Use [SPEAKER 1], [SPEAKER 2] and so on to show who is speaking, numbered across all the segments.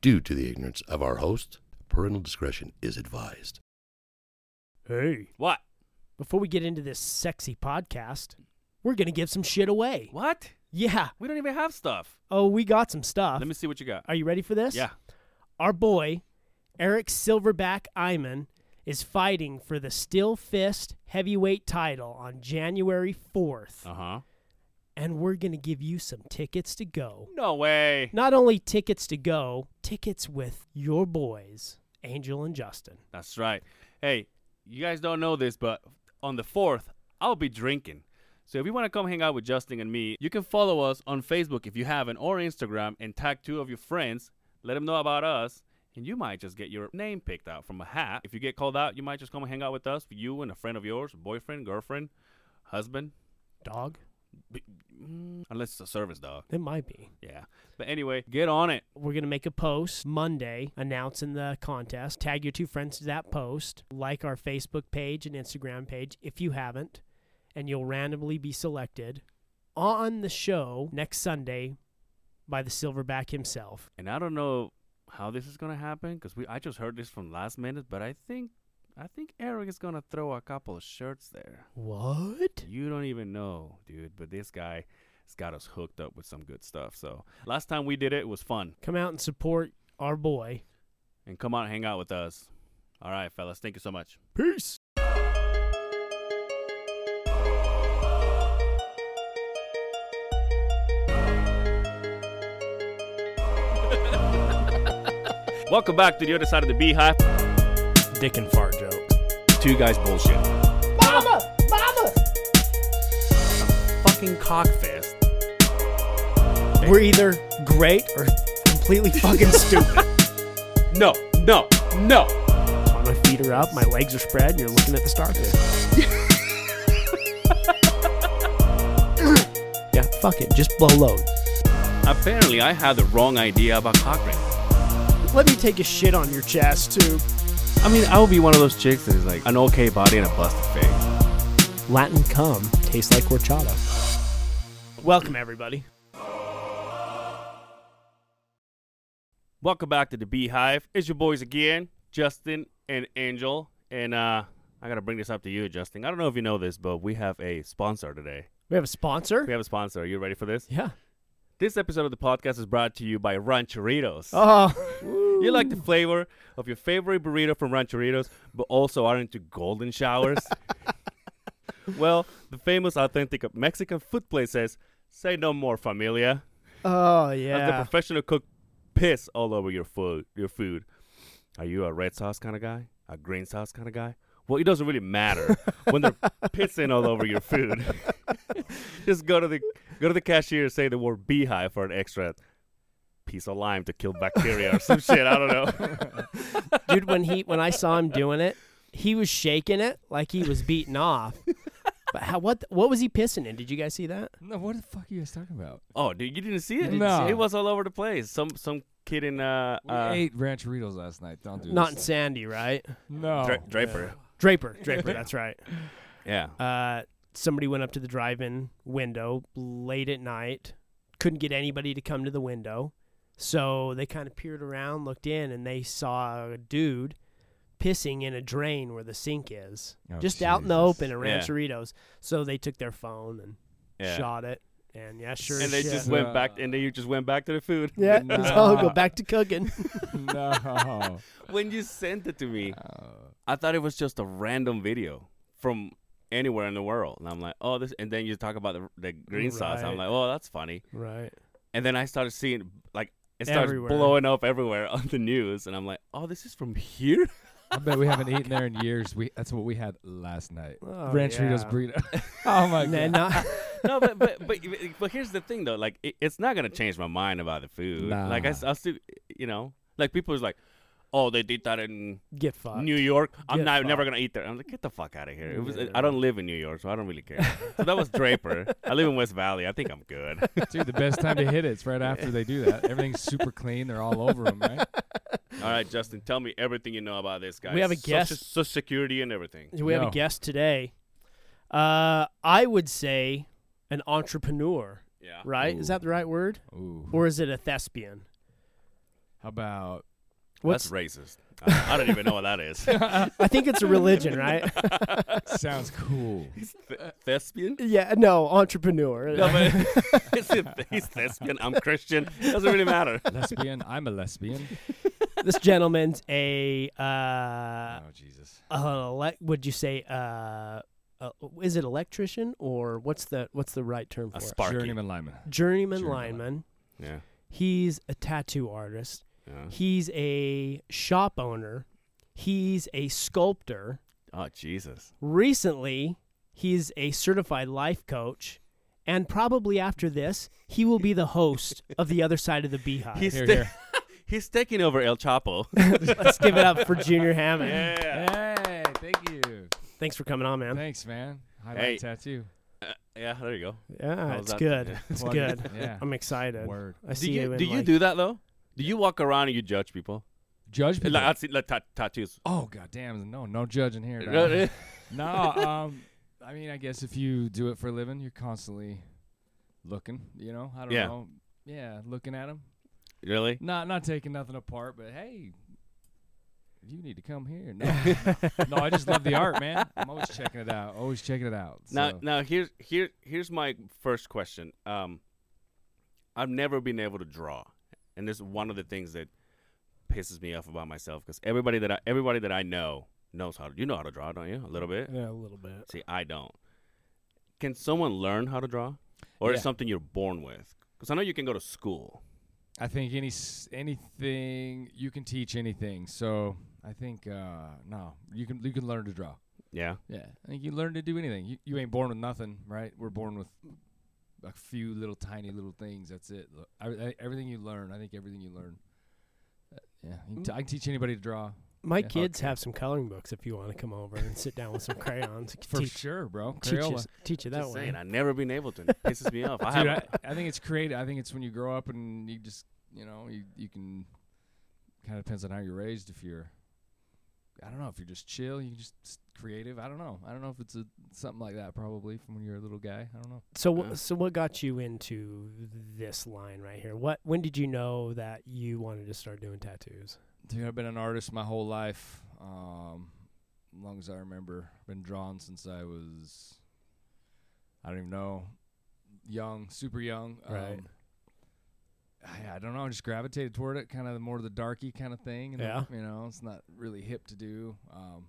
[SPEAKER 1] due to the ignorance of our host. Parental discretion is advised.
[SPEAKER 2] Hey,
[SPEAKER 3] What?
[SPEAKER 2] before we get into this sexy podcast, we're going to give some shit away.
[SPEAKER 3] What?
[SPEAKER 2] Yeah.
[SPEAKER 3] We don't even have stuff.
[SPEAKER 2] Oh, we got some stuff.
[SPEAKER 3] Let me see what you got.
[SPEAKER 2] Are you ready for this?
[SPEAKER 3] Yeah.
[SPEAKER 2] Our boy, Eric Silverback Iman, is fighting for the Steel Fist heavyweight title on January 4th.
[SPEAKER 3] Uh huh.
[SPEAKER 2] And we're going to give you some tickets to go.
[SPEAKER 3] No way.
[SPEAKER 2] Not only tickets to go, tickets with your boys, Angel and Justin.
[SPEAKER 3] That's right. Hey, you guys don't know this, but on the 4th, I'll be drinking. So if you want to come hang out with Justin and me, you can follow us on Facebook if you haven't or Instagram and tag two of your friends. Let them know about us. And you might just get your name picked out from a hat. If you get called out, you might just come and hang out with us, you and a friend of yours, boyfriend, girlfriend, husband,
[SPEAKER 2] Dog?
[SPEAKER 3] B- mm, unless it's a service dog.
[SPEAKER 2] It might be.
[SPEAKER 3] Yeah. But anyway, get on it.
[SPEAKER 2] We're going to make a post Monday announcing the contest. Tag your two friends to that post. Like our Facebook page and Instagram page if you haven't, and you'll randomly be selected on the show next Sunday by the Silverback himself.
[SPEAKER 3] And I don't know how this is gonna happen because we I just heard this from last minute, but I think I think Eric is gonna throw a couple of shirts there.
[SPEAKER 2] What?
[SPEAKER 3] You don't even know, dude. But this guy has got us hooked up with some good stuff. So last time we did it, it was fun.
[SPEAKER 2] Come out and support our boy.
[SPEAKER 3] And come out and hang out with us. All right, fellas. Thank you so much.
[SPEAKER 2] Peace.
[SPEAKER 3] Welcome back to the other side of the beehive.
[SPEAKER 2] Dick and fart joke.
[SPEAKER 3] Two guys bullshit.
[SPEAKER 2] Mama! Mama!
[SPEAKER 3] Fucking cockfest.
[SPEAKER 2] We're either great or completely fucking stupid.
[SPEAKER 3] No, no, no.
[SPEAKER 2] my feet are up, my legs are spread, and you're looking at the stars. yeah, fuck it. Just blow load.
[SPEAKER 3] Apparently, I had the wrong idea about cock ring.
[SPEAKER 2] Let me take a shit on your chest, too.
[SPEAKER 3] I mean, I would be one of those chicks that is like an okay body and a busted face.
[SPEAKER 2] Latin cum tastes like horchata. Welcome, everybody.
[SPEAKER 3] Welcome back to the Beehive. It's your boys again, Justin and Angel. And uh, I gotta bring this up to you, Justin. I don't know if you know this, but we have a sponsor today.
[SPEAKER 2] We have a sponsor?
[SPEAKER 3] We have a sponsor. Are you ready for this?
[SPEAKER 2] Yeah.
[SPEAKER 3] This episode of the podcast is brought to you by Rancheritos.
[SPEAKER 2] Oh.
[SPEAKER 3] You like the flavor of your favorite burrito from Rancheritos, but also are into golden showers? well, the famous authentic Mexican food place says, "Say no more, familia."
[SPEAKER 2] Oh,
[SPEAKER 3] As the
[SPEAKER 2] yeah.
[SPEAKER 3] professional cook piss all over your food. Your food. Are you a red sauce kind of guy? A green sauce kind of guy? Well, it doesn't really matter when they're pissing all over your food. Just go to the go to the cashier and say the word beehive for an extra piece of lime to kill bacteria or some shit. I don't know.
[SPEAKER 2] Dude, when he when I saw him doing it, he was shaking it like he was beaten off. But how, what what was he pissing in? Did you guys see that?
[SPEAKER 4] No, what the fuck are you guys talking about?
[SPEAKER 3] Oh, dude, you didn't see it?
[SPEAKER 4] No.
[SPEAKER 3] It was all over the place. Some some kid in uh,
[SPEAKER 4] We
[SPEAKER 3] uh
[SPEAKER 4] ate rancheritos last night. Don't do
[SPEAKER 2] Not in
[SPEAKER 4] this.
[SPEAKER 2] Sandy, right?
[SPEAKER 4] No.
[SPEAKER 2] Oh,
[SPEAKER 3] Dra- Draper.
[SPEAKER 2] Draper, Draper, that's right.
[SPEAKER 3] Yeah.
[SPEAKER 2] Uh, somebody went up to the drive-in window late at night. Couldn't get anybody to come to the window, so they kind of peered around, looked in, and they saw a dude pissing in a drain where the sink is,
[SPEAKER 4] Oh,
[SPEAKER 2] just out in the
[SPEAKER 4] Jesus.
[SPEAKER 2] open at
[SPEAKER 3] Yeah.
[SPEAKER 2] Rancheritos. So they took their phone and
[SPEAKER 3] Yeah.
[SPEAKER 2] shot it, and yeah, sure.
[SPEAKER 3] And
[SPEAKER 2] as
[SPEAKER 3] they
[SPEAKER 2] shit.
[SPEAKER 3] just went back and then you just went back to the food.
[SPEAKER 2] yeah,
[SPEAKER 4] Nah.
[SPEAKER 2] just, oh, go back to cooking.
[SPEAKER 4] no.
[SPEAKER 3] when you sent it to me.
[SPEAKER 4] Oh.
[SPEAKER 3] I thought it was just a random video from anywhere in the world, and I'm like, oh, this. And then you talk about the, the green sauce. I'm
[SPEAKER 2] Right.
[SPEAKER 3] like, oh, that's funny.
[SPEAKER 2] right.
[SPEAKER 3] And then I started seeing like it starts
[SPEAKER 2] Everywhere.
[SPEAKER 3] blowing up everywhere on the news, and I'm like, oh, this is from here.
[SPEAKER 4] I bet we haven't eaten there in years. We that's what we had last night.
[SPEAKER 2] Oh,
[SPEAKER 4] rancheritos
[SPEAKER 2] yeah.
[SPEAKER 4] burrito. oh my
[SPEAKER 2] And then
[SPEAKER 4] god.
[SPEAKER 2] not,
[SPEAKER 3] no, but, but but but here's the thing though, like it, it's not gonna change my mind about the food. Like I, s-
[SPEAKER 4] Nah.
[SPEAKER 3] I still, you know, like people is like. Oh, they did that in
[SPEAKER 2] get fucked.
[SPEAKER 3] New York. I'm
[SPEAKER 2] Get
[SPEAKER 3] not never
[SPEAKER 2] fucked.
[SPEAKER 3] gonna eat there. I'm like, get the fuck out of here. It was.
[SPEAKER 2] Yeah.
[SPEAKER 3] I don't live in New York, so I don't really care. so that was Draper. I live in West Valley. I think I'm good.
[SPEAKER 4] Dude, the best time to hit it's right after they do that. Everything's super clean. They're all over them, right?
[SPEAKER 3] All right, Justin, tell me everything you know about this guy.
[SPEAKER 2] We have a
[SPEAKER 3] Social-
[SPEAKER 2] guest.
[SPEAKER 3] Social security and everything.
[SPEAKER 2] We have a
[SPEAKER 4] No.
[SPEAKER 2] guest today. Uh, I would say an entrepreneur,
[SPEAKER 3] Yeah.
[SPEAKER 2] right? Is that the right word,
[SPEAKER 4] Ooh.
[SPEAKER 2] or is it a thespian?
[SPEAKER 4] How about
[SPEAKER 2] What's,
[SPEAKER 3] That's racist. I, I don't even know what that is.
[SPEAKER 2] I think it's a religion, right?
[SPEAKER 4] sounds cool?
[SPEAKER 3] Th- thespian?
[SPEAKER 2] yeah, no, entrepreneur.
[SPEAKER 3] No, but it's a, he's thespian. I'm Christian. Doesn't really matter.
[SPEAKER 4] lesbian. I'm a lesbian.
[SPEAKER 2] this gentleman's a uh,
[SPEAKER 4] oh Jesus.
[SPEAKER 2] an elec would you say uh, uh, is it electrician or what's the what's the right term for
[SPEAKER 3] A
[SPEAKER 2] it?
[SPEAKER 3] sparky.
[SPEAKER 4] Journeyman lineman.
[SPEAKER 2] Journeyman
[SPEAKER 4] Journeyman.
[SPEAKER 2] lineman.
[SPEAKER 3] Yeah.
[SPEAKER 2] He's a tattoo artist.
[SPEAKER 3] yeah.
[SPEAKER 2] He's a shop owner. He's a sculptor.
[SPEAKER 3] Oh Jesus.
[SPEAKER 2] Recently, he's a certified life coach. And probably after this, he will be the host of the other side of the beehive.
[SPEAKER 3] He's
[SPEAKER 4] Here,
[SPEAKER 3] ta-
[SPEAKER 4] here.
[SPEAKER 3] he's taking over El Chapo.
[SPEAKER 2] Let's give it up for Junior Hammond.
[SPEAKER 3] yeah.
[SPEAKER 4] Hey, thank you.
[SPEAKER 2] Thanks for coming on, man.
[SPEAKER 4] Thanks, man. Highlight
[SPEAKER 3] Hey.
[SPEAKER 4] tattoo.
[SPEAKER 3] Yeah. There you go.
[SPEAKER 2] yeah,
[SPEAKER 3] How's
[SPEAKER 2] it's
[SPEAKER 3] Oh, that?
[SPEAKER 2] good.
[SPEAKER 3] Yeah.
[SPEAKER 2] It's
[SPEAKER 4] Plug
[SPEAKER 2] good.
[SPEAKER 4] it. Yeah.
[SPEAKER 2] I'm excited.
[SPEAKER 4] Word.
[SPEAKER 2] I
[SPEAKER 3] Do
[SPEAKER 2] see
[SPEAKER 3] you
[SPEAKER 2] in,
[SPEAKER 3] do you
[SPEAKER 2] like-
[SPEAKER 3] do that though? Do you walk around and you judge people?
[SPEAKER 4] Judge people.
[SPEAKER 3] Like, I see, like ta- tattoos.
[SPEAKER 4] oh goddamn! No, no judging here. dog.
[SPEAKER 3] Really?
[SPEAKER 4] no, um, I mean, I guess if you do it for a living, you're constantly looking. You know, I don't
[SPEAKER 3] Yeah.
[SPEAKER 4] know. Yeah, looking at them.
[SPEAKER 3] Really?
[SPEAKER 4] Not not taking nothing apart, but hey, you need to come here. No, no, I just love the art, man. I'm always checking it out. Always checking it out.
[SPEAKER 3] Now,
[SPEAKER 4] so.
[SPEAKER 3] now here's here here's my first question. Um, I've never been able to draw, and this is one of the things that pisses me off about myself because everybody that I everybody that I know knows how to. You know how to draw, don't you? A little bit.
[SPEAKER 2] Yeah, a little bit.
[SPEAKER 3] See, I don't. Can someone learn how to draw, or is
[SPEAKER 4] Yeah.
[SPEAKER 3] it something you're born with? Because I know you can go to school.
[SPEAKER 4] I think any s- anything you can teach anything. So I think uh, no, you can you can learn to draw.
[SPEAKER 3] Yeah.
[SPEAKER 4] Yeah, I think you learn to do anything. You, you ain't born with nothing, right? We're born with a few little tiny little things. That's it. Lo- I, I- everything you learn, I think everything you learn. Uh, yeah, you can t- I can teach anybody to draw
[SPEAKER 2] My
[SPEAKER 4] Yeah.
[SPEAKER 2] kids have some coloring books if you want to come over and sit down with some crayons. I can
[SPEAKER 4] for
[SPEAKER 2] teach,
[SPEAKER 4] sure, bro.
[SPEAKER 2] teach, you,
[SPEAKER 4] Crayola.
[SPEAKER 2] teach you that
[SPEAKER 3] Just
[SPEAKER 2] way.
[SPEAKER 3] saying, I've never been able to. and It pisses me off. I
[SPEAKER 4] Dude,
[SPEAKER 3] have.
[SPEAKER 4] I, I think it's creative. I think it's when you grow up and you just you know you you can kind of depends on how you're raised. If you're I don't know if you're just chill, you just s- creative. I don't know. I don't know if it's a, something like that probably from when you're a little guy. I don't know.
[SPEAKER 2] So, wh-
[SPEAKER 3] Yeah.
[SPEAKER 2] so what got you into this line right here? What when did you know that you wanted to start doing tattoos?
[SPEAKER 4] Dude, I've been an artist my whole life. Um, as long as I remember, I've been drawn since I was, I don't even know, young, super young.
[SPEAKER 2] Right.
[SPEAKER 4] Um, I, I don't know. I just gravitated toward it, kind of more of the darky kind of thing. And
[SPEAKER 2] Yeah.
[SPEAKER 4] You know, it's not really hip to do. Um,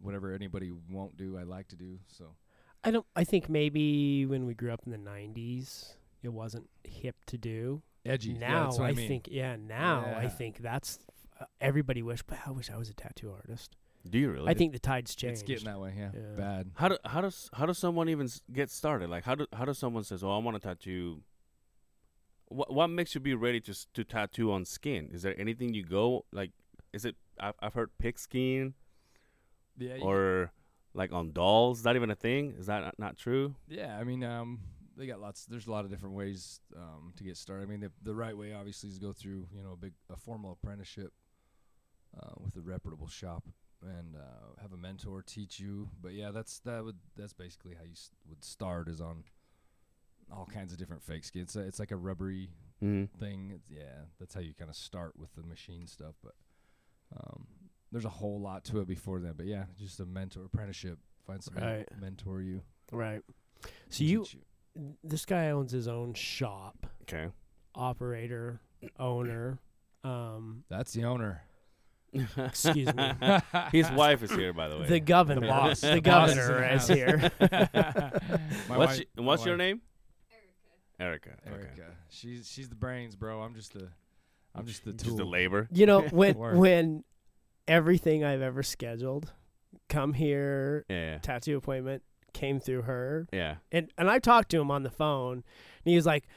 [SPEAKER 4] whatever anybody won't do, I like to do. So
[SPEAKER 2] I don't. I think maybe when we grew up in the '90s, it wasn't hip to do.
[SPEAKER 4] edgy.
[SPEAKER 2] now
[SPEAKER 4] yeah, that's what I, mean.
[SPEAKER 2] think, yeah, now I
[SPEAKER 4] Yeah.
[SPEAKER 2] think that's uh, everybody wish. But I wish I was a tattoo artist.
[SPEAKER 3] Do you really?
[SPEAKER 2] I think the tide's changed.
[SPEAKER 4] it's getting that way. Yeah,
[SPEAKER 2] Yeah.
[SPEAKER 4] bad.
[SPEAKER 3] How do how does how does someone even s- get started? Like how do how does someone says, "Oh, I want to tattoo." What what makes you be ready to s- to tattoo on skin? Is there anything you go like? Is it I've I've heard pig skin
[SPEAKER 2] Uh,
[SPEAKER 4] Yeah.
[SPEAKER 3] or like on dolls? Is that even a thing? Is that not, not true?
[SPEAKER 4] Yeah, I mean, um, they got lots. There's a lot of different ways um, to get started. I mean, the, the right way obviously is to go through you know a big a formal apprenticeship uh, with a reputable shop and uh, have a mentor teach you. But yeah, that's that would that's basically how you s- would start is on all kinds of different fake skin. It's, a, it's like a rubbery
[SPEAKER 3] Mm-hmm.
[SPEAKER 4] thing. It's, yeah, that's how you kind of start with the machine stuff. But um, there's a whole lot to it before that. But yeah, just a mentor apprenticeship. Find somebody to
[SPEAKER 2] Right.
[SPEAKER 4] mentor you.
[SPEAKER 2] right.
[SPEAKER 4] and
[SPEAKER 2] So you,
[SPEAKER 4] teach
[SPEAKER 2] this guy owns his own shop,
[SPEAKER 3] Okay.
[SPEAKER 2] operator, owner. Um,
[SPEAKER 4] That's the owner.
[SPEAKER 2] excuse me.
[SPEAKER 3] His wife is here, by the way.
[SPEAKER 2] The governor, the,
[SPEAKER 4] boss. Oh, The boss is in
[SPEAKER 2] governor
[SPEAKER 4] the
[SPEAKER 2] is
[SPEAKER 4] house.
[SPEAKER 2] here.
[SPEAKER 4] My
[SPEAKER 3] what's
[SPEAKER 4] wife-
[SPEAKER 3] y- what's
[SPEAKER 4] my
[SPEAKER 3] your
[SPEAKER 4] wife,
[SPEAKER 3] name? Erica. Erica.
[SPEAKER 4] Erica.
[SPEAKER 3] Okay.
[SPEAKER 4] She's she's the brains, bro. I'm just the I'm just the tool.
[SPEAKER 3] Just a labor.
[SPEAKER 2] You know when
[SPEAKER 4] Word.
[SPEAKER 2] when everything I've ever scheduled, come here,
[SPEAKER 3] Yeah.
[SPEAKER 2] tattoo appointment came through her,
[SPEAKER 3] Yeah.
[SPEAKER 2] and and I talked to him on the phone, and he was like.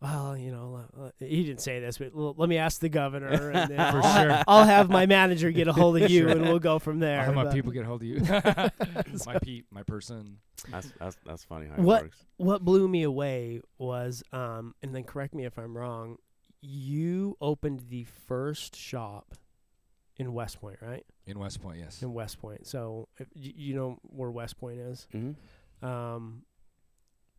[SPEAKER 2] Well, you know, l- l- he didn't say this, but l- let me ask the governor. And then
[SPEAKER 4] For
[SPEAKER 2] I'll,
[SPEAKER 4] sure.
[SPEAKER 2] I'll have my manager get a hold of you,
[SPEAKER 4] Sure.
[SPEAKER 2] and we'll go from there.
[SPEAKER 4] I'll have my
[SPEAKER 2] But
[SPEAKER 4] people get hold of you. my peep, my person.
[SPEAKER 3] That's that's that's funny how it
[SPEAKER 2] What-
[SPEAKER 3] works.
[SPEAKER 2] What blew me away was, um, and then correct me if I'm wrong. You opened the first shop in West Point, right?
[SPEAKER 4] In West Point, yes.
[SPEAKER 2] in West Point. So if, y- you know where West Point is.
[SPEAKER 3] Mm-hmm.
[SPEAKER 2] Um,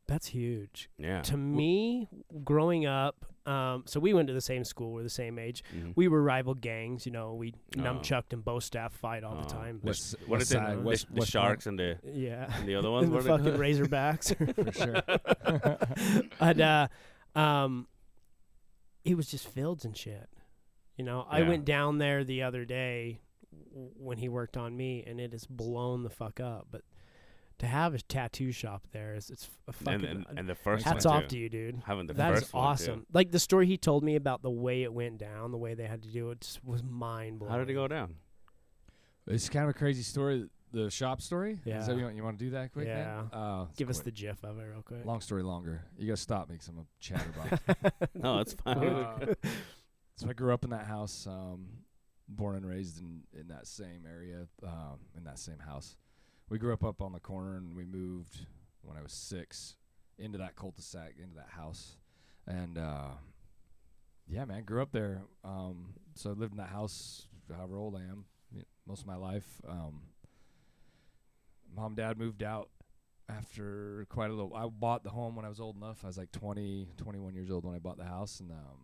[SPEAKER 2] That's huge.
[SPEAKER 3] Yeah.
[SPEAKER 2] To me, growing up, um, so we went to the same school. We're the same age.
[SPEAKER 3] Mhm.
[SPEAKER 2] We were rival gangs. You know, we
[SPEAKER 3] Oh.
[SPEAKER 2] nunchucked and bow staff fight all
[SPEAKER 3] Oh.
[SPEAKER 2] the time.
[SPEAKER 3] What-
[SPEAKER 4] West,
[SPEAKER 3] what
[SPEAKER 4] west
[SPEAKER 3] is it?
[SPEAKER 4] side,
[SPEAKER 3] The-
[SPEAKER 4] West,
[SPEAKER 3] the
[SPEAKER 4] West
[SPEAKER 3] sharks and the
[SPEAKER 2] Yeah.
[SPEAKER 3] and the other ones
[SPEAKER 2] And the
[SPEAKER 3] were the-
[SPEAKER 2] fucking Razorbacks.
[SPEAKER 4] Front, for sure.
[SPEAKER 2] but uh, um, it was just fields and shit. You know, I
[SPEAKER 3] Yeah.
[SPEAKER 2] went down there the other day w- when he worked on me, and it has blown the fuck up. But to have a tattoo shop there is it's a
[SPEAKER 3] and,
[SPEAKER 2] fucking
[SPEAKER 3] and, and the first
[SPEAKER 2] hats
[SPEAKER 3] one
[SPEAKER 2] off
[SPEAKER 3] too.
[SPEAKER 2] to you, dude.
[SPEAKER 3] having the
[SPEAKER 2] That
[SPEAKER 3] first
[SPEAKER 2] is awesome. Like the story he told me about the way it went down, the way they had to do it, just was mind blowing.
[SPEAKER 3] One, too. How did it go down?
[SPEAKER 4] It's kind of a crazy story. The shop story. Is
[SPEAKER 2] Yeah.
[SPEAKER 4] that what you want, you want to do that quick? man?
[SPEAKER 2] Yeah.
[SPEAKER 4] Uh, it's
[SPEAKER 2] Give us
[SPEAKER 4] quick.
[SPEAKER 2] the gif of it real quick.
[SPEAKER 4] long story longer. You gotta stop me because I'm a chatterbox.
[SPEAKER 3] No, it's fine.
[SPEAKER 4] Uh, so I grew up in that house, um, born and raised in, in that same area, um, in that same house. We grew up up on the corner, and we moved when I was six into that cul-de-sac, into that house, and uh, yeah, man, grew up there. Um, so I lived in that house, however old I am, y- most of my life. Um, mom, and dad moved out after quite a little. I bought the home when I was old enough. I was like 20, 21 years old when I bought the house, and um,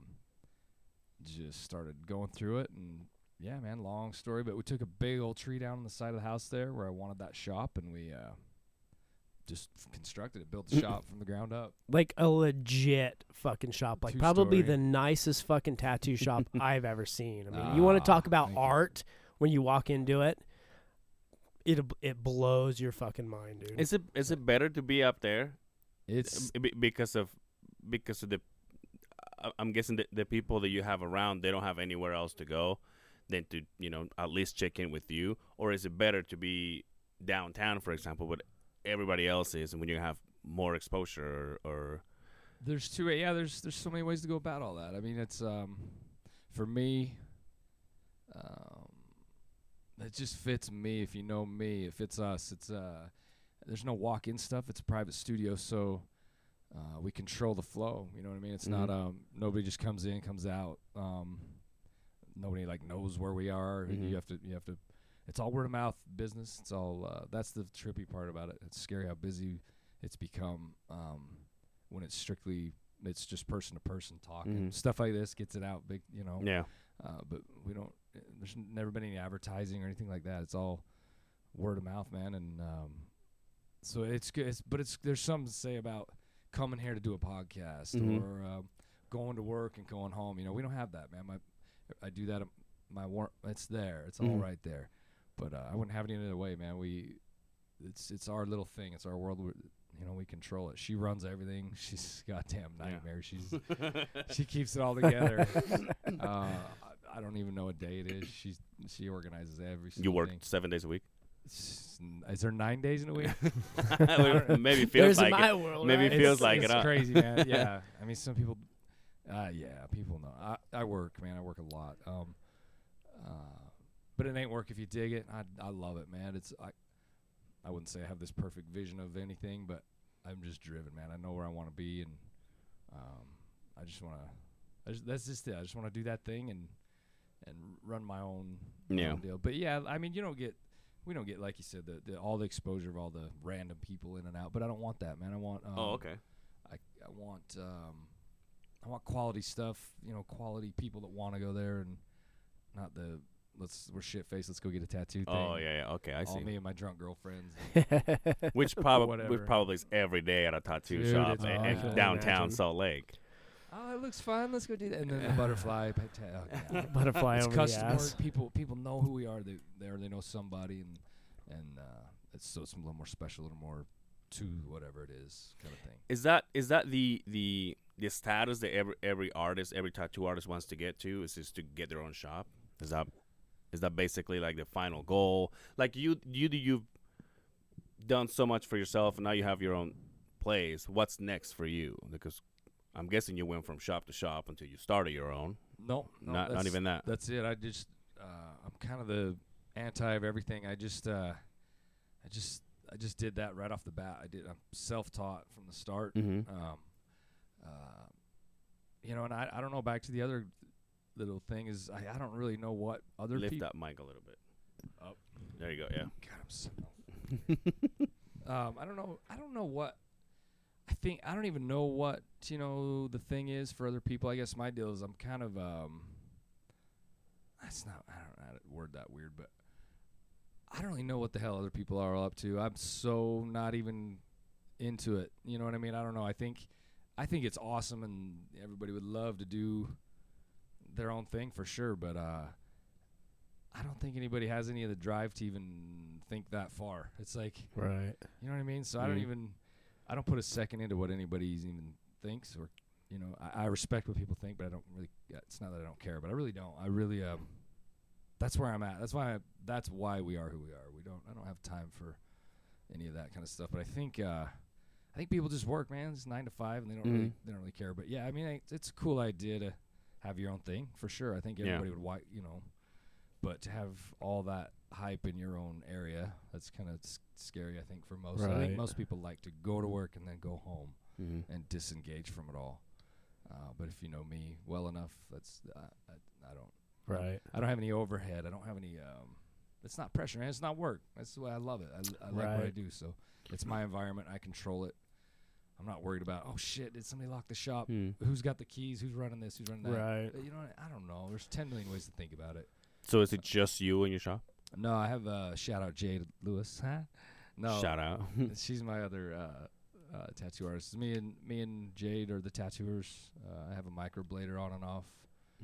[SPEAKER 4] just started going through it and yeah man long story but we took a big old tree down on the side of the house there where i wanted that shop and we uh just f- constructed it built the shop from the ground up
[SPEAKER 2] like a legit fucking shop like
[SPEAKER 4] Two
[SPEAKER 2] probably
[SPEAKER 4] story.
[SPEAKER 2] the nicest fucking tattoo shop i've ever seen i mean you want to talk
[SPEAKER 4] Ah,
[SPEAKER 2] about
[SPEAKER 4] thank you.
[SPEAKER 2] art when you walk into it it it blows your fucking mind dude
[SPEAKER 3] Is it is it better to be up there
[SPEAKER 4] it's
[SPEAKER 3] b- b- because of because of the I- I'm guessing the, the people that you have around they don't have anywhere else to go than to you know at least check in with you or is it better to be downtown for example but everybody else is and when you have more exposure or, or
[SPEAKER 4] there's two yeah there's there's so many ways to go about all that i mean it's um for me um it just fits me if you know me if it's us it's uh there's no walk-in stuff it's a private studio so uh, we control the flow you know what i mean it's not um nobody just comes in comes out um nobody like knows where we are
[SPEAKER 3] Mhm.
[SPEAKER 4] you have to you have to it's all word of mouth business it's all uh, that's the trippy part about it it's scary how busy it's become um when it's strictly it's just person to person talking
[SPEAKER 3] Mhm.
[SPEAKER 4] stuff like this gets it out big you know
[SPEAKER 3] yeah
[SPEAKER 4] uh, but we don't. There's never been any advertising or anything like that. It's all word of mouth, man. And um, so it's good. It's, but it's there's something to say about coming here to do a podcast
[SPEAKER 3] Mhm.
[SPEAKER 4] or um, going to work and going home. You know, we don't have that, man. My I do that. at My war. It's there. It's all
[SPEAKER 3] Mhm.
[SPEAKER 4] right there. But uh, I wouldn't have it any other way, man. We it's it's our little thing. It's our world. We're, you know, we control it. She runs everything. She's a goddamn
[SPEAKER 3] Yeah.
[SPEAKER 4] nightmare. She's she keeps it all together. uh, I, I don't even know what day it is. She she organizes every. Single
[SPEAKER 3] you work
[SPEAKER 4] thing.
[SPEAKER 3] seven days a week
[SPEAKER 4] S- Is there nine days in a week?
[SPEAKER 3] maybe
[SPEAKER 2] there's
[SPEAKER 3] feels like
[SPEAKER 2] my
[SPEAKER 3] it.
[SPEAKER 2] world
[SPEAKER 3] Maybe
[SPEAKER 2] right?
[SPEAKER 3] it feels like it,
[SPEAKER 4] it's
[SPEAKER 3] huh?
[SPEAKER 4] crazy, man. Yeah, I mean, some people. Uh, yeah, people know. I, I work, man. I work a lot. Um, uh, but it ain't work if you dig it. I I love it, man. It's I, I wouldn't say I have this perfect vision of anything, but I'm just driven, man. I know where I want to be, and um, I just want to. That's just it. I just want to do that thing and and run my own, my
[SPEAKER 3] Yeah.
[SPEAKER 4] own deal. But yeah, I mean, you don't get we don't get like you said the, the all the exposure of all the random people in and out. But I don't want that, man. I want um,
[SPEAKER 3] oh okay
[SPEAKER 4] I, I want um, I want quality stuff. You know, quality people that want to go there and not the let's we're shit faced. Let's go get a tattoo. Thing.
[SPEAKER 3] oh yeah, yeah okay i
[SPEAKER 4] All
[SPEAKER 3] see
[SPEAKER 4] me and my drunk girlfriends.
[SPEAKER 3] which probably which
[SPEAKER 4] Whatever.
[SPEAKER 3] probably is every day at a tattoo
[SPEAKER 4] Dude,
[SPEAKER 3] shop
[SPEAKER 4] it's
[SPEAKER 3] in,
[SPEAKER 4] awesome.
[SPEAKER 3] in
[SPEAKER 4] I can
[SPEAKER 3] downtown
[SPEAKER 2] imagine.
[SPEAKER 3] salt lake
[SPEAKER 4] oh, it looks fun. Let's go do that. And then the butterfly. pa- ta- oh, God.
[SPEAKER 2] butterfly
[SPEAKER 4] it's
[SPEAKER 2] over
[SPEAKER 4] custom
[SPEAKER 2] the
[SPEAKER 4] work.
[SPEAKER 2] ass
[SPEAKER 4] People people know who we are. They they are, they know somebody and and uh, it's so it's a little more special, a little more to whatever it is kind of thing.
[SPEAKER 3] Is that is that the the the status that every every artist, every tattoo artist wants to get to is just to get their own shop? Is that is that basically like the final goal? Like you you do you've done so much for yourself and now you have your own place. What's next for you? Because I'm guessing you went from shop to shop until you started your own.
[SPEAKER 4] No, no
[SPEAKER 3] not not
[SPEAKER 4] that's-
[SPEAKER 3] even that.
[SPEAKER 4] That's it. I just uh, I'm kind of the anti of everything. I just uh, I just I just did that right off the bat. I did. I'm self-taught from the start.
[SPEAKER 3] Mm-hmm.
[SPEAKER 4] Um, uh, you know, and I, I don't know. Back to the other little thing is I, I don't really know what other Oh.
[SPEAKER 3] Lift
[SPEAKER 4] people.
[SPEAKER 3] that mic a little bit.
[SPEAKER 4] Up.
[SPEAKER 3] There you go. Yeah.
[SPEAKER 4] God, I'm so- um, I don't know. I don't know what. I think I don't even know what you know the thing is for other people. I guess my deal is I'm kind of um. That's not I don't know how to word that weird, but I don't really know what the hell other people are up to. I'm so not even into it. You know what I mean? I don't know. I think I think it's awesome, and everybody would love to do their own thing for sure. But uh, I don't think anybody has any of the drive to even think that far. It's like
[SPEAKER 5] Right.
[SPEAKER 4] you know what I mean? So I don't
[SPEAKER 3] Mhm.
[SPEAKER 4] even, I don't put a second into what anybody even thinks or, you know, I, I respect what people think, but I don't really, yeah, it's not that I don't care, but I really don't. I really, um, that's where I'm at. That's why, I, that's why we are who we are. We don't, I don't have time for any of that kind of stuff, but I think, uh, I think people just work, man. It's nine to five, and they don't really,
[SPEAKER 3] Mhm.
[SPEAKER 4] they don't really care. But yeah, I mean, it's, it's a cool idea to have your own thing for sure. I think
[SPEAKER 3] Yeah.
[SPEAKER 4] everybody would, wi- you know, but to have all that hype in your own area, that's kind of s- scary. I think for most, I
[SPEAKER 5] Right.
[SPEAKER 4] think most people like to go to work and then go home
[SPEAKER 3] Mhm.
[SPEAKER 4] and disengage from it all. Uh, but if you know me well enough, that's uh, I, I, I don't.
[SPEAKER 5] Right.
[SPEAKER 4] I don't have any overhead. I don't have any. Um, it's not pressure, man. It's not work. That's the way I love it. I, l- I like what I
[SPEAKER 5] Right.
[SPEAKER 4] do. So it's my environment. I control it. I'm not worried about. Oh shit! Did somebody lock the shop?
[SPEAKER 3] Mhm.
[SPEAKER 4] Who's got the keys? Who's running this? Who's running that?
[SPEAKER 5] Hmm. Right.
[SPEAKER 4] Uh, You know, what? I don't know. There's 10 million ways to think about it.
[SPEAKER 3] So is it just you and your shop?
[SPEAKER 4] No, I have uh, shout out Jade Lewis. Huh? No,
[SPEAKER 3] Shout out.
[SPEAKER 4] she's my other uh, uh, tattoo artist. Me and me and Jade are the tattooers. Uh, I have a microblader on and off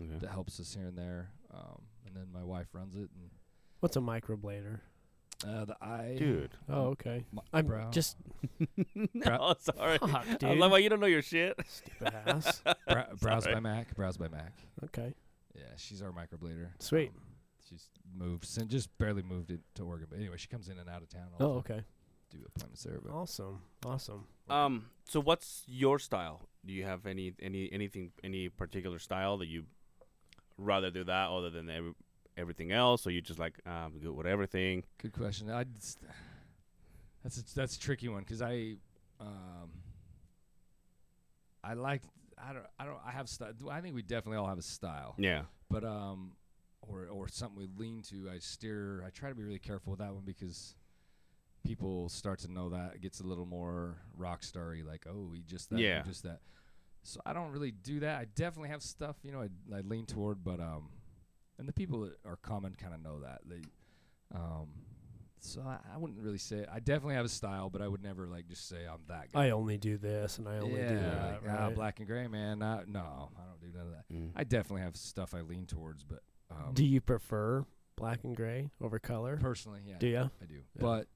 [SPEAKER 3] Okay.
[SPEAKER 4] that helps us here and there. Um, and then my wife runs it. And
[SPEAKER 2] What's a microblader?
[SPEAKER 4] Uh, the eye.
[SPEAKER 3] Dude.
[SPEAKER 2] Mm.
[SPEAKER 5] Oh, okay.
[SPEAKER 4] my
[SPEAKER 2] I'm
[SPEAKER 4] brow-
[SPEAKER 2] just
[SPEAKER 3] oh, sorry.
[SPEAKER 2] fuck,
[SPEAKER 3] I
[SPEAKER 2] dude.
[SPEAKER 3] love how you don't know your shit.
[SPEAKER 2] Stupid ass.
[SPEAKER 4] brow- browse by Mac. Browse by Mac.
[SPEAKER 2] Okay.
[SPEAKER 4] Yeah, she's our microblader.
[SPEAKER 2] Sweet.
[SPEAKER 4] Um, she's moved, sin- just barely moved it to Oregon. But anyway, she comes in and out of town. All
[SPEAKER 2] Oh,
[SPEAKER 4] the time
[SPEAKER 2] okay.
[SPEAKER 4] to Do appointments there, but
[SPEAKER 2] Awesome. Awesome.
[SPEAKER 3] Um. So what's your style? Do you have any any anything any particular style that you rather do that other than every, everything else, or you just like um good with everything?
[SPEAKER 4] Good question. I just, that's a, that's a tricky one because I, um, I like I don't I don't I have style. I think we definitely all have a style,
[SPEAKER 3] Yeah.
[SPEAKER 4] but um, or or something we lean to. I steer. I try to be really careful with that one because people start to know that it gets a little more rock starry. Like oh, he just that, he
[SPEAKER 3] Yeah.
[SPEAKER 4] just that. So I don't really do that. I definitely have stuff you know I, I lean toward, but um, and the people that are common kind of know that they um. So I, I wouldn't really say I definitely have a style, but I would never like just say I'm that guy.
[SPEAKER 2] I only do this and I only
[SPEAKER 4] yeah,
[SPEAKER 2] do that.
[SPEAKER 4] like, ah,
[SPEAKER 2] right?
[SPEAKER 4] black and gray, man. Not, no, I don't do none of that.
[SPEAKER 3] Mm.
[SPEAKER 4] I definitely have stuff I lean towards, but um,
[SPEAKER 2] do you prefer black and gray over color?
[SPEAKER 4] personally, yeah,
[SPEAKER 2] Do you?
[SPEAKER 4] I do.
[SPEAKER 2] Yeah.
[SPEAKER 4] But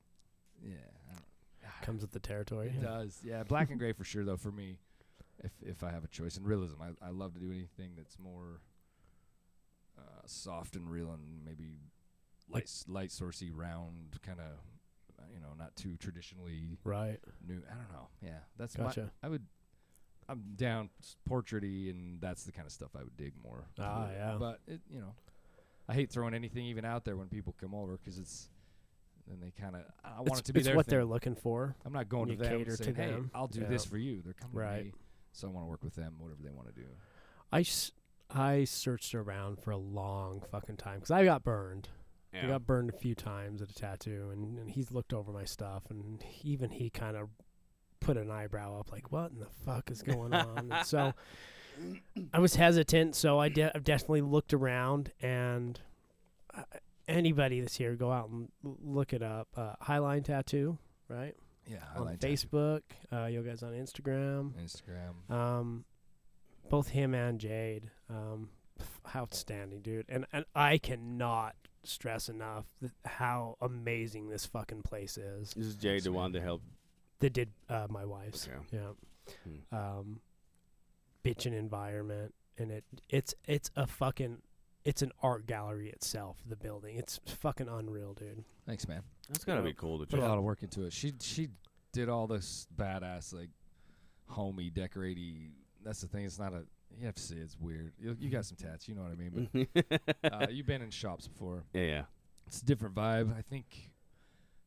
[SPEAKER 4] yeah, I don't,
[SPEAKER 2] Comes with the territory.
[SPEAKER 4] it does. Yeah, black and gray for sure, though. For me, if if I have a choice, and realism, I I love to do anything that's more uh, soft and real, and maybe light s- light sourcey, round, kind of. You know, not too traditionally
[SPEAKER 2] Right.
[SPEAKER 4] new. I don't know. Yeah, that's my-
[SPEAKER 2] Gotcha.
[SPEAKER 4] I would. I'm down s- portraity, and that's the kind of stuff I would dig more.
[SPEAKER 2] Ah, yeah.
[SPEAKER 4] But it, you know, I hate throwing anything even out there when people come over because it's then they kind of I want
[SPEAKER 2] it's
[SPEAKER 4] it to be
[SPEAKER 2] it's
[SPEAKER 4] their
[SPEAKER 2] what
[SPEAKER 4] thing.
[SPEAKER 2] they're looking for.
[SPEAKER 4] I'm not going to
[SPEAKER 2] you
[SPEAKER 4] them
[SPEAKER 2] cater
[SPEAKER 4] and
[SPEAKER 2] to
[SPEAKER 4] saying, "Hey,
[SPEAKER 2] them."
[SPEAKER 4] I'll do
[SPEAKER 2] Yeah.
[SPEAKER 4] this for you." They're coming
[SPEAKER 2] Right.
[SPEAKER 4] to me, so I want to work with them, whatever they want to do.
[SPEAKER 2] I, s- I searched around for a long fucking time because I got burned. I
[SPEAKER 3] Yeah.
[SPEAKER 2] got burned a few times at a tattoo, and, and he's looked over my stuff, and he- even he kind of put an eyebrow up, like, "What in the fuck is going on?" And so I was hesitant, so I de- I've definitely looked around, and uh, anybody that's here, go out and l- look it up. Uh, Highline Tattoo, right
[SPEAKER 4] Yeah,
[SPEAKER 2] on Facebook, uh, you guys on Instagram.
[SPEAKER 4] Instagram.
[SPEAKER 2] Um, both him and Jade, um, pff, outstanding dude, and and I cannot stress enough th- how amazing this fucking place is.
[SPEAKER 3] This is Jay, the one that helped.
[SPEAKER 2] They did uh, my wife's,
[SPEAKER 3] Okay.
[SPEAKER 2] yeah,
[SPEAKER 3] Hmm.
[SPEAKER 2] um, bitchin' environment, and it it's it's a fucking it's an art gallery itself. The building, it's fucking unreal, dude.
[SPEAKER 4] Thanks, man.
[SPEAKER 3] That's gotta be cool to
[SPEAKER 4] Put a
[SPEAKER 3] just
[SPEAKER 4] lot of work into it. She she did all this badass like homey decoratey. That's the thing. It's not a you have to see. It's weird. You, you got some tats. You know what I mean.
[SPEAKER 3] yeah,
[SPEAKER 4] But uh, you've been in shops before.
[SPEAKER 3] yeah.
[SPEAKER 4] It's a different vibe. I think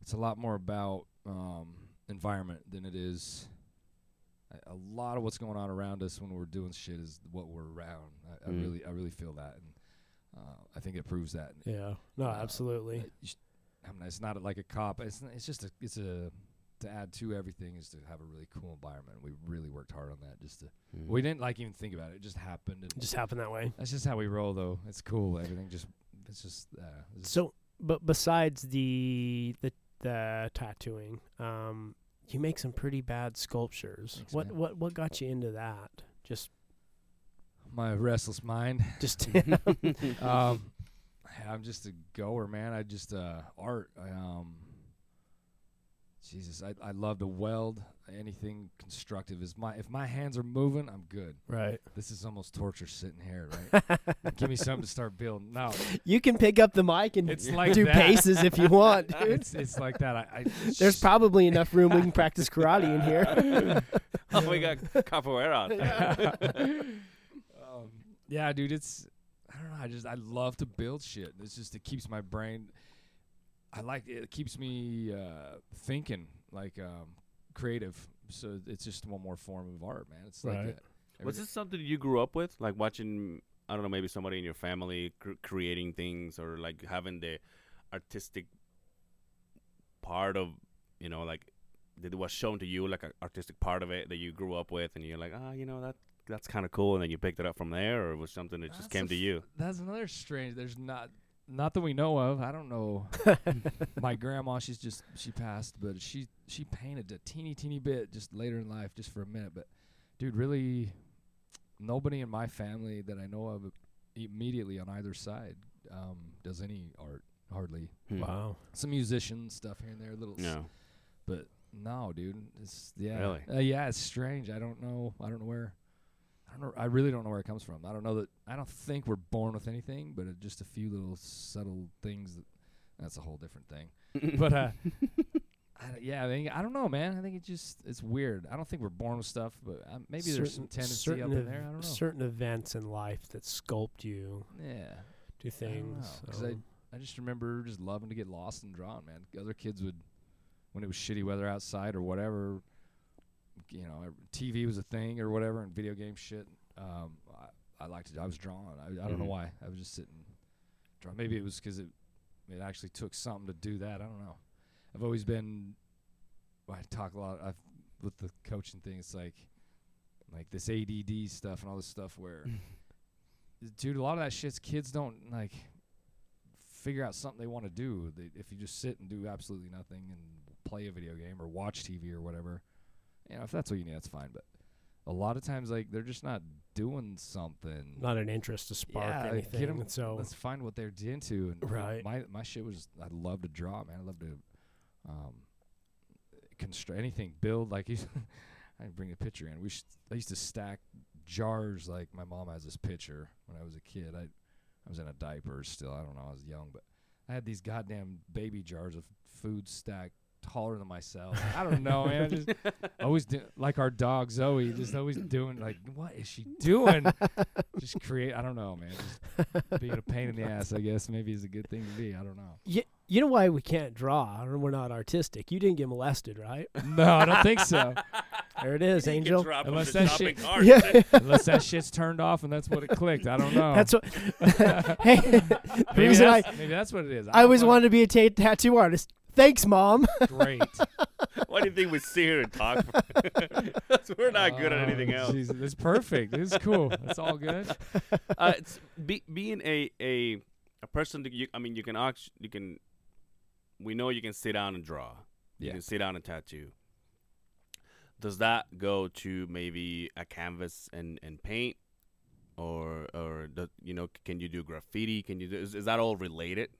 [SPEAKER 4] it's a lot more about um, environment than it is. uh, a- A lot of what's going on around us when we're doing shit is what we're around. I, I
[SPEAKER 3] Mm.
[SPEAKER 4] really I really feel that, and uh, I think it proves that.
[SPEAKER 2] Yeah, no,
[SPEAKER 4] Uh,
[SPEAKER 2] absolutely.
[SPEAKER 4] Uh, you sh- I mean, it's not like a cop. It's n- it's just a it's a to add to everything is to have a really cool environment. We really worked hard on that. Just to,
[SPEAKER 3] Mm-hmm.
[SPEAKER 1] Mm.
[SPEAKER 4] we didn't like even think about it. It just happened. and
[SPEAKER 2] It just happened that way.
[SPEAKER 4] that's just how we roll, though. It's cool. Everything just it's just uh, it's just-
[SPEAKER 2] So, but besides the the the tattooing, um, you make some pretty bad sculptures.
[SPEAKER 4] Thanks,
[SPEAKER 2] what
[SPEAKER 4] man.
[SPEAKER 2] what what got you into that? Just
[SPEAKER 4] my restless mind.
[SPEAKER 2] just
[SPEAKER 4] um, I'm just a goer, man. I just uh, art. I, um, Jesus, I I love to weld. Anything constructive is my. If my hands are moving, I'm good.
[SPEAKER 2] right.
[SPEAKER 4] This is almost torture sitting here, right? Give me something to start building. No,
[SPEAKER 2] you can pick up the mic and
[SPEAKER 4] It's like
[SPEAKER 2] do
[SPEAKER 4] that.
[SPEAKER 2] paces if you want. dude.
[SPEAKER 4] it's it's like that. I, I
[SPEAKER 2] There's probably enough room we can practice karate in here.
[SPEAKER 3] oh, we got capoeira.
[SPEAKER 4] um, yeah, dude, it's I don't know. I just I love to build shit. It's just it keeps my brain. I like it keeps me uh, thinking like um, creative. So it's just one more form of art, man. It's like
[SPEAKER 2] Right.
[SPEAKER 4] that.
[SPEAKER 3] Was
[SPEAKER 4] Everything-
[SPEAKER 3] this something you grew up with, like watching? I don't know, maybe somebody in your family cr- creating things, or like having the artistic part of, you know, like that was shown to you, like an artistic part of it that you grew up with, and you're like, ah, you know that that's kind of cool, and then you picked it up from there, or it was something that
[SPEAKER 4] That's
[SPEAKER 3] just came
[SPEAKER 4] a
[SPEAKER 3] to
[SPEAKER 4] f-
[SPEAKER 3] you.
[SPEAKER 4] That's another strange. There's not not that we know of. I don't know. my grandma, she's just she passed, but she she painted a teeny teeny bit just later in life, just for a minute. But dude, really, nobody in my family that I know of immediately on either side um, does any art hardly.
[SPEAKER 2] Wow.
[SPEAKER 4] Some musician stuff here and there, little. s-
[SPEAKER 3] No.
[SPEAKER 4] but no, dude. It's yeah.
[SPEAKER 3] Really?
[SPEAKER 4] Uh, yeah, it's strange. I don't know. I don't know where. I don't know. I really don't know where it comes from. I don't know that. I don't think we're born with anything, but it, just a few little subtle things. That, that's a whole different thing. but uh, I, don't- yeah, I, think, I don't know, man. I think it just it's weird. I don't think we're born with stuff, but uh, maybe there's some tendency up in
[SPEAKER 2] ev-
[SPEAKER 4] there. I don't know.
[SPEAKER 2] Certain events in life that sculpt you
[SPEAKER 4] yeah.
[SPEAKER 2] to things.
[SPEAKER 4] know, 'cause I- I just remember just loving to get lost and drawn, man. The Other kids would, when it was shitty weather outside or whatever, you know, ev- TV was a thing or whatever, and video game shit. Um, I, I liked it. I was drawn. I, I don't know
[SPEAKER 3] Mhm.
[SPEAKER 4] why. I was just sitting, drawn. Maybe it was because it, it actually took something to do that. I don't know. I've always been. I talk a lot. I've with the coaching thing. It's like, like this ADD stuff and all this stuff where, dude, a lot of that shit's kids don't like figure out something they want to do. They, if you just sit and do absolutely nothing and play a video game or watch TV or whatever, you know, if that's what you need, that's fine. But a lot of times, like they're just not doing something.
[SPEAKER 2] not an interest to spark
[SPEAKER 4] Yeah, like,
[SPEAKER 2] anything.
[SPEAKER 4] get 'em-
[SPEAKER 2] and so
[SPEAKER 4] Let's find what they're into. And
[SPEAKER 2] Right.
[SPEAKER 4] My my shit was I love to draw, man. I love to um, construct anything, build. Like you, I can bring a picture in. We should, I used to stack jars. Like my mom has this picture when I was a kid. I I was in a diaper still. I don't know. I was young, but I had these goddamn baby jars of food stacked taller than myself. I don't know, man. I Just always do, like our dog Zoe, just always doing like, what is she doing? just create. I don't know, man. Just being a pain in the ass, I guess maybe is a good thing to be. I don't know.
[SPEAKER 2] you, you know why we can't draw and we're not artistic. You didn't get molested, right?
[SPEAKER 4] No, I don't think so.
[SPEAKER 2] There it is, Angel.
[SPEAKER 4] Unless that shit-
[SPEAKER 2] Yeah,
[SPEAKER 4] Unless that shit's turned off and that's what it clicked. I don't know.
[SPEAKER 2] that's what. hey, the
[SPEAKER 4] maybe,
[SPEAKER 2] reason I
[SPEAKER 4] that's, maybe that's what it is.
[SPEAKER 2] I always
[SPEAKER 4] don't
[SPEAKER 2] wanted to be a ta tattoo artist. Thanks, mom.
[SPEAKER 4] know. great.
[SPEAKER 3] Why do you think we sit here and talk? For? We're not good at
[SPEAKER 4] Oh,
[SPEAKER 3] anything else.
[SPEAKER 4] Jesus, it's perfect. It's cool. It's all good.
[SPEAKER 3] uh, it's be, being a, a a person that you I mean you can act- you can we know you can sit down and draw. You
[SPEAKER 4] Yeah.
[SPEAKER 3] can sit down and tattoo. Does that go to maybe a canvas and, and paint or or the, you know can you do graffiti? Can you do is, is that all related?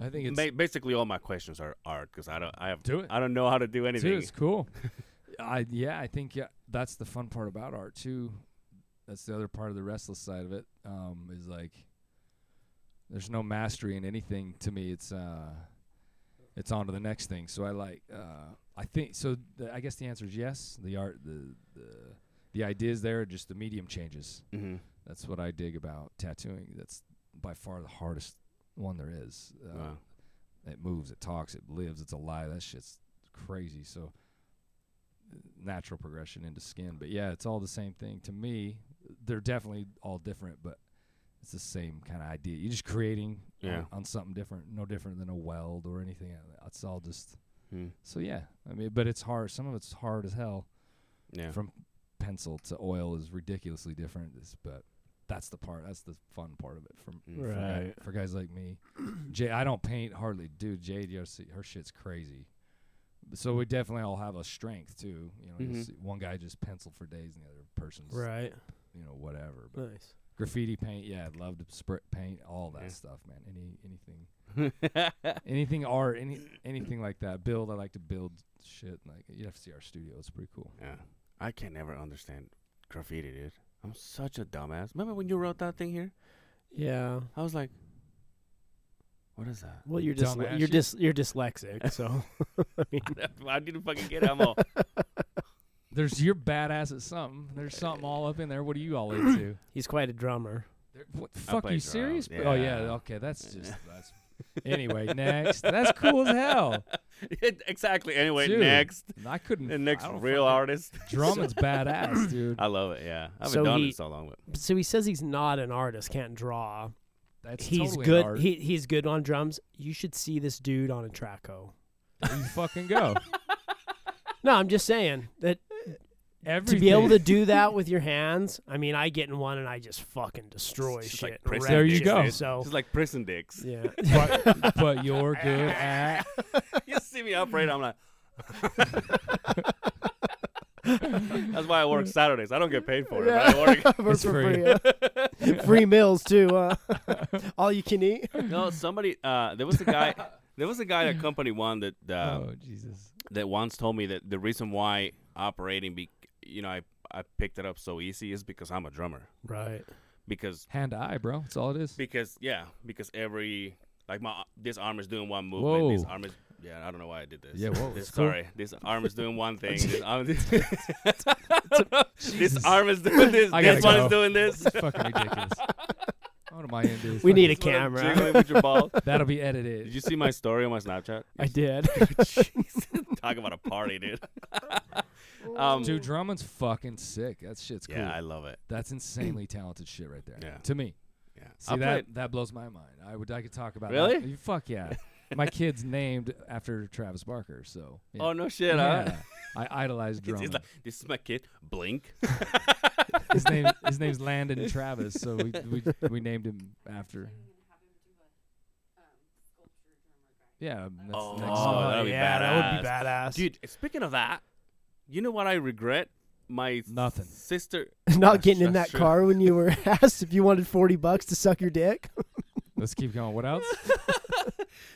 [SPEAKER 4] I think it's
[SPEAKER 3] Ba- basically all my questions are art cuz I don't I have
[SPEAKER 4] do it.
[SPEAKER 3] I don't know how to do
[SPEAKER 4] Dude,
[SPEAKER 3] anything.
[SPEAKER 4] it's cool. I yeah, I think yeah, that's the fun part about art too. That's the other part of the restless side of it. Um, is like there's no mastery in anything to me. It's uh, it's on to the next thing. So I like uh, I think so. The, I guess the answer is yes. The art, the the the idea is there. Just the medium changes.
[SPEAKER 3] Mhm.
[SPEAKER 4] That's what I dig about tattooing. That's by far the hardest one there is. Uh,
[SPEAKER 3] Wow.
[SPEAKER 4] It moves, it talks, it lives, it's alive. That shit's crazy. So uh, natural progression into skin, but yeah, it's all the same thing to me. They're definitely all different, but it's the same kind of idea. You're just creating
[SPEAKER 3] Yeah.
[SPEAKER 4] on, on something different, no different than a weld or anything. It's all just
[SPEAKER 3] Mm.
[SPEAKER 4] So yeah, I mean, but it's hard. Some of it's hard as hell.
[SPEAKER 3] Yeah.
[SPEAKER 4] From pencil to oil is ridiculously different. It's, but that's the part. That's the fun part of it. From
[SPEAKER 3] Mm.
[SPEAKER 4] for guy-
[SPEAKER 5] Right.
[SPEAKER 4] for guys like me. Jay, I don't paint hardly. Dude, Jay, you see, her shit's crazy. But So we definitely all have a strength too. You know, you'll
[SPEAKER 3] Mhm.
[SPEAKER 4] see one guy just pencil for days, and the other person's
[SPEAKER 5] Right.
[SPEAKER 4] you know whatever. But
[SPEAKER 2] Nice.
[SPEAKER 4] graffiti paint, yeah, I'd love to spray paint all that
[SPEAKER 3] Yeah.
[SPEAKER 4] stuff, man. Any anything, anything art, any anything like that. Build, I like to build shit. and, Like you have to see our studio; it's pretty cool.
[SPEAKER 3] yeah. I can never understand graffiti, dude. I'm such a dumbass. Remember when you wrote that thing here?
[SPEAKER 2] Yeah.
[SPEAKER 3] I was like, what is that?
[SPEAKER 2] Well, you're just
[SPEAKER 4] Dumbass.
[SPEAKER 2] you're just you're dyslexic, so I mean,
[SPEAKER 3] I didn't fucking get it. I'm all,
[SPEAKER 4] There's you're badass at something. There's something all up in there. What are you all into?
[SPEAKER 2] he's quite a drummer.
[SPEAKER 4] There- What the fuck?
[SPEAKER 3] play
[SPEAKER 4] Are you
[SPEAKER 3] drums,
[SPEAKER 4] serious? bro? Oh yeah.
[SPEAKER 3] yeah.
[SPEAKER 4] Okay, that's just that's. Anyway, next. That's cool as hell.
[SPEAKER 3] exactly. Anyway,
[SPEAKER 4] Dude,
[SPEAKER 3] next.
[SPEAKER 4] I couldn't.
[SPEAKER 3] The next
[SPEAKER 4] I don't
[SPEAKER 3] real
[SPEAKER 4] fucking-
[SPEAKER 3] artist.
[SPEAKER 4] Drumming's badass, dude.
[SPEAKER 3] I love it. Yeah. I haven't
[SPEAKER 2] So
[SPEAKER 3] done
[SPEAKER 2] he-
[SPEAKER 3] it so long, but
[SPEAKER 2] So he says he's not an artist, can't draw.
[SPEAKER 4] That's
[SPEAKER 2] he's
[SPEAKER 4] totally an
[SPEAKER 2] good.
[SPEAKER 4] art.
[SPEAKER 2] He, he's good on drums. You should see this dude on a traco.
[SPEAKER 4] There you fucking go.
[SPEAKER 2] No, I'm just saying that
[SPEAKER 4] Everything.
[SPEAKER 2] to be able to do that with your hands. I mean, I get in one and I just fucking destroy
[SPEAKER 3] It's just
[SPEAKER 2] shit.
[SPEAKER 3] like
[SPEAKER 2] and
[SPEAKER 3] prison
[SPEAKER 2] wreck
[SPEAKER 4] There you
[SPEAKER 2] shit,
[SPEAKER 4] go.
[SPEAKER 2] So
[SPEAKER 3] it's like prison dicks.
[SPEAKER 2] yeah,
[SPEAKER 4] but, but you're good at.
[SPEAKER 3] you see me operate, I'm like. That's why I work Saturdays. I don't get paid for it. But I work.
[SPEAKER 2] For-
[SPEAKER 4] It's
[SPEAKER 2] for
[SPEAKER 4] free.
[SPEAKER 2] uh, free meals too. Uh, all you can eat.
[SPEAKER 3] No, somebody. Uh, there was a guy. There was a guy at company one that uh,
[SPEAKER 4] oh Jesus.
[SPEAKER 3] that once told me that the reason why operating, be, you know, I I picked it up so easy is because I'm a drummer.
[SPEAKER 2] Right.
[SPEAKER 3] Because
[SPEAKER 4] Hand to eye, bro. That's all it is.
[SPEAKER 3] because yeah because every like my this arm is doing one movement. This
[SPEAKER 4] Whoa.
[SPEAKER 3] arm is yeah. I don't know why I did this.
[SPEAKER 4] Yeah, whoa,
[SPEAKER 3] This,
[SPEAKER 4] it's cool.
[SPEAKER 3] Sorry, this arm is doing one thing. This arm, this arm is doing this.
[SPEAKER 4] I
[SPEAKER 3] This
[SPEAKER 4] gotta
[SPEAKER 3] one is
[SPEAKER 4] go.
[SPEAKER 3] doing this.
[SPEAKER 4] It's fucking ridiculous. What am I into?
[SPEAKER 2] We need a
[SPEAKER 3] That's what I'm
[SPEAKER 2] camera.
[SPEAKER 3] jiggling with your ball.
[SPEAKER 4] That'll be
[SPEAKER 3] Did
[SPEAKER 4] edited.
[SPEAKER 3] you see my story on my Snapchat?
[SPEAKER 2] I did.
[SPEAKER 3] Talk about a party, dude. um,
[SPEAKER 4] Dude, Drummond's fucking sick. That shit's cool.
[SPEAKER 3] yeah, I love it.
[SPEAKER 4] That's insanely talented shit right there.
[SPEAKER 3] Yeah.
[SPEAKER 4] To me.
[SPEAKER 3] Yeah,
[SPEAKER 4] See
[SPEAKER 3] I
[SPEAKER 4] that
[SPEAKER 3] played-
[SPEAKER 4] that blows my mind. I would I could talk about
[SPEAKER 3] Really?
[SPEAKER 4] that. You- Fuck yeah. My kid's named after Travis Barker, so yeah.
[SPEAKER 3] Oh no, shit! huh?
[SPEAKER 4] Yeah. I idolize
[SPEAKER 3] It's-
[SPEAKER 4] Drummond.
[SPEAKER 3] it's like, this is my kid. Blink.
[SPEAKER 4] his name his name's Landon Travis, so we we, we named him after. Yeah, um, that's
[SPEAKER 3] Oh,
[SPEAKER 4] next song.
[SPEAKER 3] that'd be
[SPEAKER 2] yeah, that would be badass.
[SPEAKER 3] Dude, speaking of that, you know what I regret? My
[SPEAKER 4] Nothing.
[SPEAKER 3] sister.
[SPEAKER 2] Not getting in
[SPEAKER 3] That's
[SPEAKER 2] that
[SPEAKER 3] true.
[SPEAKER 2] car when you were asked if you wanted forty bucks to suck your dick.
[SPEAKER 4] Let's keep going. What else?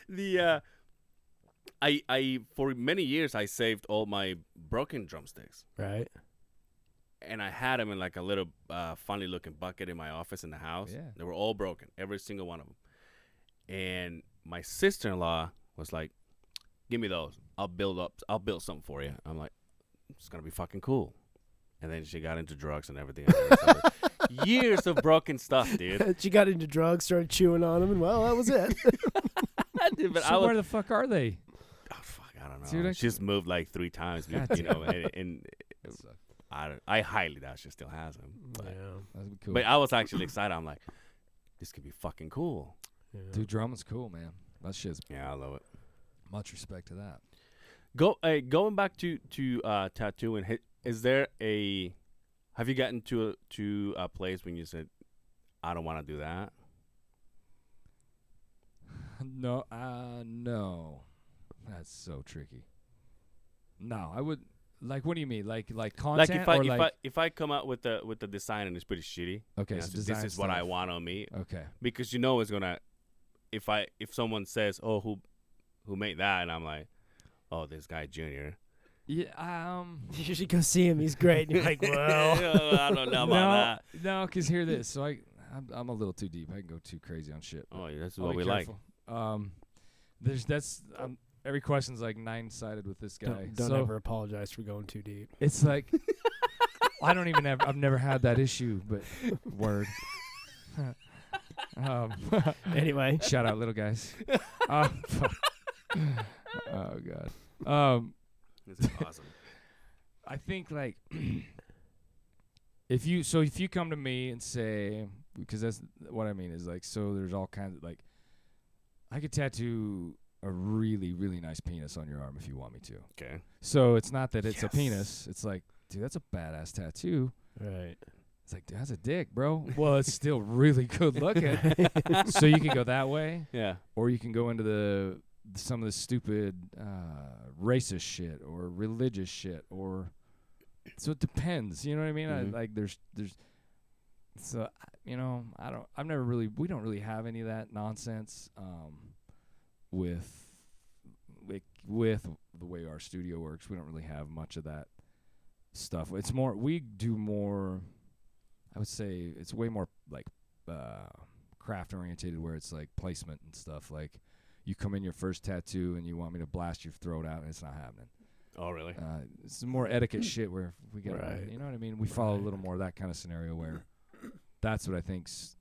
[SPEAKER 3] The uh, I I for many years I saved all my broken drumsticks.
[SPEAKER 2] Right.
[SPEAKER 3] and I had them in like a little uh, funny looking bucket in my office in the house.
[SPEAKER 4] Yeah.
[SPEAKER 3] They were all broken, every single one of them. And my sister in law was like, "Give me those. I'll build up. I'll build something for you." I'm like, "It's gonna be fucking cool." And then she got into drugs and everything. else. Years of broken stuff, dude.
[SPEAKER 2] she got into drugs, started chewing on them, and well, that was it.
[SPEAKER 3] Dude, but
[SPEAKER 4] so
[SPEAKER 3] I
[SPEAKER 4] where
[SPEAKER 3] was,
[SPEAKER 4] the fuck are they?
[SPEAKER 3] oh, fuck, I don't know.
[SPEAKER 4] Dude, I-
[SPEAKER 3] she just moved like three times, you
[SPEAKER 4] God
[SPEAKER 3] know, and, and uh, I, don't- I highly doubt she still has them. But,
[SPEAKER 4] That'd be cool.
[SPEAKER 3] but I was actually excited. I'm like, this could be fucking cool.
[SPEAKER 4] Dude, Drummond's cool, man. That shit's
[SPEAKER 3] Yeah, I love it.
[SPEAKER 4] much respect to that.
[SPEAKER 3] Go uh, going back to to uh, tattooing. hi- Is there a? Have you gotten to a, to a place when you said, "I don't want to do that"?
[SPEAKER 4] No, uh, no, that's so tricky. No, I would like. What do you mean? Like, like content
[SPEAKER 3] like if I
[SPEAKER 4] or
[SPEAKER 3] if
[SPEAKER 4] like?
[SPEAKER 3] I if I come out with the with the design and it's pretty shitty.
[SPEAKER 4] okay,
[SPEAKER 3] you know,
[SPEAKER 4] so
[SPEAKER 3] so this
[SPEAKER 4] design
[SPEAKER 3] is what I
[SPEAKER 4] stuff.
[SPEAKER 3] want on me
[SPEAKER 4] Okay,
[SPEAKER 3] because you know it's gonna. If I if someone says, "Oh, who who made that?" and I'm like, "Oh, this guy Junior."
[SPEAKER 4] yeah, um,
[SPEAKER 2] You should go see him. He's great. And you're like, well,
[SPEAKER 3] Oh, I don't know about that.
[SPEAKER 4] No, because hear this. So I, I'm, I'm a little too deep. I can go too crazy on shit.
[SPEAKER 3] Oh, yeah, that's
[SPEAKER 4] I'll
[SPEAKER 3] what we
[SPEAKER 4] be careful. Um, there's that's um, every question's like nine sided with this guy.
[SPEAKER 2] don't, don't
[SPEAKER 4] so
[SPEAKER 2] ever apologize for going too deep.
[SPEAKER 4] it's like I don't even have. I've never had that issue, but word. um,
[SPEAKER 2] Anyway,
[SPEAKER 4] shout out, little guys. Uh, fuck. oh god. Um,
[SPEAKER 3] like. This is awesome.
[SPEAKER 4] I think like if you so if you come to me and say because that's what I mean is like so there's all kinds of like I could tattoo a really really nice penis on your arm if you want me to.
[SPEAKER 3] Okay.
[SPEAKER 4] So it's not that it's
[SPEAKER 2] Yes.
[SPEAKER 4] a penis. It's like, dude, that's a badass tattoo.
[SPEAKER 5] Right.
[SPEAKER 4] It's like, dude, that's a dick, bro. Well, it's still really good looking. so you can go that way,
[SPEAKER 3] Yeah.
[SPEAKER 4] or you can go into the some of the stupid uh, racist shit or religious shit, or so it depends. You know what I mean?
[SPEAKER 3] Mhm.
[SPEAKER 4] I, like, there's there's so I- you know, I don't. I've never really. We don't really have any of that nonsense. Um, with like with the way our studio works, we don't really have much of that stuff. It's more we do more. I would say it's way more like uh, craft orientated, where it's like placement and stuff. Like you come in your first tattoo and you want me to blast your throat out, and it's not happening.
[SPEAKER 3] Oh, really?
[SPEAKER 4] Uh, it's more etiquette shit where we get,
[SPEAKER 5] Right.
[SPEAKER 4] you know what I mean. We follow
[SPEAKER 5] Right.
[SPEAKER 4] a little more that kind of scenario where that's what I think's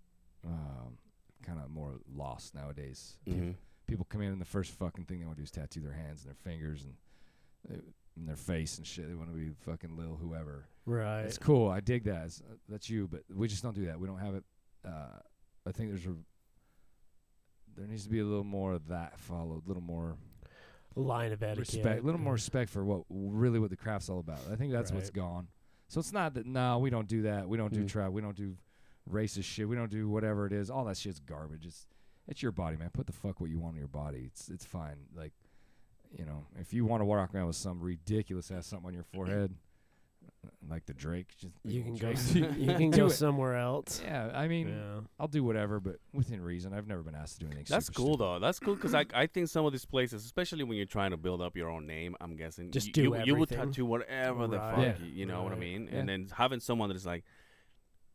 [SPEAKER 4] um, kind of more lost nowadays. People-
[SPEAKER 5] Mm-hmm.
[SPEAKER 3] Mm-hmm.
[SPEAKER 1] Mhm.
[SPEAKER 4] People come in and the first fucking thing they want to do is tattoo their hands and their fingers and, uh, and their face and shit. They want to be fucking lil whoever.
[SPEAKER 5] Right.
[SPEAKER 4] It's cool. I dig that. It's, uh, that's you, but we just don't do that. We don't have it. Uh, I think there's a there needs to be a little more of that followed, a little more
[SPEAKER 2] Line of etiquette.
[SPEAKER 4] respect, a little more respect for what really what the craft's all about. I think that's what's
[SPEAKER 5] Right.
[SPEAKER 4] gone. So it's not that no, we don't do that. We don't do
[SPEAKER 1] Mm.
[SPEAKER 4] trap. We don't do racist shit. We don't do whatever it is. All that shit's garbage. It's it's your body, man. Put the fuck what you want on your body. It's it's fine. Like you know, if you want to walk around with some ridiculous ass something on your forehead, uh, like the Drake, just big
[SPEAKER 2] You
[SPEAKER 4] old
[SPEAKER 2] can go.
[SPEAKER 4] Drake.
[SPEAKER 2] You can
[SPEAKER 4] Do
[SPEAKER 2] go
[SPEAKER 4] it.
[SPEAKER 2] somewhere else.
[SPEAKER 4] Yeah, I mean,
[SPEAKER 5] yeah.
[SPEAKER 4] I'll do whatever, but within reason. I've never been asked to do anything.
[SPEAKER 3] That's
[SPEAKER 4] super
[SPEAKER 3] cool
[SPEAKER 4] stupid.
[SPEAKER 3] though. That's cool because I, I think some of these places, especially when you're trying to build up your own name, I'm guessing
[SPEAKER 2] Just
[SPEAKER 3] you,
[SPEAKER 2] do
[SPEAKER 3] you, you would
[SPEAKER 2] everything.
[SPEAKER 3] tattoo whatever the
[SPEAKER 2] Right.
[SPEAKER 3] fuck
[SPEAKER 4] Yeah.
[SPEAKER 3] you, you know what I
[SPEAKER 2] Right.
[SPEAKER 3] mean.
[SPEAKER 4] Yeah.
[SPEAKER 3] And then having someone that's like,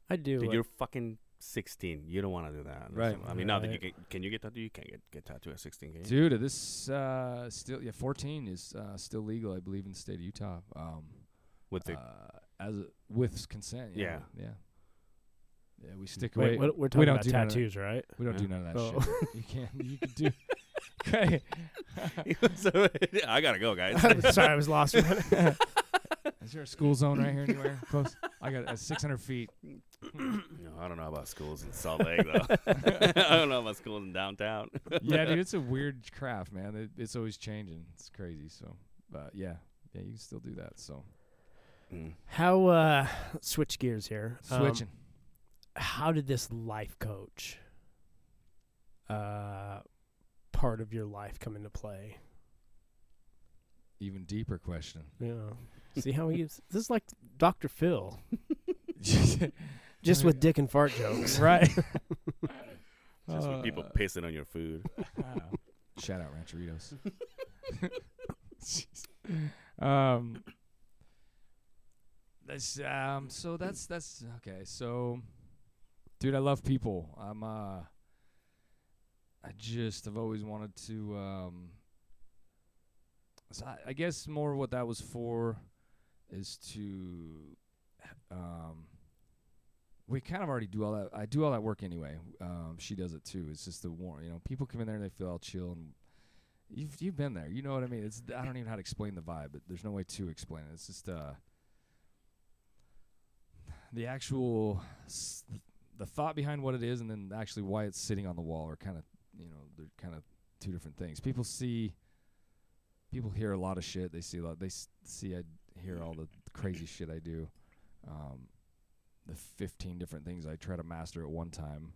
[SPEAKER 2] I do.
[SPEAKER 3] dude,
[SPEAKER 2] it.
[SPEAKER 3] you're fucking 16. You don't want to do that. That's
[SPEAKER 4] Right.
[SPEAKER 3] some- I mean, now that you
[SPEAKER 5] Right.
[SPEAKER 3] can, can you get tattooed? You can't get, get tattooed at 16. Can you?
[SPEAKER 4] Dude, this uh, still yeah, 14 is uh, still legal, I believe, in the state of Utah. Um,
[SPEAKER 3] With the
[SPEAKER 4] uh, as a, with consent. Yeah, yeah, yeah. we stick
[SPEAKER 5] Wait,
[SPEAKER 4] away.
[SPEAKER 5] what, we're talking
[SPEAKER 4] don't
[SPEAKER 5] about
[SPEAKER 4] do none of that.
[SPEAKER 5] tattoos, right?
[SPEAKER 4] we don't
[SPEAKER 3] Yeah.
[SPEAKER 4] do none of that
[SPEAKER 5] Oh.
[SPEAKER 4] shit. You can't. You can do. Okay.
[SPEAKER 3] So, I gotta go, guys.
[SPEAKER 2] Sorry, I was lost. for a minute.
[SPEAKER 4] Is there a school zone right here anywhere close? I got uh, 600 feet.
[SPEAKER 3] No, I don't know about schools in Salt Lake though. I don't know about schools in downtown.
[SPEAKER 4] Yeah, dude, it's a weird craft, man. It, it's always changing. It's crazy. So, but yeah, yeah, you can still do that. So
[SPEAKER 3] Mm.
[SPEAKER 2] How uh, let's switch gears here. Um,
[SPEAKER 4] switching.
[SPEAKER 2] how did this life coach uh, part of your life come into play?
[SPEAKER 4] Even deeper question.
[SPEAKER 2] Yeah. See how he is. This is like Dr. Phil,
[SPEAKER 3] Oh,
[SPEAKER 2] just with dick and fart jokes.
[SPEAKER 4] right.
[SPEAKER 3] Just when
[SPEAKER 4] Uh,
[SPEAKER 3] people pissing on your food.
[SPEAKER 2] Uh,
[SPEAKER 4] Shout out Rancheritos. um, that's um. So that's that's okay. So, dude, I love people. I'm uh. I just have always wanted to um. So I, I guess more what that was for, is to, um. We kind of already do all that. I do all that work anyway. Um, she does it too. It's just the warm. You know, people come in there and they feel all chill and You've you've been there. You know what I mean. It's I don't even know how to explain the vibe, but there's no way to explain it. It's just uh the actual s- the thought behind what it is, and then actually why it's sitting on the wall are kind of you know they're kind of two different things. People see, people hear a lot of shit. They see a lot. They s- see I hear all the crazy shit I do. Um, the 15 different things I try to master at one time.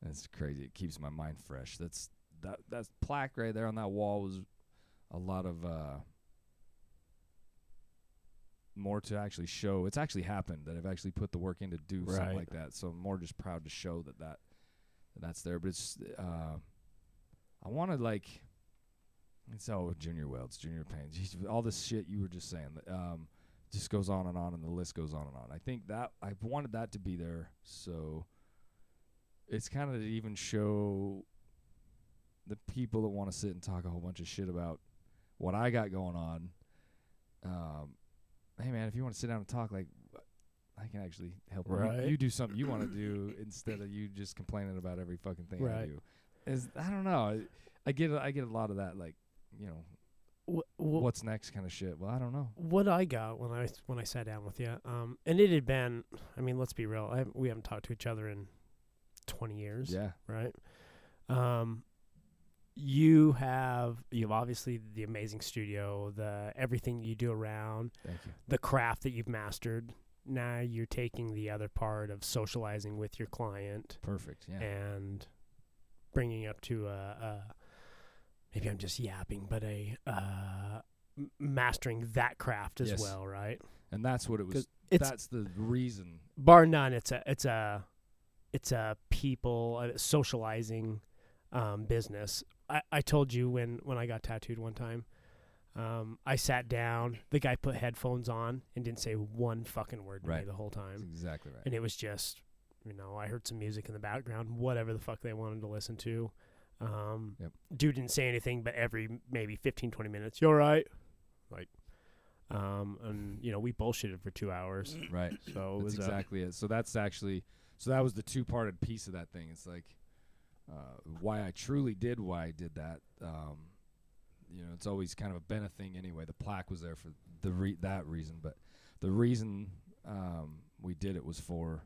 [SPEAKER 4] That's crazy. It keeps my mind fresh. That's that that plaque right there on that wall was a lot of uh more to actually show. It's actually happened that I've actually put the work in to do
[SPEAKER 5] Right.
[SPEAKER 4] something like that. So I'm more just proud to show that that, that that's there. But it's uh, I want to like it's all Junior Wells, Junior Payne, geez, all this shit you were just saying. th- Um, just goes on and on, and the list goes on and on. I think that I wanted that to be there, so it's kind of to even show the people that want to sit and talk a whole bunch of shit about what I got going on. Um, hey man, if you want to sit down and talk, like I can actually help. you.
[SPEAKER 5] Right.
[SPEAKER 4] You, do something you want to do instead of you just complaining about every fucking thing I
[SPEAKER 5] Right.
[SPEAKER 4] do. Is I don't know. I, I get I get a lot of that, like you know,
[SPEAKER 2] Wh- wh-
[SPEAKER 4] what's next kind of shit. Well, I don't know.
[SPEAKER 2] what I got when I when I sat down with you, um, and it had been, I mean, let's be real, I, haven't- we haven't talked to each other in twenty years,
[SPEAKER 4] Yeah,
[SPEAKER 2] right? Um, you have you have obviously the amazing studio, the everything you do around
[SPEAKER 4] Thank you.
[SPEAKER 2] the craft that you've mastered. Now you're taking the other part of socializing with your client
[SPEAKER 4] Perfect. Yeah.
[SPEAKER 2] and bringing up to a, a maybe I'm just yapping, but a uh, m- mastering that craft as
[SPEAKER 4] Yes.
[SPEAKER 2] well, right?
[SPEAKER 4] And that's what it was.
[SPEAKER 2] 'Cause It's
[SPEAKER 4] that's the reason.
[SPEAKER 2] bar none. It's a it's a it's a people uh, socializing um, business. I, I told you when when I got tattooed one time. Um, I sat down. The guy put headphones on and didn't say one fucking word to me
[SPEAKER 4] Right.
[SPEAKER 2] the whole
[SPEAKER 4] That's
[SPEAKER 2] time,
[SPEAKER 4] exactly right.
[SPEAKER 2] and it was just you know I heard some music in the background, whatever the fuck they wanted to listen to. Um,
[SPEAKER 4] Yep.
[SPEAKER 2] Dude didn't say anything, but every maybe 15, 20 minutes, you're right. Like, um, and you know we bullshitted for two hours,
[SPEAKER 4] Right.
[SPEAKER 2] so it
[SPEAKER 4] That's
[SPEAKER 2] was uh, a-
[SPEAKER 4] exactly it. So that's actually so that was the two parted piece of that thing. It's like uh, why I truly did why I did that. Um, you know, it's always kind of a Bennett thing anyway. The plaque was there for the re- that reason, but the reason um, we did it was for.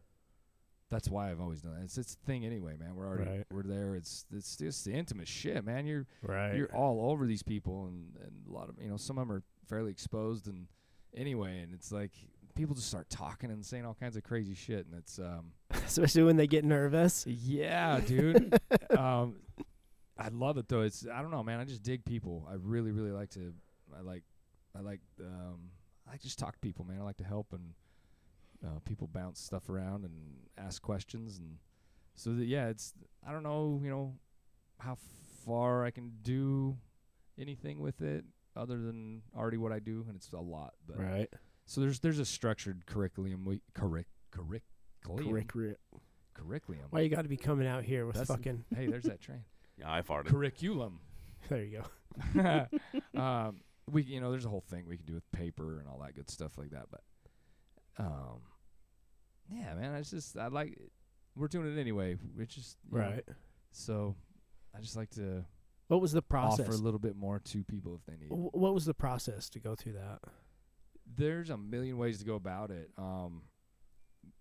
[SPEAKER 4] That's why I've always done it. It's it's the thing anyway, man. We're already
[SPEAKER 2] Right.
[SPEAKER 4] we're there. It's it's just the intimate shit, man. You're
[SPEAKER 2] right.
[SPEAKER 4] you're all over these people and, and a lot of you know some of them are fairly exposed and anyway and it's like people just start talking and saying all kinds of crazy shit and it's um
[SPEAKER 2] especially when they get nervous.
[SPEAKER 4] yeah dude um i love it though it's i don't know man i just dig people i really really like to i like i like um i like just talk to people man i like to help and uh, people bounce stuff around and ask questions and so that yeah it's i don't know you know how far i can do anything with it other than already what i do and it's a lot but
[SPEAKER 2] Right.
[SPEAKER 4] so there's there's a structured curriculum we curric curriculum curriculum
[SPEAKER 2] Why you got to be coming out here with
[SPEAKER 4] That's the-
[SPEAKER 2] fucking?
[SPEAKER 4] hey there's that train
[SPEAKER 3] Yeah, I farted.
[SPEAKER 4] curriculum
[SPEAKER 2] There you go.
[SPEAKER 4] um, we you know there's a whole thing we can do with paper and all that good stuff like that but um yeah man it's just i like we're doing it anyway it's just you know, so i just like to
[SPEAKER 2] What was the process?
[SPEAKER 4] offer a little bit more to people if they need it.
[SPEAKER 2] Wh- what was the process to go through that?
[SPEAKER 4] there's a million ways to go about it. Um,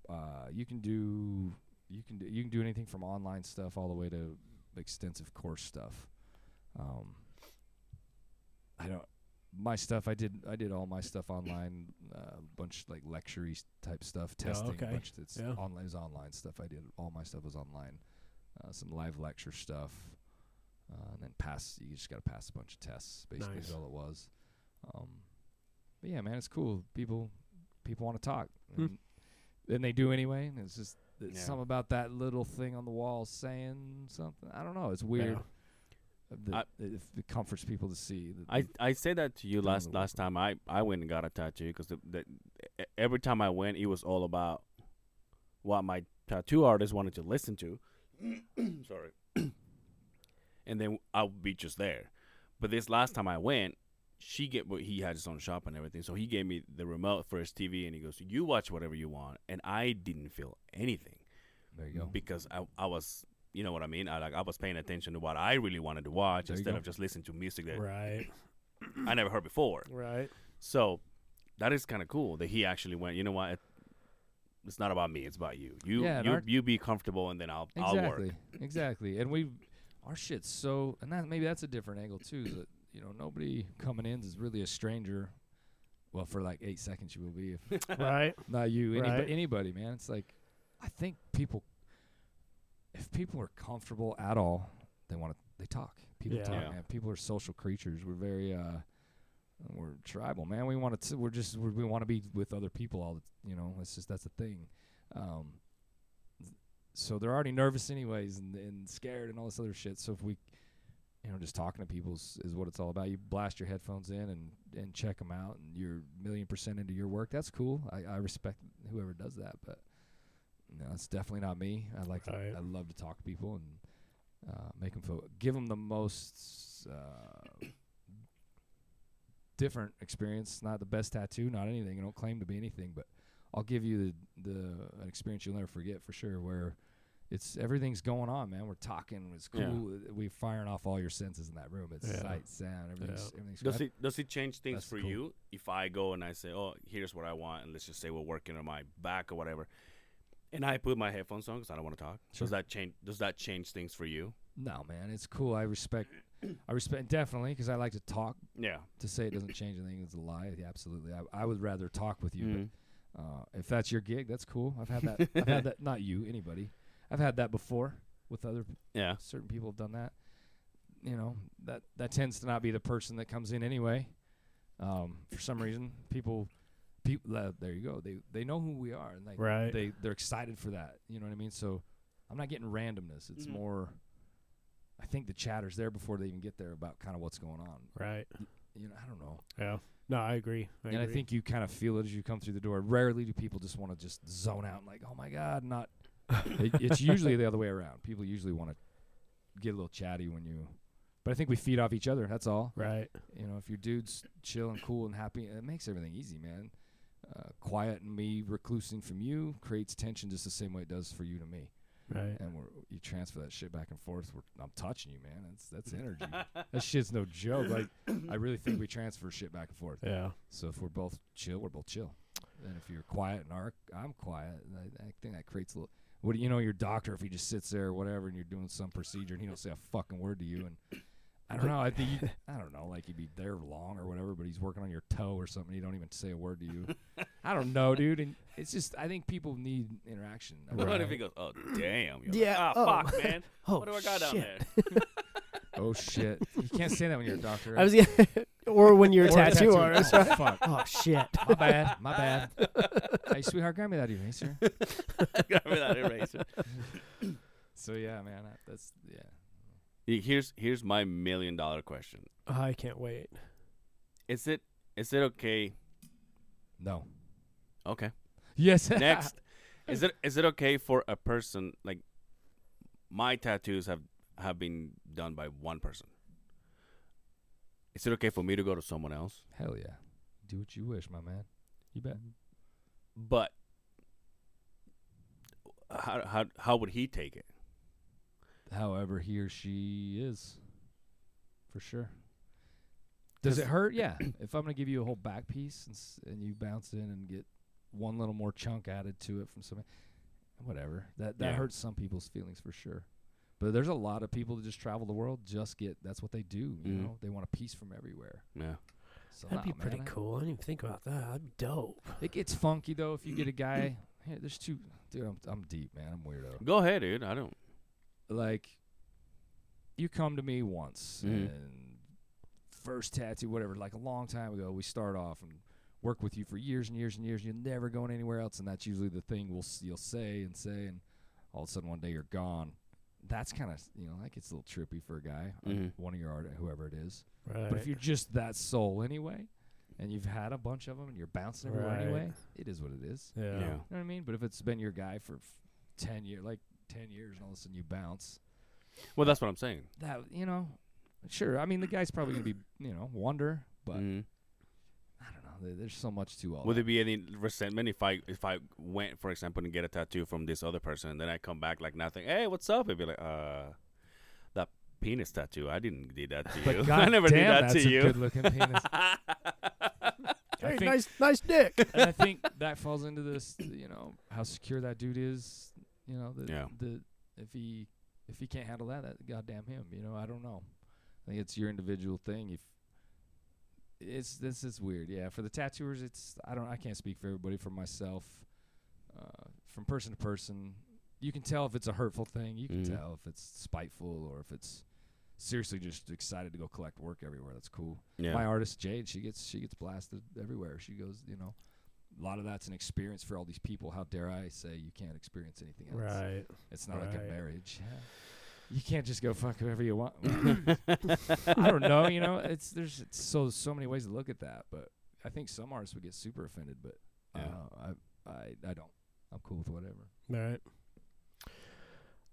[SPEAKER 4] uh, you can do you can do, you can do anything from online stuff all the way to extensive course stuff. Um, I don't my stuff. I did I did all my stuff online, a bunch like lecture type stuff, testing,
[SPEAKER 2] Oh, okay.
[SPEAKER 4] a bunch that's
[SPEAKER 2] Yeah.
[SPEAKER 4] online is online stuff. I did all my stuff was online, uh, some live lecture stuff, uh, and then pass. You just got to pass a bunch of tests. Basically,
[SPEAKER 2] Nice.
[SPEAKER 4] is all it was. Um, but yeah, man, it's cool. People people want to talk,
[SPEAKER 2] Hmm.
[SPEAKER 4] and, and they do anyway. And it's just it's
[SPEAKER 3] Yeah.
[SPEAKER 4] something about that little thing on the wall saying something. I don't know. It's weird.
[SPEAKER 2] Yeah.
[SPEAKER 4] Uh, that it, it comforts people to see. That
[SPEAKER 3] I,
[SPEAKER 4] the-
[SPEAKER 3] I said that to you
[SPEAKER 4] Down
[SPEAKER 3] last
[SPEAKER 4] the
[SPEAKER 3] last time I, I went and got a tattoo because the, the, e- every time I went it was all about what my tattoo artist wanted to listen to. Sorry. and then I'll be just there. But this last time I went, she get well, he had his own shop and everything, so he gave me the remote for his TV and he goes, "You watch whatever you want." And I didn't feel anything
[SPEAKER 4] there you go.
[SPEAKER 3] because I, I was you know what I mean? I like I was paying attention to what I really wanted to watch
[SPEAKER 4] There you
[SPEAKER 3] instead
[SPEAKER 4] go.
[SPEAKER 3] of just listening to music that
[SPEAKER 2] Right.
[SPEAKER 3] I never heard before.
[SPEAKER 2] Right.
[SPEAKER 3] So that is kind of cool that he actually went. You know what? It- It's not about me. It's about you. You
[SPEAKER 4] Yeah, and
[SPEAKER 3] you,
[SPEAKER 4] our-
[SPEAKER 3] you be comfortable, and then I'll I'll
[SPEAKER 4] Exactly.
[SPEAKER 3] work.
[SPEAKER 4] Exactly. And we've our shit's so and that maybe that's a different angle too, is that you know, nobody coming in is really a stranger. Well, for like eight seconds you will be if
[SPEAKER 2] Right.
[SPEAKER 4] not you, anybo-
[SPEAKER 2] Right.
[SPEAKER 4] anybody, man. It's like I think people if people are comfortable at all, they want to they talk. People
[SPEAKER 2] Yeah.
[SPEAKER 4] talk,
[SPEAKER 3] Yeah.
[SPEAKER 4] man. People are social creatures. We're very uh we're tribal, man. We want to we're just we're, we want to be with other people all the you know, it's just that's the thing. Um so they're already nervous anyways and, and scared and all this other shit. So if we, you know, just talking to people is, is what it's all about. You blast your headphones in and and check them out, and you're a million percent into your work. That's cool. I, I respect whoever does that, but no, that's definitely not me. I like
[SPEAKER 2] Right.
[SPEAKER 4] to, I love to talk to people and uh, make them feel give them the most. Uh, different experience not the best tattoo not anything i don't claim to be anything but I'll give you the the an experience you'll never forget for sure. Where it's everything's going on, man. We're talking. It's
[SPEAKER 3] Yeah.
[SPEAKER 4] cool. uh, We're firing off all your senses in that room. It's
[SPEAKER 2] Yeah.
[SPEAKER 4] sight, sound, everything's everything's.
[SPEAKER 3] Does
[SPEAKER 4] I-
[SPEAKER 3] it does it change things
[SPEAKER 4] That's
[SPEAKER 3] for
[SPEAKER 4] cool.
[SPEAKER 3] you if I go and I say, "Oh, here's what I want," and let's just say we're working on my back or whatever, and I put my headphones on because I don't want to talk.
[SPEAKER 4] Sure.
[SPEAKER 3] Does that change? Does that change things for you?
[SPEAKER 4] No, man, it's cool. I respect, I respect definitely because I like to talk.
[SPEAKER 3] Yeah.
[SPEAKER 4] To say it doesn't change anything is a lie. Yeah, absolutely, I, I would rather talk with you. but Uh, if that's your gig, that's cool. I've had that. I've had that. Not you, anybody. I've had that before with other p-
[SPEAKER 3] Yeah.
[SPEAKER 4] certain people have done that. You know that that tends to not be the person that comes in anyway. Um, for some reason, people, people. there you go. They they know who we are, and like
[SPEAKER 2] Right.
[SPEAKER 4] they they're excited for that. You know what I mean? So I'm not getting randomness. It's
[SPEAKER 3] Mhm.
[SPEAKER 4] more. I think the chatter's there before they even get there about kind of what's going on.
[SPEAKER 2] right.
[SPEAKER 4] You know, I don't know.
[SPEAKER 2] Yeah. No, I agree. I
[SPEAKER 4] and I
[SPEAKER 2] agree.
[SPEAKER 4] think you kind of feel it as you come through the door. Rarely do people just want to just zone out and like, oh my god, not. it, it's usually the other way around. People usually want to get a little chatty when you. But I think we feed off each other. That's all.
[SPEAKER 2] Right.
[SPEAKER 4] You know, if your dude's chill and cool and happy, it makes everything easy, man. Uh, quiet and me reclusing from you creates tension just the same way it does for you to me.
[SPEAKER 2] Right.
[SPEAKER 4] And we're, you transfer that shit back and forth. We're, I'm touching you, man. That's that's energy. that shit's no joke. Like I really think we transfer shit back and forth.
[SPEAKER 2] Yeah.
[SPEAKER 4] So if we're both chill, we're both chill. And if you're quiet and arc, I'm quiet. and I, I think that creates a little. What do you know? Your doctor, if he just sits there or whatever, and you're doing some procedure, and he don't say a fucking word to you, and I don't know. I think you, I don't know. Like he'd be there long or whatever, but he's working on your toe or something. He don't even say a word to you. I don't know, dude. And it's just I think people need interaction. I mean,
[SPEAKER 3] What if he goes, oh, damn. You're
[SPEAKER 2] Yeah,
[SPEAKER 3] Like,
[SPEAKER 2] oh.
[SPEAKER 3] ah, fuck, man.
[SPEAKER 2] Oh
[SPEAKER 3] what do I got down
[SPEAKER 2] shit.
[SPEAKER 3] there?
[SPEAKER 4] oh shit! You can't say that when you're a doctor.
[SPEAKER 2] I was gonna, or when you're a
[SPEAKER 4] Or a
[SPEAKER 2] tattoo artist.
[SPEAKER 4] Oh, fuck.
[SPEAKER 2] Oh shit.
[SPEAKER 4] My bad. My bad. hey, sweetheart, grab me that eraser.
[SPEAKER 3] Got rid of that eraser.
[SPEAKER 4] So yeah, man. I, that's yeah.
[SPEAKER 3] He- Here's here's my million dollar question.
[SPEAKER 2] Oh, I can't wait.
[SPEAKER 3] Is it is it okay?
[SPEAKER 4] No.
[SPEAKER 3] Okay.
[SPEAKER 4] Yes.
[SPEAKER 3] Next. is it is it okay for a person like my tattoos have have been done by one person? Is it okay for me to go to someone else?
[SPEAKER 4] Hell yeah. Do what you wish, my man. You bet.
[SPEAKER 3] But how how how would he take it?
[SPEAKER 4] However, he or she is. For sure. Does it
[SPEAKER 3] Does-
[SPEAKER 4] hurt? Yeah. if I'm gonna give you a whole back piece and s- and you bounce in and get one little more chunk added to it from somebody, whatever. That that
[SPEAKER 3] Yeah.
[SPEAKER 4] hurts some people's feelings for sure. But there's a lot of people that just travel the world, just get that's what they do. You
[SPEAKER 3] Mhm.
[SPEAKER 4] know, they want a piece from everywhere.
[SPEAKER 3] Yeah.
[SPEAKER 4] So
[SPEAKER 2] That'd be
[SPEAKER 4] nah, man,
[SPEAKER 2] pretty
[SPEAKER 4] I-
[SPEAKER 2] cool. I didn't even think about that. That'd be dope.
[SPEAKER 4] It gets funky though if you get a guy. Hey, there's two. Dude, I'm I'm deep, man. I'm weirdo.
[SPEAKER 3] Go ahead, dude. I don't.
[SPEAKER 4] like you come to me once
[SPEAKER 3] Mhm.
[SPEAKER 4] and first tattoo whatever like a long time ago we start off and work with you for years and years and years you're never going anywhere else and that's usually the thing we'll s- you'll say and say and all of a sudden one day you're gone that's kind of you know that gets a little trippy for a guy uh,
[SPEAKER 3] Mhm.
[SPEAKER 4] one of your art whoever it is
[SPEAKER 2] Right.
[SPEAKER 4] but if you're just that soul anyway and you've had a bunch of them and you're bouncing everywhere
[SPEAKER 2] Right.
[SPEAKER 4] anyway it is what it is
[SPEAKER 2] yeah.
[SPEAKER 3] Yeah.
[SPEAKER 4] you know what I mean? But if it's been your guy for f- ten years, like ten years, and all of a sudden you bounce,
[SPEAKER 3] Well, that's what I'm saying.
[SPEAKER 4] that you know, sure. I mean, the guy's probably gonna be you know wonder, but
[SPEAKER 3] Mhm.
[SPEAKER 4] I don't know. There, there's so much to all.
[SPEAKER 3] Would
[SPEAKER 4] that.
[SPEAKER 3] there be any resentment if I if I went, for example, and get a tattoo from this other person, and then I come back like nothing? Hey, what's up? It'd be like, uh, that penis tattoo. I didn't do that to
[SPEAKER 4] but
[SPEAKER 3] you.
[SPEAKER 4] God
[SPEAKER 3] I never
[SPEAKER 4] damn,
[SPEAKER 3] did that
[SPEAKER 4] that's
[SPEAKER 3] to
[SPEAKER 4] a
[SPEAKER 3] you.
[SPEAKER 4] good-looking penis. I
[SPEAKER 2] Hey,
[SPEAKER 4] think,
[SPEAKER 2] nice, nice dick.
[SPEAKER 4] and I think that falls into this. You know how secure that dude is. You know the
[SPEAKER 3] Yeah.
[SPEAKER 4] the if he if he can't handle that, that goddamn him. You know I don't know. I think it's your individual thing. If it's this is weird, yeah. For the tattooers, it's I don't I can't speak for everybody. For myself, uh, from person to person, you can tell if it's a hurtful thing. You can
[SPEAKER 3] Mhm.
[SPEAKER 4] tell if it's spiteful or if it's seriously just excited to go collect work everywhere. That's cool
[SPEAKER 3] yeah.
[SPEAKER 4] my artist Jade, she gets she gets blasted everywhere. She goes, you know, a lot of that's an experience for all these people. How dare I say you can't experience anything else?
[SPEAKER 2] Right.
[SPEAKER 4] It's not like a
[SPEAKER 2] right.
[SPEAKER 4] marriage. Yeah. You can't just go fuck whoever you want. I don't know. You know, it's there's it's so so many ways to look at that, but I think some artists would get super offended, but
[SPEAKER 3] Yeah.
[SPEAKER 4] uh, I I I don't. I'm cool with whatever.
[SPEAKER 2] Right.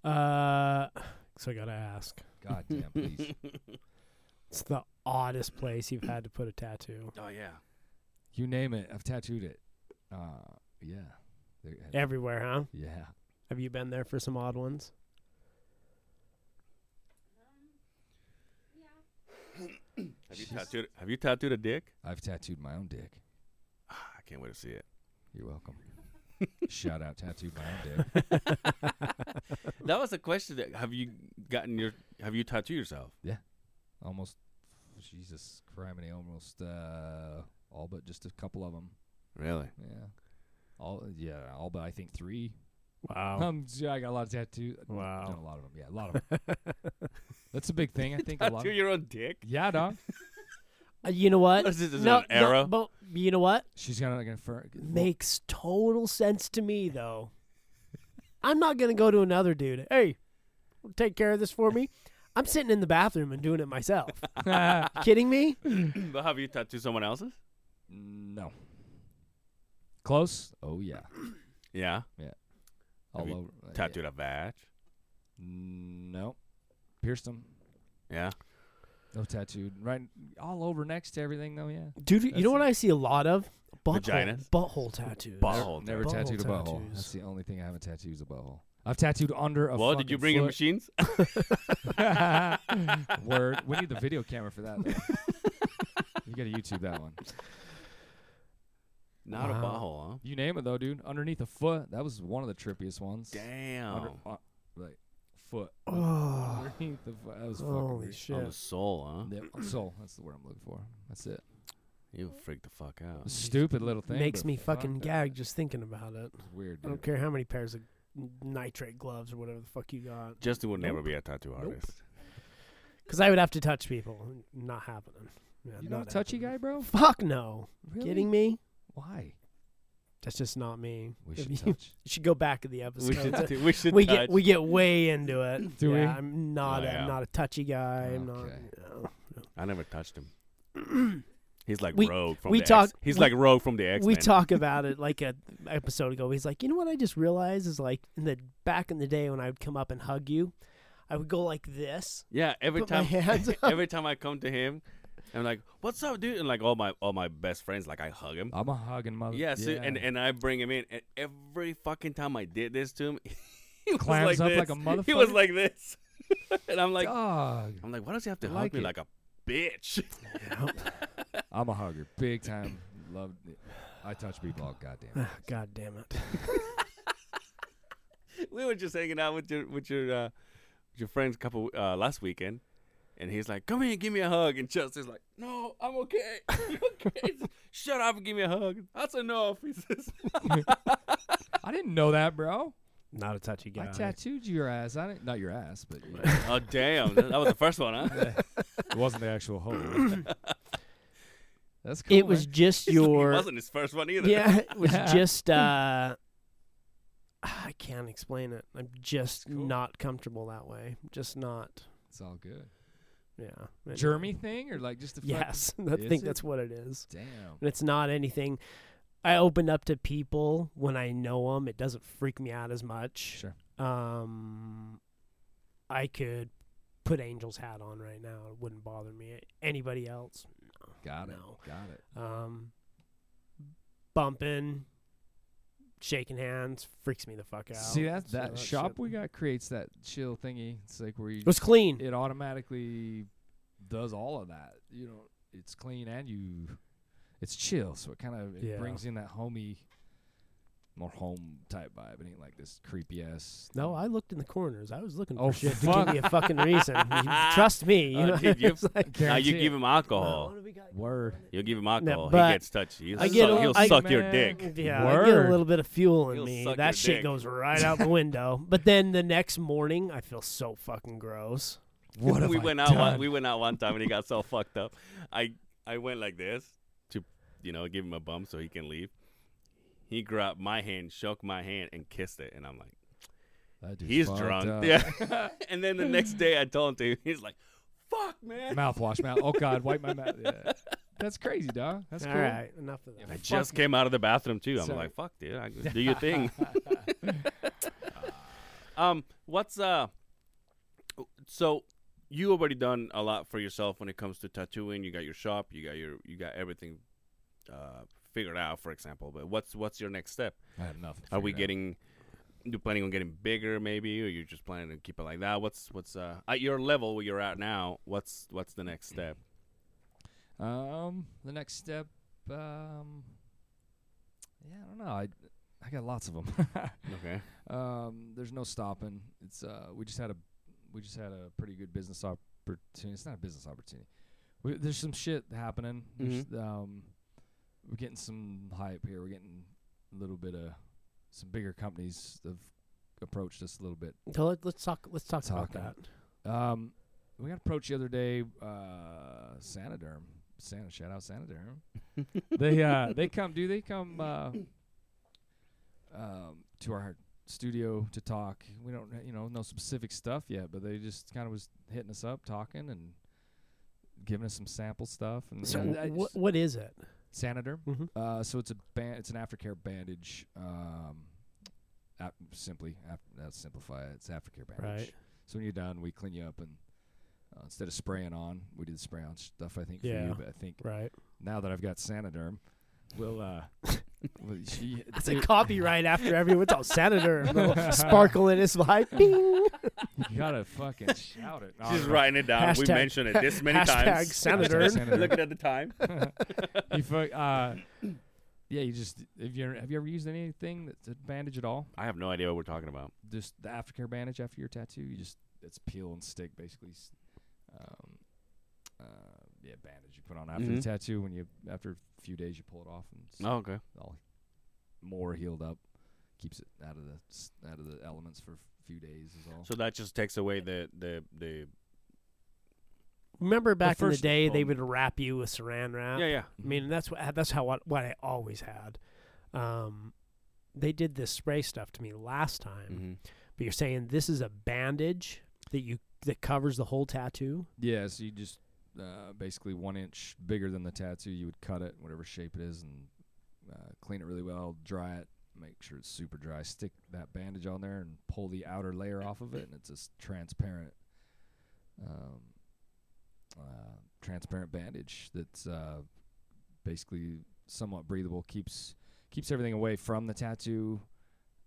[SPEAKER 2] Uh, so I gotta ask.
[SPEAKER 4] God damn, please.
[SPEAKER 2] It's the oddest place you've had to put a tattoo.
[SPEAKER 3] Oh yeah.
[SPEAKER 4] you name it, I've tattooed it. Uh, yeah. There-
[SPEAKER 2] Everywhere, huh?
[SPEAKER 4] yeah.
[SPEAKER 2] Have you been there for some odd ones?
[SPEAKER 3] Have you
[SPEAKER 4] She's-
[SPEAKER 3] tattooed? Have you tattooed a dick?
[SPEAKER 4] I've tattooed my own dick.
[SPEAKER 3] I can't wait to see it.
[SPEAKER 4] You're welcome. Shout out tattooed my own dick.
[SPEAKER 3] That was a question. That, have you gotten your? Have you tattooed yourself?
[SPEAKER 4] Almost, Jesus, criminy, almost uh, all but just a couple of them.
[SPEAKER 3] Really?
[SPEAKER 4] Yeah, all yeah, all but I think three.
[SPEAKER 3] Oh.
[SPEAKER 2] Wow.
[SPEAKER 4] Um, so I got a lot of tattoos.
[SPEAKER 2] Wow.
[SPEAKER 4] Not a lot of them. Yeah, a lot of
[SPEAKER 2] Um,
[SPEAKER 4] them. That's a big thing. I think a lot.
[SPEAKER 3] Tattoo
[SPEAKER 4] Of,
[SPEAKER 3] your own dick?
[SPEAKER 4] yeah, dog.
[SPEAKER 2] Uh, you know what?
[SPEAKER 3] This is an era.
[SPEAKER 2] but you know what?
[SPEAKER 4] She's gonna confirm.
[SPEAKER 2] Makes total sense to me though. I'm not gonna go to another dude. Hey, take care of this for me. I'm sitting in the bathroom and doing it myself. Kidding me?
[SPEAKER 3] but have you tattooed someone else's?
[SPEAKER 4] no. Close. Oh yeah.
[SPEAKER 3] Yeah.
[SPEAKER 4] All
[SPEAKER 3] you
[SPEAKER 4] over. uh, yeah.
[SPEAKER 3] Tattooed a badge.
[SPEAKER 4] No. Pierced them.
[SPEAKER 3] Yeah.
[SPEAKER 4] No tattooed. Right. All over next to everything though. Yeah.
[SPEAKER 2] Dude, you
[SPEAKER 4] That's
[SPEAKER 2] know what
[SPEAKER 4] it.
[SPEAKER 2] I see a lot of? Butthole,
[SPEAKER 3] Vaginas?
[SPEAKER 2] butthole tattoos.
[SPEAKER 3] Butthole.
[SPEAKER 4] Never- Never
[SPEAKER 2] Butthole
[SPEAKER 4] tattooed a butthole.
[SPEAKER 2] tattoos.
[SPEAKER 4] That's the only thing I haven't tattooed is a butthole. I've tattooed under a.
[SPEAKER 3] well, did you
[SPEAKER 4] fucking
[SPEAKER 3] bring your
[SPEAKER 4] foot.
[SPEAKER 3] machines?
[SPEAKER 4] Word. We need the video camera for that. Though. you gotta YouTube that one.
[SPEAKER 3] Not a
[SPEAKER 2] Wow.
[SPEAKER 3] butthole, huh?
[SPEAKER 4] You name it though, dude. Underneath a foot. That was one of the trippiest ones.
[SPEAKER 3] Damn.
[SPEAKER 4] Under, uh, like foot.
[SPEAKER 2] Oh,
[SPEAKER 4] Underneath the foot. That was fucking
[SPEAKER 2] holy
[SPEAKER 3] On
[SPEAKER 4] weird.
[SPEAKER 3] the
[SPEAKER 2] shit.
[SPEAKER 3] soul, huh?
[SPEAKER 4] Yeah, soul. That's the word I'm looking for. That's it.
[SPEAKER 3] You freaked the fuck out.
[SPEAKER 4] Stupid little thing.
[SPEAKER 2] Makes
[SPEAKER 4] but
[SPEAKER 2] me
[SPEAKER 4] fuck
[SPEAKER 2] fucking
[SPEAKER 4] that.
[SPEAKER 2] gag just thinking about it.
[SPEAKER 4] It's weird.
[SPEAKER 2] I
[SPEAKER 4] Dude.
[SPEAKER 2] don't care how many pairs of nitrate gloves or whatever the fuck you got.
[SPEAKER 3] Justin would never
[SPEAKER 2] Nope.
[SPEAKER 3] be a tattoo
[SPEAKER 2] Nope.
[SPEAKER 3] artist.
[SPEAKER 2] Because I would have to touch people. Not happening. Yeah,
[SPEAKER 4] You not a
[SPEAKER 2] not
[SPEAKER 4] touchy
[SPEAKER 2] happening.
[SPEAKER 4] guy, bro?
[SPEAKER 2] Fuck no.
[SPEAKER 4] Really?
[SPEAKER 2] Kidding me?
[SPEAKER 4] Why?
[SPEAKER 2] That's just not me.
[SPEAKER 4] We
[SPEAKER 2] If
[SPEAKER 4] should
[SPEAKER 2] you,
[SPEAKER 4] touch.
[SPEAKER 2] you should go back to the episode.
[SPEAKER 3] We should. t- we should.
[SPEAKER 2] we
[SPEAKER 3] touch.
[SPEAKER 2] get we get way into it.
[SPEAKER 4] Do
[SPEAKER 2] yeah,
[SPEAKER 4] we?
[SPEAKER 2] I'm not a,
[SPEAKER 3] Oh, yeah.
[SPEAKER 2] I'm not a touchy guy. I'm not.
[SPEAKER 4] Okay.
[SPEAKER 2] no.
[SPEAKER 3] I never touched him. He's like
[SPEAKER 2] We-
[SPEAKER 3] Rogue from
[SPEAKER 2] we
[SPEAKER 3] the X-
[SPEAKER 2] talked-
[SPEAKER 3] He's
[SPEAKER 2] we-
[SPEAKER 3] like Rogue from the X
[SPEAKER 2] We talk about it like a episode ago. He's like, you know what? I just realized is like in the back in the day when I would come up and hug you, I would go like this.
[SPEAKER 3] Yeah, every
[SPEAKER 2] Put my
[SPEAKER 3] time
[SPEAKER 2] hands up.
[SPEAKER 3] every time I come to him, I'm like, "What's up, dude?" And like all my all my best friends, like I hug
[SPEAKER 2] Oh,
[SPEAKER 3] him.
[SPEAKER 4] I'm a hugging mother.
[SPEAKER 3] yeah, so, and and I bring him in, and every fucking time I did this to him, he was
[SPEAKER 4] Clams
[SPEAKER 3] like
[SPEAKER 4] up
[SPEAKER 3] this.
[SPEAKER 4] like a
[SPEAKER 3] He was
[SPEAKER 4] motherfucker?
[SPEAKER 3] like this, and I'm like,
[SPEAKER 4] dog.
[SPEAKER 3] I'm like, why does he have to
[SPEAKER 4] I
[SPEAKER 3] hug
[SPEAKER 4] like
[SPEAKER 3] me
[SPEAKER 4] it.
[SPEAKER 3] like a bitch?
[SPEAKER 4] I'm a hugger, big time. Love. It. I touch people all goddamn.
[SPEAKER 2] Ah, God damn it!
[SPEAKER 3] we were just hanging out with your with your uh, with your friends couple uh, last weekend, and he's like, "Come here, give me a hug," and Justin's like, "No, I'm okay. I'm okay. Shut up and give me a hug. That's enough." He says,
[SPEAKER 4] I didn't know that, bro.
[SPEAKER 2] Not a touchy guy.
[SPEAKER 4] I tattooed your ass. I didn't, not your ass, but you know,
[SPEAKER 3] "Oh damn, that that was the first one, huh?"
[SPEAKER 4] it wasn't the actual hole. That's cool.
[SPEAKER 2] it was
[SPEAKER 4] man.
[SPEAKER 2] just
[SPEAKER 3] it
[SPEAKER 2] your
[SPEAKER 3] wasn't his first one either.
[SPEAKER 2] yeah it was just uh i can't explain it i'm just
[SPEAKER 4] It's cool.
[SPEAKER 2] not comfortable that way just not
[SPEAKER 4] It's all good.
[SPEAKER 2] yeah Anyway.
[SPEAKER 4] Jeremy thing or like just a fucking-
[SPEAKER 2] yes i
[SPEAKER 4] Is
[SPEAKER 2] think
[SPEAKER 4] it?
[SPEAKER 2] that's what it is
[SPEAKER 4] Damn.
[SPEAKER 2] and it's not anything i open up to people when i know them it doesn't freak me out as much
[SPEAKER 4] Sure.
[SPEAKER 2] um i could put angel's hat on right now it wouldn't bother me anybody else
[SPEAKER 4] Got it.
[SPEAKER 2] No.
[SPEAKER 4] Got it.
[SPEAKER 2] um, bumping, shaking hands freaks me the fuck out.
[SPEAKER 4] See that
[SPEAKER 2] So
[SPEAKER 4] that shop
[SPEAKER 2] shit-
[SPEAKER 4] we got creates that chill thingy. It's like where you
[SPEAKER 2] It was clean.
[SPEAKER 4] it automatically does all of that. You know, it's clean and you it's chill, so it kind of it
[SPEAKER 2] Yeah.
[SPEAKER 4] brings in that homey more home type vibe. It ain't like this creepy ass.
[SPEAKER 2] no, I looked in the corners. I was looking for
[SPEAKER 4] Oh,
[SPEAKER 2] shit
[SPEAKER 4] fuck.
[SPEAKER 2] to give me a fucking reason. You- trust me. You
[SPEAKER 3] Uh,
[SPEAKER 2] know?
[SPEAKER 3] dude, you-
[SPEAKER 2] It's like,
[SPEAKER 3] Now you
[SPEAKER 4] Guarantee
[SPEAKER 3] give
[SPEAKER 4] it.
[SPEAKER 3] him alcohol.
[SPEAKER 2] do we got?
[SPEAKER 4] word.
[SPEAKER 3] You'll give him alcohol.
[SPEAKER 2] but
[SPEAKER 3] he gets touchy. He'll,
[SPEAKER 2] I get
[SPEAKER 3] suck,
[SPEAKER 2] a-
[SPEAKER 3] he'll
[SPEAKER 2] I-
[SPEAKER 3] suck your
[SPEAKER 4] man.
[SPEAKER 3] dick.
[SPEAKER 2] Yeah, I get a
[SPEAKER 4] Word.
[SPEAKER 2] little bit of fuel in
[SPEAKER 3] He'll
[SPEAKER 2] me.
[SPEAKER 3] suck your
[SPEAKER 2] That shit
[SPEAKER 3] dick.
[SPEAKER 2] goes right out the window. But then the next morning, I feel so fucking gross.
[SPEAKER 4] What have
[SPEAKER 3] we
[SPEAKER 4] I
[SPEAKER 3] went out one,
[SPEAKER 4] done?
[SPEAKER 3] we went out one time and he got so fucked up. I I went like this to you know give him a bump so he can leave. He grabbed my hand, shook my hand, and kissed it, and I'm like,
[SPEAKER 4] That dude's
[SPEAKER 3] he's
[SPEAKER 4] fucked
[SPEAKER 3] drunk.
[SPEAKER 4] up.
[SPEAKER 3] Yeah. and then the next day I told him, he's like, "Fuck, man."
[SPEAKER 4] Mouthwash, mouth. Oh God, wipe my mouth. Yeah. That's crazy, dog. That's
[SPEAKER 2] All
[SPEAKER 4] cool.
[SPEAKER 2] right, enough of that.
[SPEAKER 3] I just came out of the bathroom too. I'm
[SPEAKER 4] Sorry.
[SPEAKER 3] like, "Fuck, dude, I, do your thing." um, what's uh? So you already done a lot for yourself when it comes to tattooing. You got your shop. You got your you got everything uh figured out. For example, but what's what's your next step?
[SPEAKER 4] I have nothing.
[SPEAKER 3] Are we
[SPEAKER 4] figured out.
[SPEAKER 3] getting? You planning on getting bigger, maybe, or you're just planning to keep it like that? What's what's uh at your level where you're at now? What's what's the next step?
[SPEAKER 4] Um, the next step. Um, yeah, I don't know. I I got lots of them.
[SPEAKER 3] Okay.
[SPEAKER 4] um, there's no stopping. It's uh, we just had a we just had a pretty good business opportunity. It's not a business opportunity. We, there's some shit happening. There's, um, we're getting some hype here. We're getting a little bit of some bigger companies have approached us a little bit.
[SPEAKER 2] So let, let's talk. Let's talk about
[SPEAKER 4] Talking.
[SPEAKER 2] that.
[SPEAKER 4] Um, we got approached the other day. Uh, Sanoderm, Santa, shout out Sanoderm. they uh, they come, do they come uh, um, to our studio to talk? We don't, you know, no specific stuff yet, but they just kind of was hitting us up, talking and giving us some sample stuff. And
[SPEAKER 2] So
[SPEAKER 4] and I
[SPEAKER 2] wh-
[SPEAKER 4] just-
[SPEAKER 2] what is it?
[SPEAKER 4] Sanoderm.
[SPEAKER 2] Mhm.
[SPEAKER 4] Uh, so it's a band. It's an aftercare bandage. Um, ap- simply, ap- that's simplify it. It's aftercare bandage.
[SPEAKER 2] Right.
[SPEAKER 4] So when you're done, we clean you up, and uh, instead of spraying on, we do the spray on stuff. I think for
[SPEAKER 2] Yeah.
[SPEAKER 4] you, but I think
[SPEAKER 2] Right.
[SPEAKER 4] now that I've got Sanoderm, we'll. Uh, we'll she,
[SPEAKER 2] That's a
[SPEAKER 4] dude,
[SPEAKER 2] copyright after everyone's all senator. little sparkle in his light. Bing.
[SPEAKER 4] you gotta fucking shout it. No,
[SPEAKER 3] She's
[SPEAKER 4] no,
[SPEAKER 3] writing it down. we
[SPEAKER 2] Hashtag-
[SPEAKER 3] mentioned it this many
[SPEAKER 2] hashtag
[SPEAKER 3] times.
[SPEAKER 2] Senator.
[SPEAKER 4] Senator.
[SPEAKER 3] Looking at the time.
[SPEAKER 4] You fuck. Uh, yeah, you just have you ever, have you ever used anything that's a bandage at all?
[SPEAKER 3] I have no idea what we're talking about.
[SPEAKER 4] just the aftercare bandage after your tattoo. You just it's peel and stick basically. s- Um, uh, yeah, bandage you put on after
[SPEAKER 2] Mm-hmm.
[SPEAKER 4] the
[SPEAKER 3] Mhm.
[SPEAKER 4] tattoo. When you after a few days, you pull it off and it's
[SPEAKER 3] Oh, okay.
[SPEAKER 4] all more healed up. Keeps it out of the s- out of the elements for a few days is all.
[SPEAKER 3] So that just takes away the the the.
[SPEAKER 2] Remember back in the
[SPEAKER 4] first
[SPEAKER 2] day, they
[SPEAKER 4] foam.
[SPEAKER 2] would wrap you with Saran wrap.
[SPEAKER 3] yeah, yeah.
[SPEAKER 2] I mean, that's what that's how what, what I always had. Um, they did this spray stuff to me last time,
[SPEAKER 4] Mm-hmm.
[SPEAKER 2] but you're saying this is a bandage that you that covers the whole tattoo.
[SPEAKER 4] yeah, so you just uh, basically one inch bigger than the tattoo. You would cut it whatever shape it is and uh, clean it really well, dry it. Make sure it's super dry. Stick that bandage on there and pull the outer layer off of it, and it's this transparent, um, uh, transparent bandage that's uh, basically somewhat breathable. keeps keeps everything away from the tattoo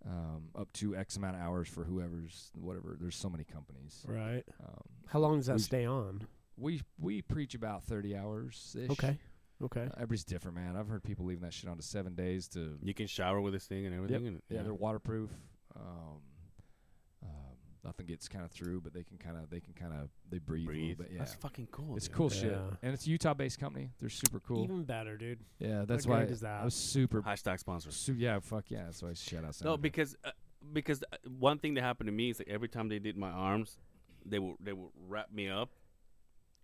[SPEAKER 4] um, up to X amount of hours for whoever's whatever. There's so many companies.
[SPEAKER 2] Right.
[SPEAKER 4] Um,
[SPEAKER 2] How long does that
[SPEAKER 4] We sh-
[SPEAKER 2] stay on?
[SPEAKER 4] we we preach about thirty hours ish.
[SPEAKER 2] Okay. Okay.
[SPEAKER 4] everybody's different, man. I've heard people leaving that shit on to seven days to
[SPEAKER 3] You can shower with this thing and everything. And,
[SPEAKER 4] yeah, they're waterproof. Um, um, nothing gets kind of through, but they can kind of they can kind of they breathe. a little
[SPEAKER 3] breathe.
[SPEAKER 4] bit, yeah,
[SPEAKER 3] That's fucking cool.
[SPEAKER 4] it's
[SPEAKER 3] dude.
[SPEAKER 4] cool shit,
[SPEAKER 2] Yeah.
[SPEAKER 4] and it's a Utah-based company. They're super cool.
[SPEAKER 2] Even better, dude.
[SPEAKER 4] yeah, that's
[SPEAKER 2] great
[SPEAKER 4] why
[SPEAKER 2] is that?
[SPEAKER 4] I was super.
[SPEAKER 3] Hashtag sponsors.
[SPEAKER 4] Su- yeah, fuck yeah. That's why I shout out.
[SPEAKER 3] No,
[SPEAKER 4] Sandra.
[SPEAKER 3] because uh, because uh, one thing that happened to me is like every time they did my arms, they would they would wrap me up,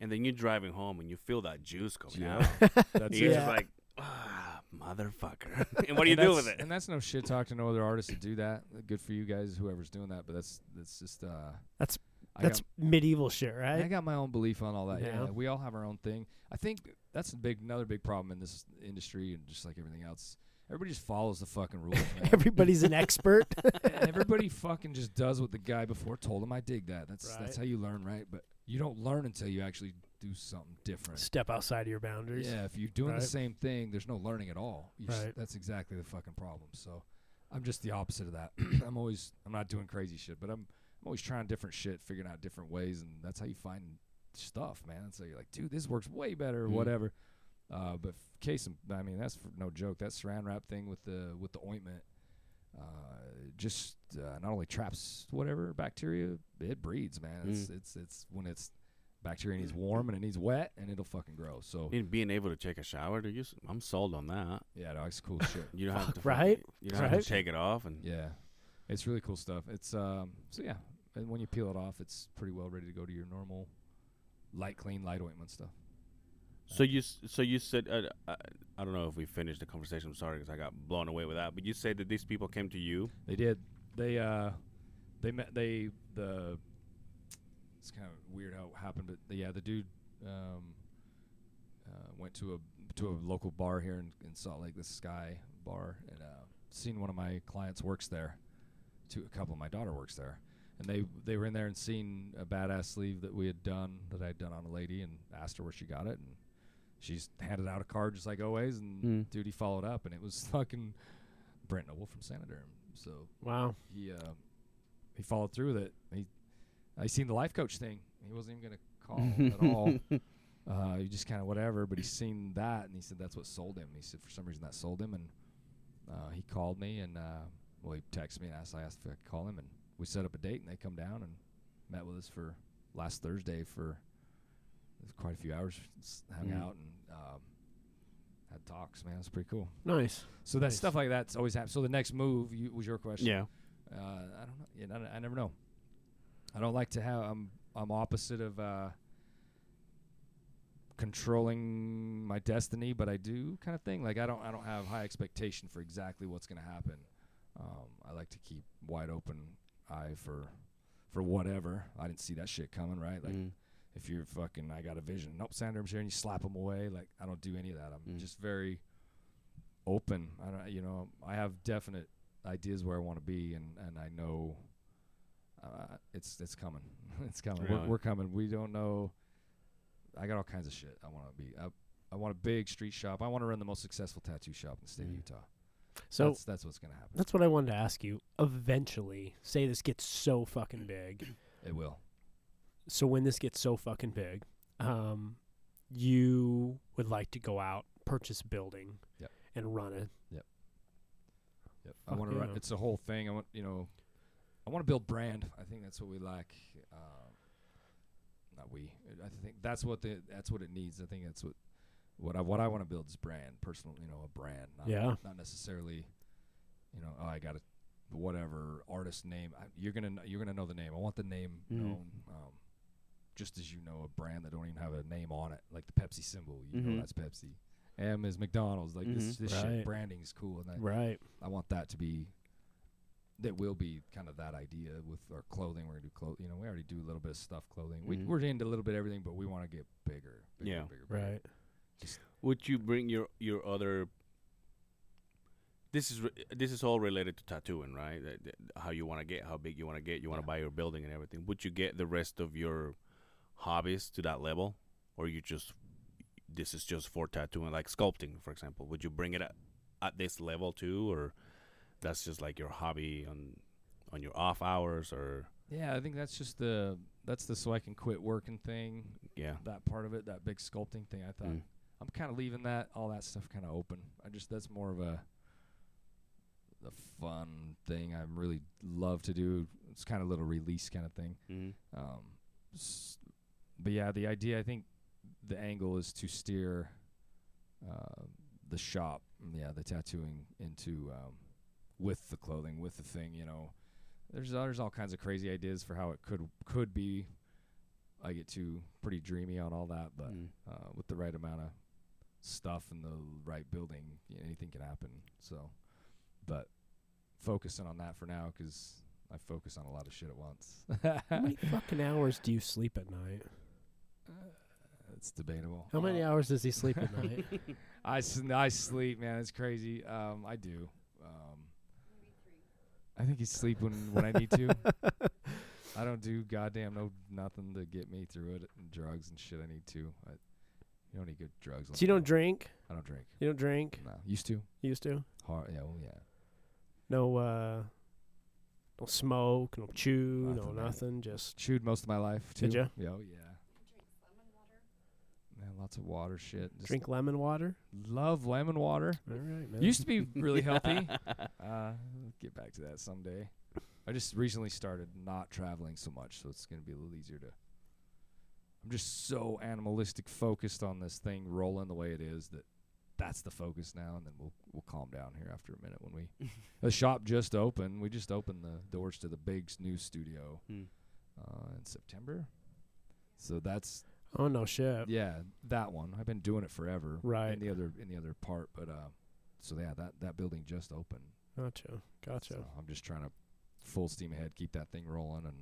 [SPEAKER 3] and then you're driving home and you feel that juice coming
[SPEAKER 4] Yeah.
[SPEAKER 3] out.
[SPEAKER 4] that's
[SPEAKER 3] You're
[SPEAKER 4] it.
[SPEAKER 3] just
[SPEAKER 2] Yeah.
[SPEAKER 3] like, ah, motherfucker. and what do you
[SPEAKER 4] And
[SPEAKER 3] do with
[SPEAKER 4] that's-
[SPEAKER 3] it?
[SPEAKER 4] And that's no shit talk to no other artist to do that. Good for you guys, whoever's doing that. But that's that's just uh.
[SPEAKER 2] That's-
[SPEAKER 4] I got
[SPEAKER 2] That's medieval shit,
[SPEAKER 4] And I
[SPEAKER 2] right?
[SPEAKER 4] got my own belief on all that. Yeah.
[SPEAKER 2] Yeah.
[SPEAKER 4] we all have our own thing. I think that's a big, another big problem in this industry, and just like everything else, everybody just follows the fucking rules. man.
[SPEAKER 2] Everybody's an expert.
[SPEAKER 4] everybody fucking just does what the guy before told him. I dig that. That's
[SPEAKER 2] Right.
[SPEAKER 4] that's how you learn, right? But you don't learn until you actually do something different.
[SPEAKER 2] Step outside of your boundaries.
[SPEAKER 4] Yeah, if you're doing
[SPEAKER 2] Right.
[SPEAKER 4] the same thing, there's no learning at all. You s-
[SPEAKER 2] Right.
[SPEAKER 4] that's exactly the fucking problem. So, I'm just the opposite of that. I'm always, I'm not doing crazy shit, but I'm, I'm always trying different shit, figuring out different ways, and that's how you find stuff, man. That's how you're like, dude, this works way better, or
[SPEAKER 2] Mm-hmm.
[SPEAKER 3] Mhm.
[SPEAKER 4] whatever. Uh, but f- case, in- I mean, that's for no joke. That saran wrap thing with the with the ointment, uh, just uh, not only traps whatever bacteria, it breeds, man. It's
[SPEAKER 2] Mm.
[SPEAKER 4] it's it's when it's bacteria needs warm and it needs wet and it'll fucking grow. So
[SPEAKER 3] And being able to take a shower, dude, you, s- I'm sold on that.
[SPEAKER 4] yeah, no, it's cool shit.
[SPEAKER 3] You don't have
[SPEAKER 2] Fuck,
[SPEAKER 3] to, fucking-
[SPEAKER 2] right?
[SPEAKER 3] You don't have
[SPEAKER 2] Right?
[SPEAKER 3] to take it off, and
[SPEAKER 4] Yeah, it's really cool stuff. It's um, so yeah, and when you peel it off, it's pretty well ready to go to your normal light clean light ointment stuff.
[SPEAKER 3] so you, s- so you said, uh, I, I don't know if we finished the conversation. I'm sorry because I got blown away with that. But you said that these people came to you.
[SPEAKER 4] They did. They uh, they met. They the. It's kind of weird how it happened, but yeah, the dude um, uh, went to a to a local bar here in, in Salt Lake, the Sky Bar, and uh, seen one of my clients works there. To a couple of my daughter works there, and they they were in there and seen a badass sleeve that we had done that I'd done on a lady, and asked her where she got it, and she's handed out a card just like always, and
[SPEAKER 3] Mm.
[SPEAKER 4] dude he followed up, and it was fucking Brent Noble from Sanoderm, so
[SPEAKER 2] Wow.
[SPEAKER 4] he uh, he followed through with it. He I seen the life coach thing. He wasn't even gonna call at all. Uh, he just kind of whatever. But he seen that and he said that's what sold him. He said for some reason that sold him and Uh, he called me and uh, well, he texted me and asked I asked if I could call him, and we set up a date, and they come down and met with us for last Thursday for quite a few hours, s- hung
[SPEAKER 3] Mhm.
[SPEAKER 4] out and um, had talks. Man, it's pretty cool.
[SPEAKER 2] Nice.
[SPEAKER 4] So that
[SPEAKER 2] Nice.
[SPEAKER 4] stuff like that's always happens. So the next move you, was your question.
[SPEAKER 3] Yeah.
[SPEAKER 4] Uh, I don't know. You know, I never know. I don't like to have. I'm I'm opposite of uh, controlling my destiny, but I do kind of thing. Like I don't I don't have high expectation for exactly what's going to happen. Um, I like to keep wide open eye for for whatever. I didn't see that shit coming, right? Like
[SPEAKER 3] Mm.
[SPEAKER 4] if you're fucking, I got a vision. Nope, Sander, I'm sharing. You slap them away. Like I don't do any of that. I'm
[SPEAKER 3] Mm.
[SPEAKER 4] just very open. I don't, you know, I have definite ideas where I want to be, and and I know uh, it's it's coming. it's coming. We're,
[SPEAKER 3] Right.
[SPEAKER 4] we're coming. We don't know. I got all kinds of shit. I want to be. I, I want a big street shop. I want to run the most successful tattoo shop in the state of
[SPEAKER 3] Mm.
[SPEAKER 4] Utah.
[SPEAKER 2] So
[SPEAKER 4] that's that's what's gonna happen.
[SPEAKER 2] that's what I wanted to ask you. Eventually, say this gets so fucking big.
[SPEAKER 4] It will.
[SPEAKER 2] So when this gets so fucking big, um, you would like to go out, purchase a building,
[SPEAKER 4] Yep.
[SPEAKER 2] and run it.
[SPEAKER 4] Yep. I
[SPEAKER 2] Fuck
[SPEAKER 4] want to.
[SPEAKER 2] yeah.
[SPEAKER 4] It's a whole thing. I want you know, I want to build brand. I think that's what we lack. Um, not we. I think that's what the that's what it needs. I think that's what what I what I want to build is brand, personal. You know, a brand. Not,
[SPEAKER 2] Yeah.
[SPEAKER 4] Not necessarily. You know, oh, I got a whatever artist name. I, you're gonna kn- you're gonna know the name. I want the name
[SPEAKER 2] Mm-hmm.
[SPEAKER 3] Mhm.
[SPEAKER 4] known. Um, just as you know a brand that don't even have a name on it, like the Pepsi symbol. You
[SPEAKER 3] Mhm.
[SPEAKER 4] know that's Pepsi. M is McDonald's. Like this,
[SPEAKER 3] Mhm.
[SPEAKER 4] this
[SPEAKER 2] Mm-hmm. Right.
[SPEAKER 4] shit branding is cool, and I,
[SPEAKER 2] Right.
[SPEAKER 4] I want that to be that will be kind of that idea with our clothing. We're gonna do clothing. You know, we already do a little bit of stuff clothing. We,
[SPEAKER 3] Mhm.
[SPEAKER 4] we're into a little bit of everything, but we want to get bigger. bigger
[SPEAKER 3] Yeah.
[SPEAKER 4] Bigger, bigger.
[SPEAKER 2] Right.
[SPEAKER 3] Would you bring your your other? This is re- this is all related to tattooing, right? Th- th- How you want to get, how big you want to get, you want to
[SPEAKER 4] Yeah.
[SPEAKER 3] buy your building and everything. Would you get the rest of your hobbies to that level, or you just this is just for tattooing, like sculpting, for example? Would you bring it at, at this level too, or that's just like your hobby on on your off hours, or
[SPEAKER 4] Yeah, I think that's just the that's the so I can quit working thing.
[SPEAKER 3] yeah,
[SPEAKER 4] That part of it, that big sculpting thing. I thought
[SPEAKER 3] Mm.
[SPEAKER 4] I'm kind of leaving that all that stuff kind of open. I just that's more of a the fun thing. I really love to do. It's kind of a little release kind of thing.
[SPEAKER 3] mm-hmm.
[SPEAKER 4] Um, s- but yeah, the idea I think the angle is to steer uh, the shop, yeah, the tattooing into um, with the clothing, with the thing. You know, there's uh, there's all kinds of crazy ideas for how it could could be. I get too pretty dreamy on all that, but uh, with the right amount of stuff and the right building, y- anything can happen. So, but focusing on that for now because I focus on a lot of shit at
[SPEAKER 2] How
[SPEAKER 4] once.
[SPEAKER 2] many fucking hours do you sleep at night?
[SPEAKER 4] it's debatable.
[SPEAKER 2] How many
[SPEAKER 4] Uh,
[SPEAKER 2] hours does he sleep at night?
[SPEAKER 4] I, s- I sleep, man. It's crazy. Um, I do. Um, I think you sleep when, when I need to. I don't do goddamn no nothing to get me through it. And drugs and shit. I need to. I, you don't need good drugs. on
[SPEAKER 2] so you
[SPEAKER 4] the
[SPEAKER 2] don't
[SPEAKER 4] go.
[SPEAKER 2] drink?
[SPEAKER 4] I don't drink.
[SPEAKER 2] You don't drink?
[SPEAKER 4] No, used to.
[SPEAKER 2] You used to?
[SPEAKER 4] Hard. Yeah. Well, yeah.
[SPEAKER 2] No uh no smoke, no chew,
[SPEAKER 4] Nothing,
[SPEAKER 2] no
[SPEAKER 4] man.
[SPEAKER 2] nothing, just
[SPEAKER 4] chewed most of my life too.
[SPEAKER 2] Did ya?
[SPEAKER 4] Yeah, oh, yeah. Man, lots of water shit. Just
[SPEAKER 2] drink lemon water.
[SPEAKER 4] Love lemon water.
[SPEAKER 2] All right, man.
[SPEAKER 4] Used to be really healthy. Uh, get back to that someday. I just recently started not traveling so much, so it's gonna be a little easier to. I'm just so animalistic focused on this thing rolling the way it is that that's the focus now, and then we'll we'll calm down here after a minute when we. the shop just opened. We just opened the doors to the big s- new studio uh, in September. So that's
[SPEAKER 2] oh no shit.
[SPEAKER 4] yeah, that one. I've been doing it forever.
[SPEAKER 2] Right.
[SPEAKER 4] In the other in the other part, but uh, so yeah, that that building just opened.
[SPEAKER 2] Gotcha. Gotcha.
[SPEAKER 4] So I'm just trying to full steam ahead, keep that thing rolling, and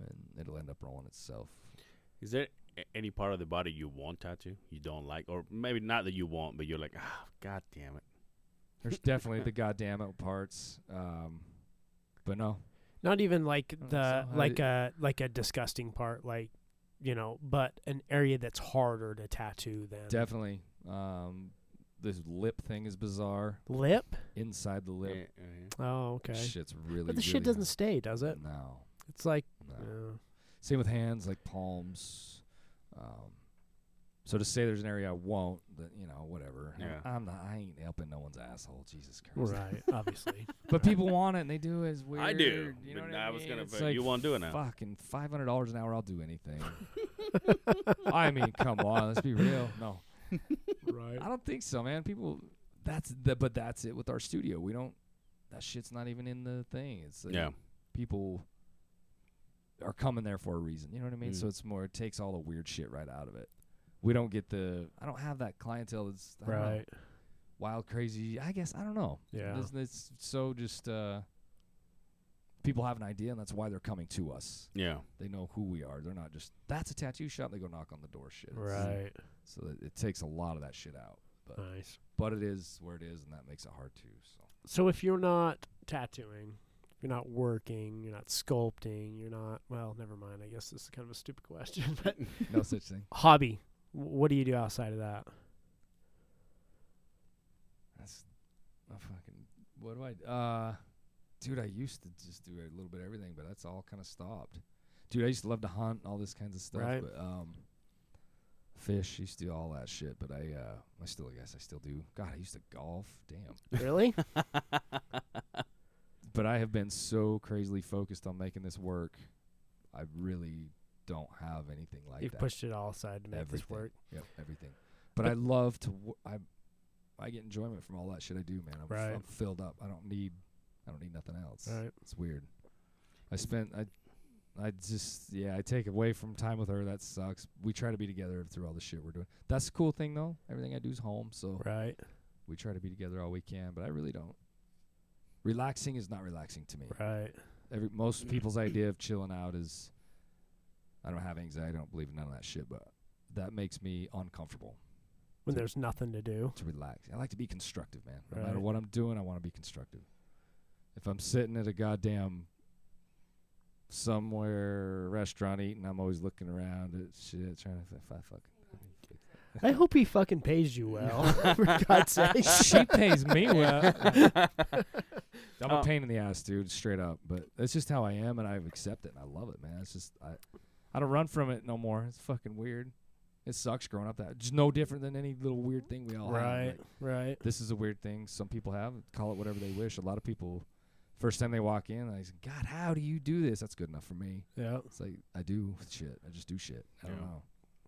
[SPEAKER 4] and it'll end up rolling itself.
[SPEAKER 3] Is there a- any part of the body you want tattoo, you don't like, or maybe not that you want, but you're like, ah, god damn it.
[SPEAKER 4] There's definitely the goddamn it parts, um, but no,
[SPEAKER 2] Not even like
[SPEAKER 4] don't
[SPEAKER 2] the
[SPEAKER 4] know how
[SPEAKER 2] like
[SPEAKER 4] you-
[SPEAKER 2] a like a disgusting part like you know, but an area that's harder to tattoo than
[SPEAKER 4] definitely um, this lip thing is bizarre.
[SPEAKER 2] lip.
[SPEAKER 4] Inside the lip,
[SPEAKER 3] Eh, eh,
[SPEAKER 2] Oh, okay.
[SPEAKER 4] shit's really.
[SPEAKER 2] but the
[SPEAKER 4] really
[SPEAKER 2] shit doesn't stay, does it?
[SPEAKER 4] No,
[SPEAKER 2] It's like
[SPEAKER 4] no.
[SPEAKER 2] uh,
[SPEAKER 4] Same with hands, like palms. Um, So to say there's an area I won't, that you know, whatever.
[SPEAKER 3] Yeah.
[SPEAKER 4] I'm not. I ain't helping no one's asshole. Jesus Christ.
[SPEAKER 2] Right, obviously.
[SPEAKER 4] But people want it and they do it. It's weird.
[SPEAKER 3] I do,
[SPEAKER 4] You know
[SPEAKER 3] but
[SPEAKER 4] what
[SPEAKER 3] I
[SPEAKER 4] I
[SPEAKER 3] was
[SPEAKER 4] mean?
[SPEAKER 3] gonna
[SPEAKER 4] It's
[SPEAKER 3] vote
[SPEAKER 4] like,
[SPEAKER 3] you won't do it now.
[SPEAKER 4] Fucking five hundred dollars an hour. I'll do anything. I mean, come on. Let's be real. No,
[SPEAKER 2] right.
[SPEAKER 4] I don't think so, man. People. That's the. But that's it with our studio. We don't. That shit's not even in the thing. It's like
[SPEAKER 3] Yeah.
[SPEAKER 4] people are coming there for a reason. You know what I mean?
[SPEAKER 3] Mm.
[SPEAKER 4] So it's more. It takes all the weird shit right out of it. We don't get the. I don't have that clientele. That's I don't know,
[SPEAKER 2] Right.
[SPEAKER 4] wild, crazy. I guess I don't know.
[SPEAKER 2] Yeah.
[SPEAKER 4] It's, it's so just uh, people have an idea, and that's why they're coming to us.
[SPEAKER 3] Yeah.
[SPEAKER 4] They know who we are. They're not just that's a tattoo shop. They go knock on the door, shit. It's-
[SPEAKER 2] Right.
[SPEAKER 4] So it, it takes a lot of that shit out,
[SPEAKER 2] Nice.
[SPEAKER 4] but it is where it is, and that makes it hard too. So
[SPEAKER 2] So if you're not tattooing, you're not working, you're not sculpting, you're not well, never mind. I guess this is kind of a stupid question. But
[SPEAKER 4] no such thing.
[SPEAKER 2] hobby. W- What do you do outside of that?
[SPEAKER 4] That's a fucking. What do I? Uh, dude, I used to just do a little bit of everything, but that's all kind of stopped. Dude, I used to love to hunt and all this kinds of stuff,
[SPEAKER 2] Right.
[SPEAKER 4] but um, fish. Used to do all that shit, but I uh, I still I guess I still do. God, I used to golf. Damn.
[SPEAKER 2] Really?
[SPEAKER 4] but I have been so crazily focused on making this work. I really don't have anything like
[SPEAKER 2] You've
[SPEAKER 4] that.
[SPEAKER 2] pushed it all aside to make this
[SPEAKER 4] Everything.
[SPEAKER 2] work.
[SPEAKER 4] Yep, everything. But I love to. W- I I get enjoyment from all that shit I do, man. I'm, f-
[SPEAKER 2] Right.
[SPEAKER 4] I'm filled up. I don't need. I don't need nothing else.
[SPEAKER 2] Right.
[SPEAKER 4] It's weird. I spent. I. I just yeah. I take away from time with her. That sucks. We try to be together through all the shit we're doing. That's the cool thing though. Everything I do is home, so
[SPEAKER 2] Right.
[SPEAKER 4] we try to be together all we can. But I really don't. Relaxing is not relaxing to me
[SPEAKER 2] Right.
[SPEAKER 4] every most people's idea of chilling out is I don't have anxiety, I don't believe in none of that shit, but that makes me uncomfortable
[SPEAKER 2] When there's nothing to do.
[SPEAKER 4] to relax. I like to be constructive, man. No matter
[SPEAKER 2] Right.
[SPEAKER 4] what I'm doing, I want to be constructive. If I'm sitting at a goddamn somewhere restaurant eating, I'm always looking around at shit, trying to if I fucking
[SPEAKER 2] I hope he fucking pays you well. For God's sake.
[SPEAKER 4] she pays me well. I'm a
[SPEAKER 3] Um,
[SPEAKER 4] pain in the ass, dude, straight up. But that's just how I am, and I've accepted it, and I love it, man. It's just I, I don't run from it no more. It's fucking weird. It sucks growing up that. Just no different than any little weird thing we all have.
[SPEAKER 2] Right.
[SPEAKER 4] Like,
[SPEAKER 2] Right.
[SPEAKER 4] this is a weird thing some people have. Call it whatever they wish. A lot of people, first time they walk in, I say, God, how do you do this? That's good enough for me.
[SPEAKER 2] Yeah.
[SPEAKER 4] It's like I do shit. I just do shit. I don't
[SPEAKER 3] Yeah.
[SPEAKER 4] know.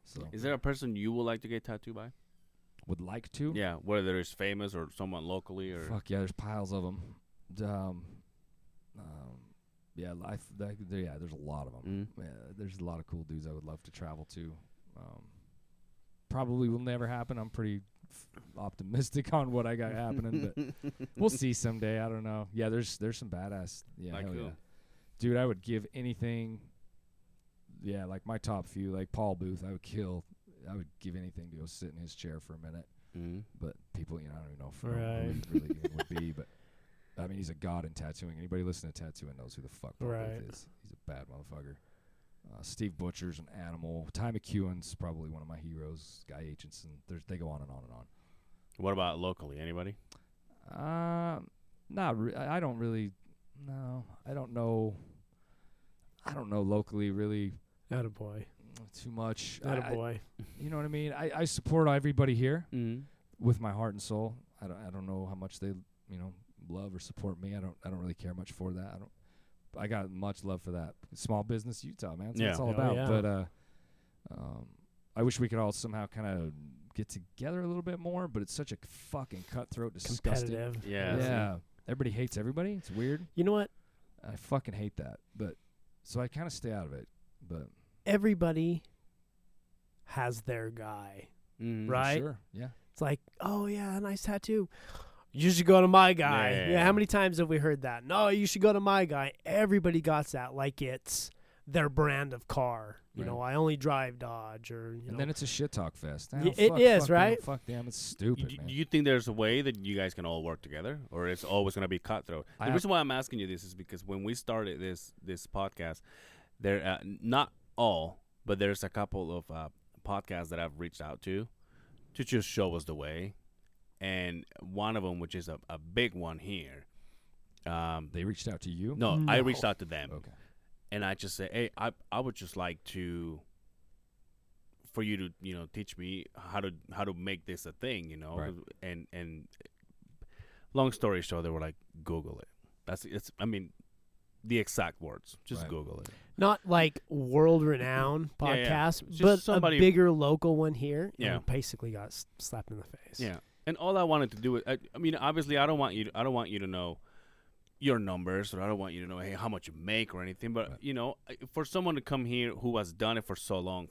[SPEAKER 4] So
[SPEAKER 3] Is there a person you would like to get tattooed by?
[SPEAKER 4] would like to.
[SPEAKER 3] Yeah, whether it's famous or someone locally or
[SPEAKER 4] Fuck yeah, there's piles of them. Um, um, yeah, life. That, there, yeah, there's a lot of them.
[SPEAKER 3] Mm.
[SPEAKER 4] Yeah, there's a lot of cool dudes I would love to travel to. Um, probably will never happen. I'm pretty f- optimistic on what I got happening, but we'll see someday. I don't know. Yeah, there's there's some badass. Yeah,
[SPEAKER 3] Like
[SPEAKER 4] hell
[SPEAKER 3] who?
[SPEAKER 4] yeah. dude, I would give anything. Yeah, like my top few, like Paul Booth, I would kill. I would give anything to go sit in his chair for a minute
[SPEAKER 3] Mm.
[SPEAKER 4] but people, you know, I don't even know if
[SPEAKER 2] Right.
[SPEAKER 4] right. really even would be, but I mean, he's a god in tattooing. Anybody listening to tattooing knows who the fuck Paul Booth
[SPEAKER 2] Right.
[SPEAKER 4] is. He's a bad motherfucker. Uh, Steve Butcher's an animal. Ty McEwen's probably one of my heroes. Guy Aitchison. There's, they go on and on and on.
[SPEAKER 3] What about locally? Anybody?
[SPEAKER 4] Um, not. Re- I I don't really. No, I don't know. I don't know locally really
[SPEAKER 2] Atta boy.
[SPEAKER 4] mm, too much. I-
[SPEAKER 2] Atta
[SPEAKER 4] I-
[SPEAKER 2] boy.
[SPEAKER 4] you know what I mean? I, I support everybody here.
[SPEAKER 3] Mm.
[SPEAKER 4] with my heart and soul. I don't, I don't know how much they, you know, love or support me. I don't, I don't really care much for that. I don't, I got much love for that. Small business Utah, man. That's what it's
[SPEAKER 3] Yeah.
[SPEAKER 4] all
[SPEAKER 2] Oh,
[SPEAKER 4] about.
[SPEAKER 2] yeah.
[SPEAKER 4] But, uh, um, I wish we could all somehow kind of get together a little bit more, but it's such a fucking cutthroat, disgusting.
[SPEAKER 2] Competitive.
[SPEAKER 3] Yeah.
[SPEAKER 4] Yeah. Everybody hates everybody. It's weird.
[SPEAKER 2] You know what?
[SPEAKER 4] I fucking hate that. But, so I kind of stay out of it. But,
[SPEAKER 2] Everybody has their guy.
[SPEAKER 3] Mm.
[SPEAKER 2] Right?
[SPEAKER 4] Sure. Yeah.
[SPEAKER 2] It's like, oh yeah, nice tattoo. You should go to my guy.
[SPEAKER 3] Yeah.
[SPEAKER 2] Yeah, how many times have we heard that? No, you should go to my guy. Everybody got that like it's their brand of car. You
[SPEAKER 4] Right.
[SPEAKER 2] know, I only drive Dodge or you know
[SPEAKER 4] And then it's a shit talk fest. Ah,
[SPEAKER 2] Y- it
[SPEAKER 4] fuck,
[SPEAKER 2] is,
[SPEAKER 4] fuck them,
[SPEAKER 2] right?
[SPEAKER 4] Fuck them. It's
[SPEAKER 3] Y-
[SPEAKER 4] stupid,
[SPEAKER 3] d-
[SPEAKER 4] man.
[SPEAKER 3] Do you think there's a way that you guys can all work together, or it's always going to be cutthroat? The
[SPEAKER 4] I-
[SPEAKER 3] reason why I'm asking you this is because when we started this this podcast, there uh, not all, but there's a couple of uh, podcasts that I've reached out to to just show us the way, and one of them, which is a, a big one here, um,
[SPEAKER 4] they reached out to you?
[SPEAKER 3] no, I
[SPEAKER 2] No.
[SPEAKER 3] reached out to them,
[SPEAKER 4] Okay.
[SPEAKER 3] and I just say, hey, I I would just like to for you to you know teach me how to how to make this a thing you know
[SPEAKER 4] Right.
[SPEAKER 3] and and long story short they were like google it that's it's i mean the exact words just
[SPEAKER 4] Right.
[SPEAKER 3] google it
[SPEAKER 2] Not like world renowned
[SPEAKER 3] Yeah, yeah.
[SPEAKER 2] podcast,
[SPEAKER 3] Just
[SPEAKER 2] but
[SPEAKER 3] somebody-
[SPEAKER 2] a bigger local one here. and
[SPEAKER 3] Yeah.
[SPEAKER 2] we basically got s- slapped in the face.
[SPEAKER 3] Yeah, and all I wanted to do was, I, I mean, obviously, I don't want you. To, I don't want you to know your numbers, or I don't want you to know hey how much you make or anything. But
[SPEAKER 4] Right.
[SPEAKER 3] you know, I- for someone to come here who has done it for so long,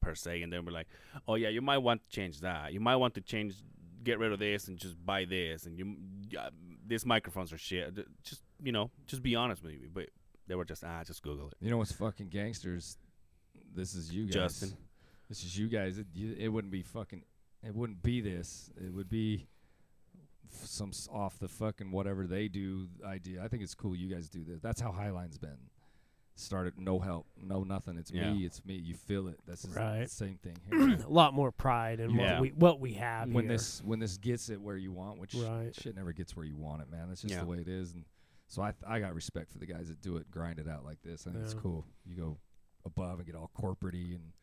[SPEAKER 3] per se, and then we're like, oh yeah, you might want to change that. You might want to change, get rid of this, and just buy this, and you, yeah, these microphones are shit. D- Just you know, just be honest with me. But they were just ah, just Google it.
[SPEAKER 4] You know what's fucking gangsters? This is you guys.
[SPEAKER 3] Justin.
[SPEAKER 4] This is you guys. It, you, it wouldn't be fucking. It wouldn't be this. It would be f- some s- off the fucking whatever they do idea. I think it's cool you guys do this. That's how Highline's been. Started no help, no nothing. It's
[SPEAKER 3] Yeah.
[SPEAKER 4] me. It's me. You feel it. That's just
[SPEAKER 2] Right.
[SPEAKER 4] the same thing. Here.
[SPEAKER 2] A lot more pride in
[SPEAKER 3] Yeah.
[SPEAKER 2] what we what we have
[SPEAKER 4] when
[SPEAKER 2] here.
[SPEAKER 4] this when this gets it where you want, which
[SPEAKER 2] Right.
[SPEAKER 4] shit never gets where you want it, man. That's just
[SPEAKER 3] Yeah.
[SPEAKER 4] the way it is. And so I th- I got respect for the guys that do it, grind it out like this. I think it's
[SPEAKER 2] Yeah.
[SPEAKER 4] cool. You go above and get all corporatey, and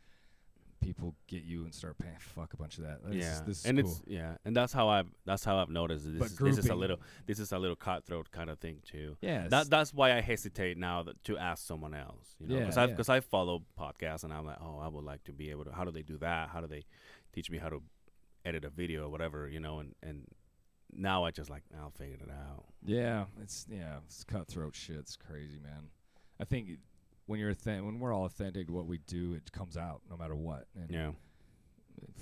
[SPEAKER 4] people get you and start paying fuck a bunch of that. That's
[SPEAKER 3] yeah,
[SPEAKER 4] just- this is
[SPEAKER 3] and
[SPEAKER 4] cool.
[SPEAKER 3] it's yeah, and that's how I've that's how I've noticed. that
[SPEAKER 4] But
[SPEAKER 3] This is, this is a
[SPEAKER 4] grouping-
[SPEAKER 3] little this is a little cutthroat kind of thing too.
[SPEAKER 4] yeah, it's-
[SPEAKER 3] That that's why I hesitate now that, to ask someone else, you know,
[SPEAKER 4] Yeah,
[SPEAKER 3] because I
[SPEAKER 4] yeah.
[SPEAKER 3] because I follow podcasts and I'm like, oh, I would like to be able to. How do they do that? How do they teach me how to edit a video or whatever, you know? And and now I just like I'll figure it out.
[SPEAKER 4] yeah, it's yeah, it's cutthroat shit. It's crazy, man. I think when you're authentic, when we're all authentic to what we do, it comes out no matter what. And
[SPEAKER 3] Yeah,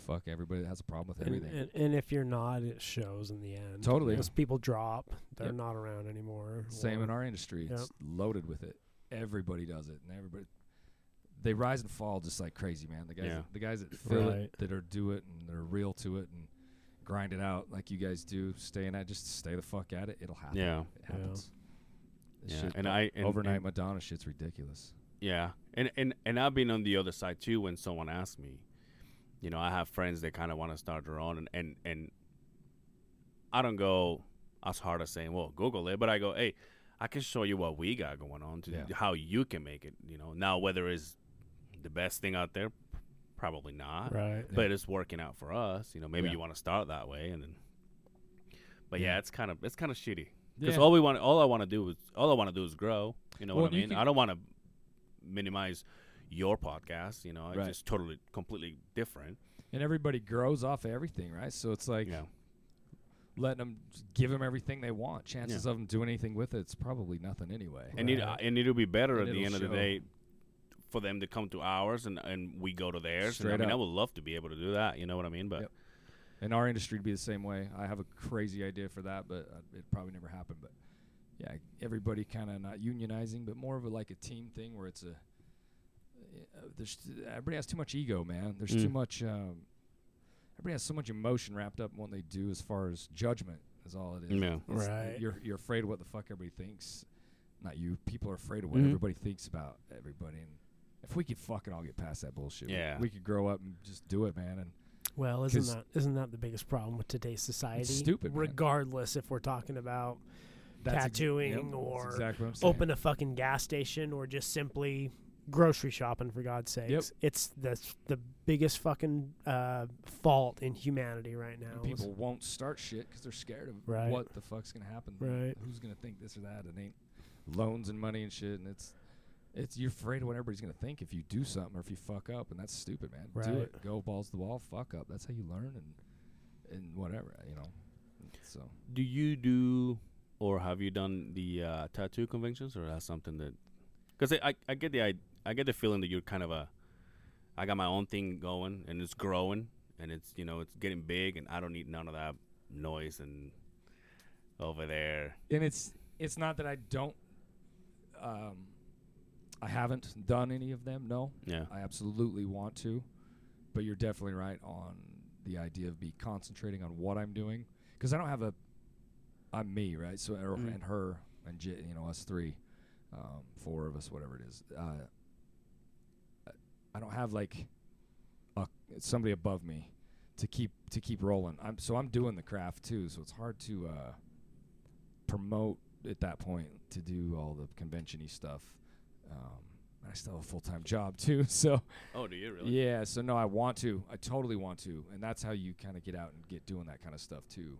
[SPEAKER 4] fuck everybody that has a problem with
[SPEAKER 2] And,
[SPEAKER 4] everything.
[SPEAKER 2] and, and if you're not, it shows in the end.
[SPEAKER 4] Totally.
[SPEAKER 2] Those people drop. They're
[SPEAKER 4] Yep.
[SPEAKER 2] not around anymore.
[SPEAKER 4] Same in
[SPEAKER 2] or-
[SPEAKER 4] our industry.
[SPEAKER 2] Yep.
[SPEAKER 4] It's loaded with it. Everybody does it, and everybody they rise and fall just like crazy, man. The guys,
[SPEAKER 3] Yeah.
[SPEAKER 4] that, the guys that feel
[SPEAKER 2] Right.
[SPEAKER 4] it, that are do it, and they're real to it, and grind it out like you guys do. Staying at, just stay the fuck at it. It'll happen.
[SPEAKER 3] yeah,
[SPEAKER 4] It happens. This
[SPEAKER 3] yeah.
[SPEAKER 4] shit-
[SPEAKER 3] And I and,
[SPEAKER 4] overnight
[SPEAKER 3] and-
[SPEAKER 4] Madonna shit's ridiculous.
[SPEAKER 3] yeah, and and and I've been on the other side too when someone asks me, you know, I have friends that kind of want to start their own, and and and I don't go as hard as saying, well, Google it, but I go, hey, I can show you what we got going on, to
[SPEAKER 4] Yeah.
[SPEAKER 3] how you can make it. You know, now whether it's the best thing out there, probably not,
[SPEAKER 2] Right.
[SPEAKER 3] but it's working out for us. You know, maybe
[SPEAKER 4] Yeah.
[SPEAKER 3] you want to start that way, and then. But yeah, it's kind of it's kind of shitty because
[SPEAKER 4] Yeah.
[SPEAKER 3] all we want, all I want to do is all I want to do is grow. You know what
[SPEAKER 4] Well,
[SPEAKER 3] I
[SPEAKER 4] you
[SPEAKER 3] mean?
[SPEAKER 4] can-
[SPEAKER 3] I don't want to minimize your podcast. You know, it's
[SPEAKER 4] Right.
[SPEAKER 3] just totally completely different.
[SPEAKER 4] And everybody grows off of everything, right? So it's like
[SPEAKER 3] you know,
[SPEAKER 4] letting them give them everything they want. Chances of them doing anything with it's probably nothing anyway.
[SPEAKER 3] and it
[SPEAKER 2] Right.
[SPEAKER 3] and it'll be better
[SPEAKER 4] And
[SPEAKER 3] at the
[SPEAKER 4] it'll
[SPEAKER 3] end of
[SPEAKER 4] show.
[SPEAKER 3] the day for them to come to ours and and we go to theirs. And, I
[SPEAKER 4] Straight
[SPEAKER 3] mean, I
[SPEAKER 4] up.
[SPEAKER 3] would love to be able to do that. You know what I mean? But
[SPEAKER 4] Yep. in our industry to be the same way. I have a crazy idea for that, but uh, it probably never happened. But yeah, everybody kind of not unionizing, but more of a like a team thing where it's a uh, there's t- everybody has too much ego, man. There's too
[SPEAKER 3] Mm.
[SPEAKER 4] much. Um, everybody has so much emotion wrapped up in what they do as far as judgment is all it is.
[SPEAKER 3] Yeah.
[SPEAKER 4] It's-
[SPEAKER 2] Right.
[SPEAKER 4] You're you're afraid of what the fuck everybody thinks. Not you. People are afraid of what
[SPEAKER 3] Mhm.
[SPEAKER 4] everybody thinks about everybody. And if we could fucking all get past that bullshit, we-
[SPEAKER 3] Yeah.
[SPEAKER 4] we could grow up and just do it, man. And
[SPEAKER 2] Well, isn't
[SPEAKER 4] 'Cause-
[SPEAKER 2] that isn't that the biggest problem with today's society?
[SPEAKER 4] stupid, man.
[SPEAKER 2] Regardless if we're talking about
[SPEAKER 4] That's ex-
[SPEAKER 2] Tattooing
[SPEAKER 4] yep, that's
[SPEAKER 2] or
[SPEAKER 4] exactly what I'm saying.
[SPEAKER 2] open a fucking gas station or just simply grocery shopping for God's sakes. It's the the biggest fucking uh, fault in humanity right now.
[SPEAKER 4] And
[SPEAKER 2] is-
[SPEAKER 4] people won't start shit because they're scared of
[SPEAKER 2] Right.
[SPEAKER 4] what the fuck's gonna happen.
[SPEAKER 2] Right.
[SPEAKER 4] Who's gonna think this or that? It ain't loans and money and shit. And it's it's you're afraid of what everybody's gonna think if you do something or if you fuck up, and that's stupid, man. Do
[SPEAKER 2] Right.
[SPEAKER 4] it. Go balls to the wall. Fuck up. That's how you learn and and whatever you know. So
[SPEAKER 3] do you do or have you done the uh, tattoo conventions or that's something that because I, I, I get the I, I get the feeling that you're kind of a i got my own thing going and it's growing and it's you know it's getting big and i don't need none of that noise and over there
[SPEAKER 4] and it's it's not that I don't um I haven't done any of them. No,
[SPEAKER 3] yeah
[SPEAKER 4] I absolutely want to, but you're definitely right on the idea of me concentrating on what I'm doing because I don't have a. I'm me, right? So er,
[SPEAKER 3] Mm.
[SPEAKER 4] and her and J, you know us three, um, four of us, whatever it is. Uh, I- I don't have like a, somebody above me to keep to keep rolling. I'm so I'm doing the craft too, so it's hard to uh, promote at that point to do all the convention-y stuff. Um, I still have a full time job too. So
[SPEAKER 3] Oh, do you really?
[SPEAKER 4] yeah, so no, I want to. I totally want to, and that's how you kind of get out and get doing that kind of stuff too.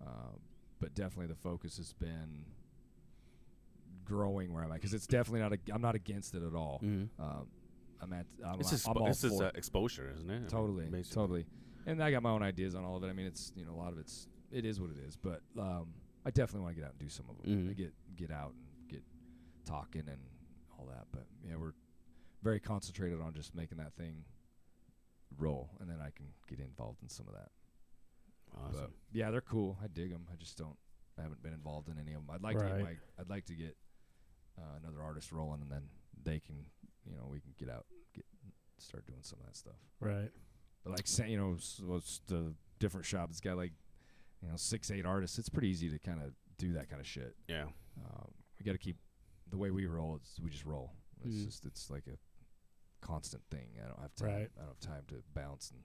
[SPEAKER 4] Um, but definitely, the focus has been growing where I'm at because it's definitely not. A, I'm not against it at all.
[SPEAKER 3] Mhm.
[SPEAKER 4] Um, I'm at. I'm,
[SPEAKER 3] This is
[SPEAKER 4] I'm all
[SPEAKER 3] this is
[SPEAKER 4] for
[SPEAKER 3] uh,
[SPEAKER 4] it.
[SPEAKER 3] exposure, isn't it? I mean,
[SPEAKER 4] totally,
[SPEAKER 3] basically.
[SPEAKER 4] totally. And I got my own ideas on all of it. I mean, it's you know a lot of it's it is what it is, but um, I definitely want to get out and do some of them.
[SPEAKER 3] Mhm.
[SPEAKER 4] And get get out and get talking and all that. But yeah, we're very concentrated on just making that thing roll, and then I can get involved in some of that.
[SPEAKER 3] Awesome.
[SPEAKER 4] But yeah, they're cool. I dig them. I just don't. I haven't been involved in any of them. I'd like to. Get my,
[SPEAKER 2] Right.
[SPEAKER 4] I'd like to get uh, another artist rolling, and then they can, you know, we can get out, get start doing some of that stuff.
[SPEAKER 2] Right.
[SPEAKER 4] But like, say, you know, s- what's the different shop that's got like, you know, six, eight artists. It's pretty easy to kind of do that kind of shit.
[SPEAKER 3] Yeah.
[SPEAKER 4] Um, we got to keep the way we roll. It's, we just roll. It's
[SPEAKER 2] Mm.
[SPEAKER 4] just it's like a constant thing. I don't have time.
[SPEAKER 2] Right.
[SPEAKER 4] I don't have time to bounce and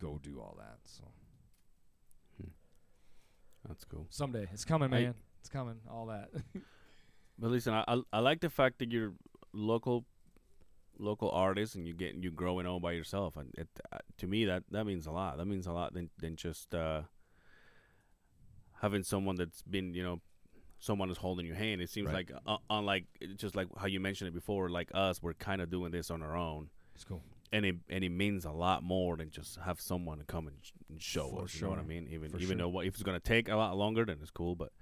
[SPEAKER 4] go do all that. So
[SPEAKER 3] That's cool.
[SPEAKER 4] someday it's coming,
[SPEAKER 3] I-
[SPEAKER 4] man. it's coming. All that.
[SPEAKER 3] But listen, I, I I like the fact that you're local, local artist, and you get you growing all by yourself. And it, uh, to me, that that means a lot. That means a lot than than just uh, having someone that's been you know, someone who's holding your hand. It seems
[SPEAKER 4] Right.
[SPEAKER 3] like uh, unlike it's just like how you mentioned it before, like us, we're kind of doing this on our own,
[SPEAKER 4] it's cool.
[SPEAKER 3] and it and it means a lot more than just have someone to come and, sh- and show
[SPEAKER 4] For
[SPEAKER 3] us. You know what I
[SPEAKER 4] sure.
[SPEAKER 3] mean? Even
[SPEAKER 4] For
[SPEAKER 3] even
[SPEAKER 4] sure.
[SPEAKER 3] though what, if it's gonna take a lot longer, then it's cool. But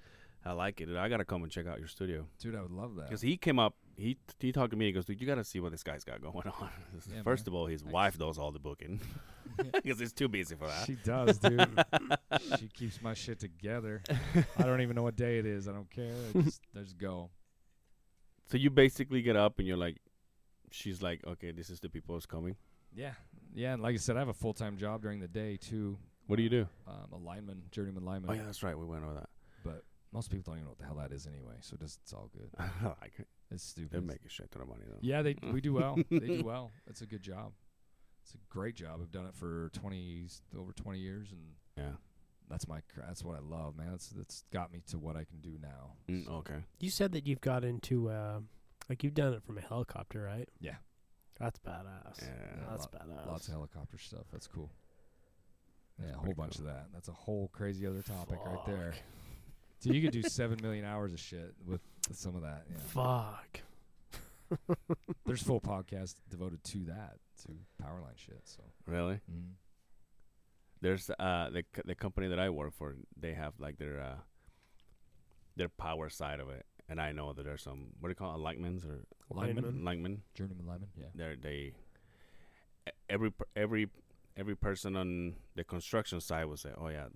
[SPEAKER 3] I like it. I gotta come and check out your studio.
[SPEAKER 4] Dude, I would love that.
[SPEAKER 3] Because he came up, he he talked to me. He goes, "Dude, you got to see what this guy's got going on."
[SPEAKER 4] Yeah,
[SPEAKER 3] First
[SPEAKER 4] man.
[SPEAKER 3] of all, his
[SPEAKER 4] Thanks.
[SPEAKER 3] wife does all the booking because it's too busy for that.
[SPEAKER 4] She does, dude. she keeps my shit together. I don't even know what day it is. I don't care. I just, I just go.
[SPEAKER 3] So you basically get up and you're like, "She's like, okay, this is the people who's coming."
[SPEAKER 4] Yeah, yeah. And like I said, I have a full time job during the day too.
[SPEAKER 3] What do you do?
[SPEAKER 4] Um, a lineman, journeyman lineman.
[SPEAKER 3] Oh yeah, that's right. We went over
[SPEAKER 4] But most people don't even know what the hell that is anyway. So just, it's all good.
[SPEAKER 3] that. I like it.
[SPEAKER 4] It's
[SPEAKER 3] They're
[SPEAKER 4] stupid.
[SPEAKER 3] making shit ton of money though.
[SPEAKER 4] yeah, they we do well. they do well. It's a good job. It's a great job. I've done it for twenty s- over twenty years, and
[SPEAKER 3] Yeah.
[SPEAKER 4] that's my cra- that's what I love, man. That's that's got me to what I can do now.
[SPEAKER 3] Mm,
[SPEAKER 4] So-
[SPEAKER 3] okay.
[SPEAKER 2] You said that you've got into uh, like you've done it from a helicopter, right?
[SPEAKER 4] Yeah.
[SPEAKER 2] That's badass.
[SPEAKER 3] Yeah.
[SPEAKER 2] That's
[SPEAKER 4] lot-
[SPEAKER 2] badass.
[SPEAKER 4] Lots of helicopter stuff. That's cool.
[SPEAKER 3] That's
[SPEAKER 4] yeah, a whole
[SPEAKER 3] pretty
[SPEAKER 4] bunch
[SPEAKER 3] cool.
[SPEAKER 4] of that. That's a whole crazy other topic right there. So you could do seven million hours of shit with some of that. Yeah.
[SPEAKER 2] Fuck.
[SPEAKER 4] There's full podcasts devoted to that, to powerline shit. So
[SPEAKER 3] Really? There's uh the c- the company that I work for. They have like their uh their power side of it, and I know that there's some what do you call it, alignments or
[SPEAKER 4] lineman,
[SPEAKER 2] Lineman.
[SPEAKER 3] linemen.
[SPEAKER 4] journeyman lineman. Yeah,
[SPEAKER 3] they're they e- every per- every every person on the construction side will say, "Oh yeah,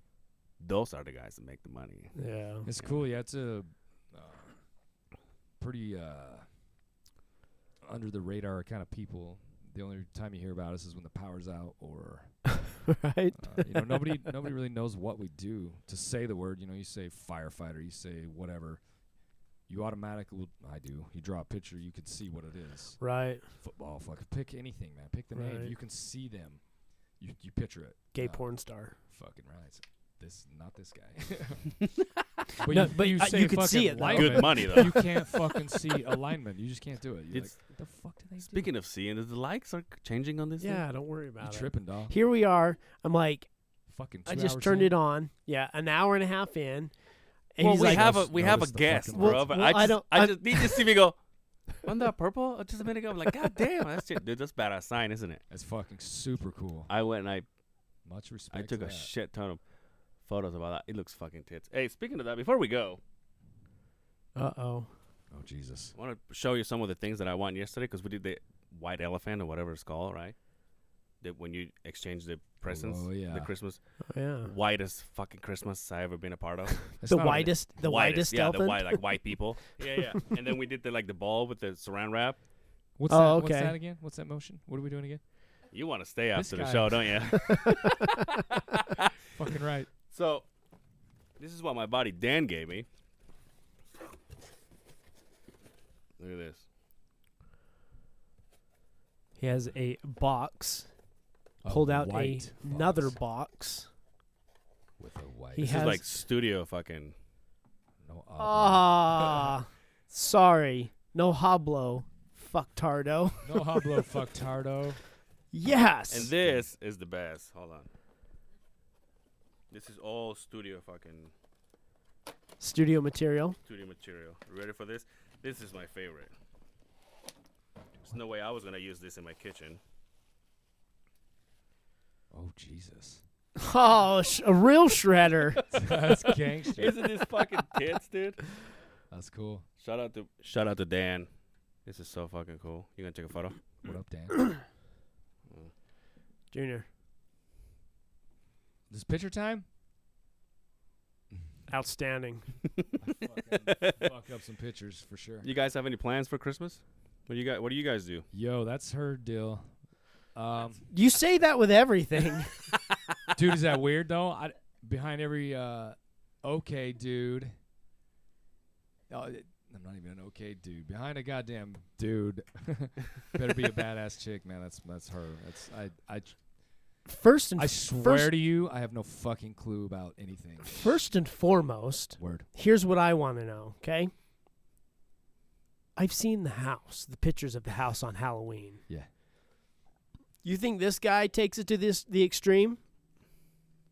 [SPEAKER 3] those are the guys that make the money."
[SPEAKER 2] Yeah.
[SPEAKER 4] it's
[SPEAKER 3] Yeah.
[SPEAKER 4] cool. Yeah, it's a uh, pretty uh, under the radar kind of people. The only time you hear about us is when the power's out or
[SPEAKER 2] right.
[SPEAKER 4] Uh, you know, nobody nobody really knows what we do. To say the word, you know, you say firefighter, you say whatever, you automatically. well, I do. You draw a picture, you can see what it is.
[SPEAKER 2] Right.
[SPEAKER 4] Football, fuck, pick anything, man. Pick the name.
[SPEAKER 2] Right.
[SPEAKER 4] You can see them. You you picture it.
[SPEAKER 2] Gay
[SPEAKER 4] Uh,
[SPEAKER 2] porn star.
[SPEAKER 4] Fucking right. This not this guy. but
[SPEAKER 2] No, but, uh, you could
[SPEAKER 4] fucking
[SPEAKER 2] see it, though.
[SPEAKER 4] lineman,
[SPEAKER 3] Good money though.
[SPEAKER 4] You can't fucking see alignment. You just can't do it. You're
[SPEAKER 3] It's-
[SPEAKER 4] like, what the fuck did they
[SPEAKER 3] Speaking of seeing, the likes are changing on this. thing?
[SPEAKER 2] Yeah, don't worry
[SPEAKER 4] do? You
[SPEAKER 2] about it.
[SPEAKER 4] tripping, dog.
[SPEAKER 2] Here we are. I'm like,
[SPEAKER 4] Fucking. Two
[SPEAKER 2] I just turned it on. Yeah, an hour and a half in. And
[SPEAKER 3] Well,
[SPEAKER 2] he's
[SPEAKER 3] we
[SPEAKER 2] like,
[SPEAKER 3] have a
[SPEAKER 4] Notice-
[SPEAKER 3] we have a
[SPEAKER 4] notice the
[SPEAKER 3] guest,
[SPEAKER 4] fucking
[SPEAKER 3] bro.
[SPEAKER 2] lights.
[SPEAKER 3] but
[SPEAKER 2] Well,
[SPEAKER 3] I
[SPEAKER 2] I
[SPEAKER 3] just I,
[SPEAKER 2] don't- I-
[SPEAKER 3] just need to see me go. Wasn't that purple? Uh, Just a minute ago, I'm like, God damn, that's shit, dude. That's badass sign, isn't it?
[SPEAKER 4] It's fucking super cool.
[SPEAKER 3] I went and I
[SPEAKER 4] Much respect.
[SPEAKER 3] I took
[SPEAKER 4] to
[SPEAKER 3] a
[SPEAKER 4] that.
[SPEAKER 3] shit ton of photos about that. It looks fucking tits. Hey, speaking of that, before we go,
[SPEAKER 2] uh oh.
[SPEAKER 4] Oh Jesus.
[SPEAKER 3] I want to show you some of the things that I won yesterday because we did the white elephant or whatever it's called, right? That when you exchange the presents,
[SPEAKER 4] Oh, yeah.
[SPEAKER 3] the Christmas
[SPEAKER 2] Yeah.
[SPEAKER 3] whitest fucking Christmas I ever been a part of.
[SPEAKER 4] It's
[SPEAKER 2] the
[SPEAKER 4] not a-
[SPEAKER 2] widest, the widest,
[SPEAKER 3] yeah,
[SPEAKER 2] elephant.
[SPEAKER 3] the white like white people. yeah, yeah. And then we did the like the ball with the saran wrap.
[SPEAKER 4] What's
[SPEAKER 2] Oh,
[SPEAKER 4] that? What's
[SPEAKER 2] okay.
[SPEAKER 4] that again? What's that motion? What are we doing again?
[SPEAKER 3] You want to stay
[SPEAKER 4] This
[SPEAKER 3] after the
[SPEAKER 4] guy.
[SPEAKER 3] show, don't you?
[SPEAKER 4] Fucking right.
[SPEAKER 3] so, this is what my buddy Dan gave me. Look at this.
[SPEAKER 2] He has a box. Pulled out a, another box.
[SPEAKER 4] with a white.
[SPEAKER 2] He
[SPEAKER 3] This
[SPEAKER 2] has
[SPEAKER 3] is like studio fucking.
[SPEAKER 4] no, uh,
[SPEAKER 2] Oh. ah. sorry, no hablo. fucktardo.
[SPEAKER 5] No hablo fucktardo.
[SPEAKER 2] Yes.
[SPEAKER 3] And this is the best. Hold on. This is all studio fucking
[SPEAKER 2] Studio material.
[SPEAKER 3] studio material. Ready for this? This is my favorite. There's no way I was gonna use this in my kitchen.
[SPEAKER 4] Oh Jesus.
[SPEAKER 2] Oh, sh- a real shredder.
[SPEAKER 5] That's gangster.
[SPEAKER 3] Isn't this fucking tits, dude?
[SPEAKER 4] That's cool.
[SPEAKER 3] Shout out to shout out to Dan. This is so fucking cool. You gonna take a photo?
[SPEAKER 4] What up, Dan?
[SPEAKER 2] Junior.
[SPEAKER 4] this picture time?
[SPEAKER 2] Outstanding.
[SPEAKER 4] Fuck up some pictures for sure.
[SPEAKER 3] You guys have any plans for Christmas? What do you guys What do you guys do?
[SPEAKER 5] Yo, that's her deal. Um,
[SPEAKER 2] You say that with everything.
[SPEAKER 5] dude, is that weird though? I, behind every uh, okay, dude.
[SPEAKER 4] Oh, it- I'm not even an okay dude. Behind a goddamn dude, better be a badass chick, man. That's that's her. That's I I
[SPEAKER 2] First and
[SPEAKER 4] I
[SPEAKER 2] f-
[SPEAKER 4] swear
[SPEAKER 2] first,
[SPEAKER 4] to you, I have no fucking clue about anything.
[SPEAKER 2] first and foremost,
[SPEAKER 4] Word.
[SPEAKER 2] here's what I want to know, okay? I've seen the house, the pictures of the house on Halloween.
[SPEAKER 4] Yeah.
[SPEAKER 2] You think this guy takes it to this the extreme?